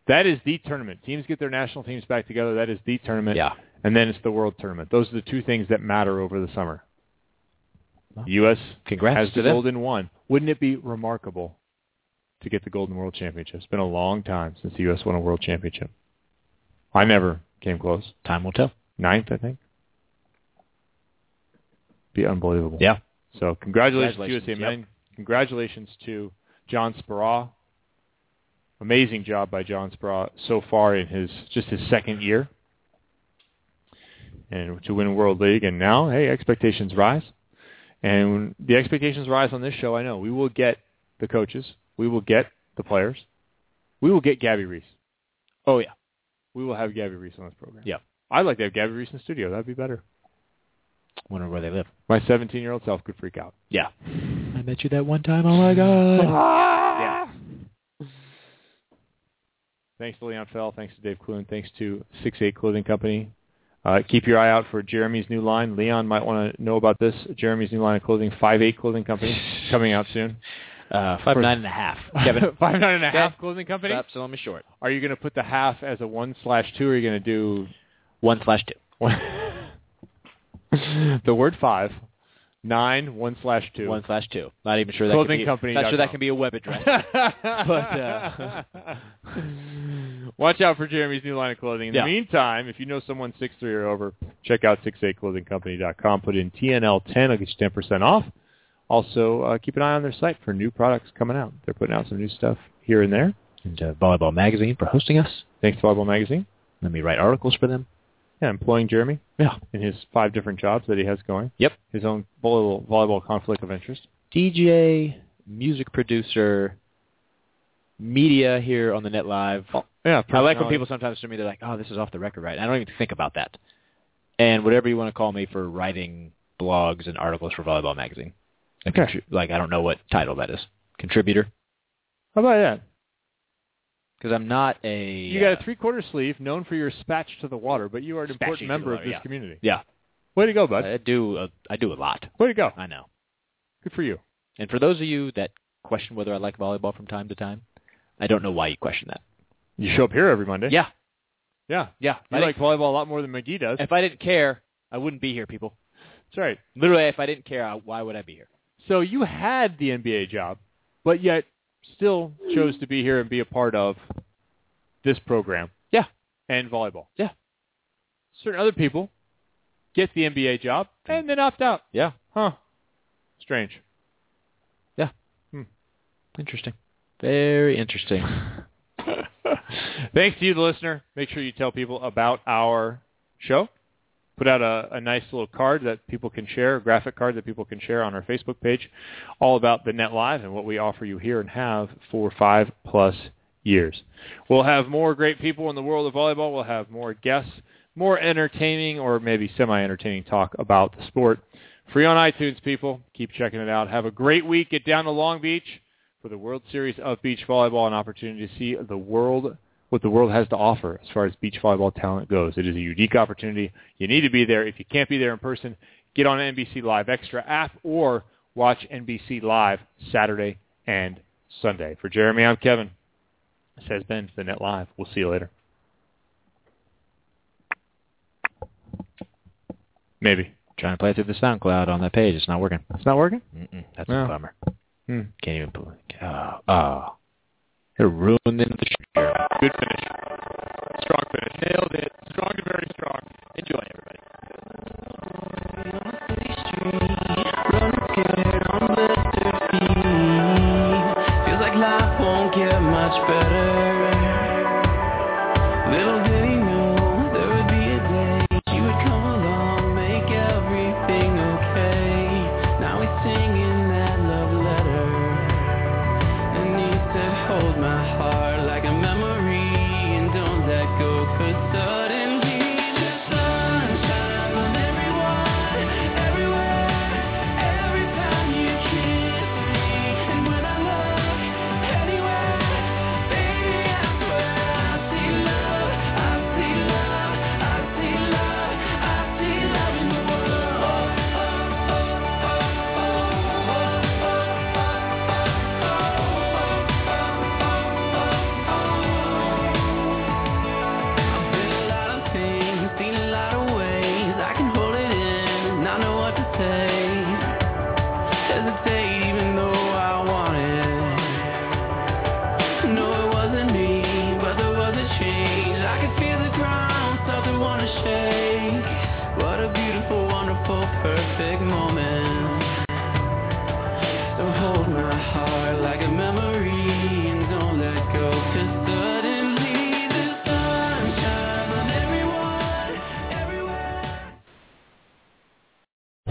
That is the tournament. Teams get their national teams back together. That is the tournament.
Yeah.
And then it's the World Tournament. Those are the two things that matter over the summer.
Well,
U.S.
congrats
has
to
the
them.
golden one. Wouldn't it be remarkable to get the golden world championship? It's been a long time since the U.S. won a world championship. I never came close.
Time will tell.
Ninth, I think. Be unbelievable.
Yeah.
So congratulations,
Congratulations,
to USA
yep.
Men. Congratulations to John Sparrow. Amazing job by John Sparrow so far in his just his second year. And to win World League and now, hey, expectations rise. And the expectations rise on this show, I know. We will get the coaches. We will get the players. We will get Gabby Reese.
Oh yeah.
We will have Gabby Reese on this program.
Yeah.
I'd like to have Gabby Reese in the studio. That'd be better.
Wonder where they live.
My 17-year-old self could freak out.
Yeah. I met you that one time. Oh my god.
Yeah. Thanks to Leon Fell. Thanks to Dave Clune. Thanks to 6-8 Clothing Company. Uh, keep your eye out for Jeremy's new line. Leon might want to know about this. Jeremy's new line of clothing, 5-8 Clothing Company, coming out soon.
Uh, five
For-
nine and a half. Kevin.
five nine and a
Okay.
half clothing company.
Stop selling me short.
Are you going to put the half as a one slash two, or are you going to do
One slash two.
the word five, nine, one slash two?
One slash two. Not even sure that could be,
Clothingcompany.com.
Not sure that can be a web address. but uh,
Watch out for Jeremy's new line of clothing. In
Yeah.
the meantime, if you know someone six three or over, check out 68clothingcompany.com. Put in TNL10. I'll get you 10% off. Also, uh, keep an eye on their site for new products coming out. They're putting out some new stuff here and there.
and, uh, volleyball magazine for hosting us.
Thanks to Volleyball Magazine.
Let me write articles for them.
Yeah, employing Jeremy
Yeah.
in his five different jobs that he has going.
Yep.
His own volleyball, volleyball conflict of interest.
DJ, music producer, media here on the net live.
Yeah,
I like when
Oh. personality.
people sometimes to me they're like, "Oh, this is off the record, right?" I don't even think about that. And whatever you want to call me for writing blogs and articles for Volleyball Magazine, A
Okay.
contri- like I don't know what title that is, contributor,
How about that?
because I'm not a
You
uh,
got a three-quarter sleeve, known for your spatch to the water, but you are an
Spatchy to
important
the
member of
water,
this
yeah.
community.
yeah.
Way to go, bud.
uh, I do a, I do a lot.
Way to go.
I know.
Good for you.
And for those of you that question whether I like volleyball from time to time, I don't know why you question that.
You show up here every Monday.
Yeah,
Yeah.
yeah.
You
I like,
like volleyball a lot more than McGee does.
if I didn't care, I wouldn't be here, people.
That's right.
Literally, if I didn't care, I, why would I be here?
So you had the NBA job, but yet still chose to be here and be a part of this program.
Yeah.
And volleyball.
Yeah.
Certain other people get the NBA job and then opt out.
Mm. Yeah.
Huh. Strange.
Interesting. Very interesting.
Thanks to you, the listener. Make sure you tell people about our show. Put out a, a nice little card that people can share, a graphic card that people can share on our Facebook page, all about the Net Live and what we offer you here and have for five plus years. We'll have more great people in the world of volleyball. We'll have more guests, more entertaining or maybe semi-entertaining talk about the sport. Free on iTunes, people. Keep checking it out. Have a great week. Get down to Long Beach for the World Series of Beach Volleyball, an opportunity to see the world what the world has to offer as far as beach volleyball talent goes. It is a unique opportunity. You need to be there. If you can't be there in person, get on NBC Live Extra app or watch NBC Live Saturday and Sunday. For Jeremy, I'm Kevin. This has been The Net Live. We'll see you later. Maybe.
Trying to play through the SoundCloud on that page. It's not working.
It's not working?
Mm-mm, that's
No.
a bummer.
Hmm.
Can't even pull it. Oh, oh. It ruined the show.
Good finish. Strong finish. Nailed it. Strong and very strong. Enjoy, everybody.
Feels like life won't get much better. Little did he know there would be a day she would come along, make everything okay. Now he's singing that love letter, and he said, "Hold my heart like a memory, and don't let go, 'cause suddenly the sun shines on everyone, everywhere, every time you kiss me, and when I look anywhere." Hesitate even though I want it no, it wasn't me, but there was a change. I could feel the ground start to wanna shake. What a beautiful, wonderful, perfect moment. So hold my heart like a memory and don't let go. 'cause suddenly the sun shines on everyone.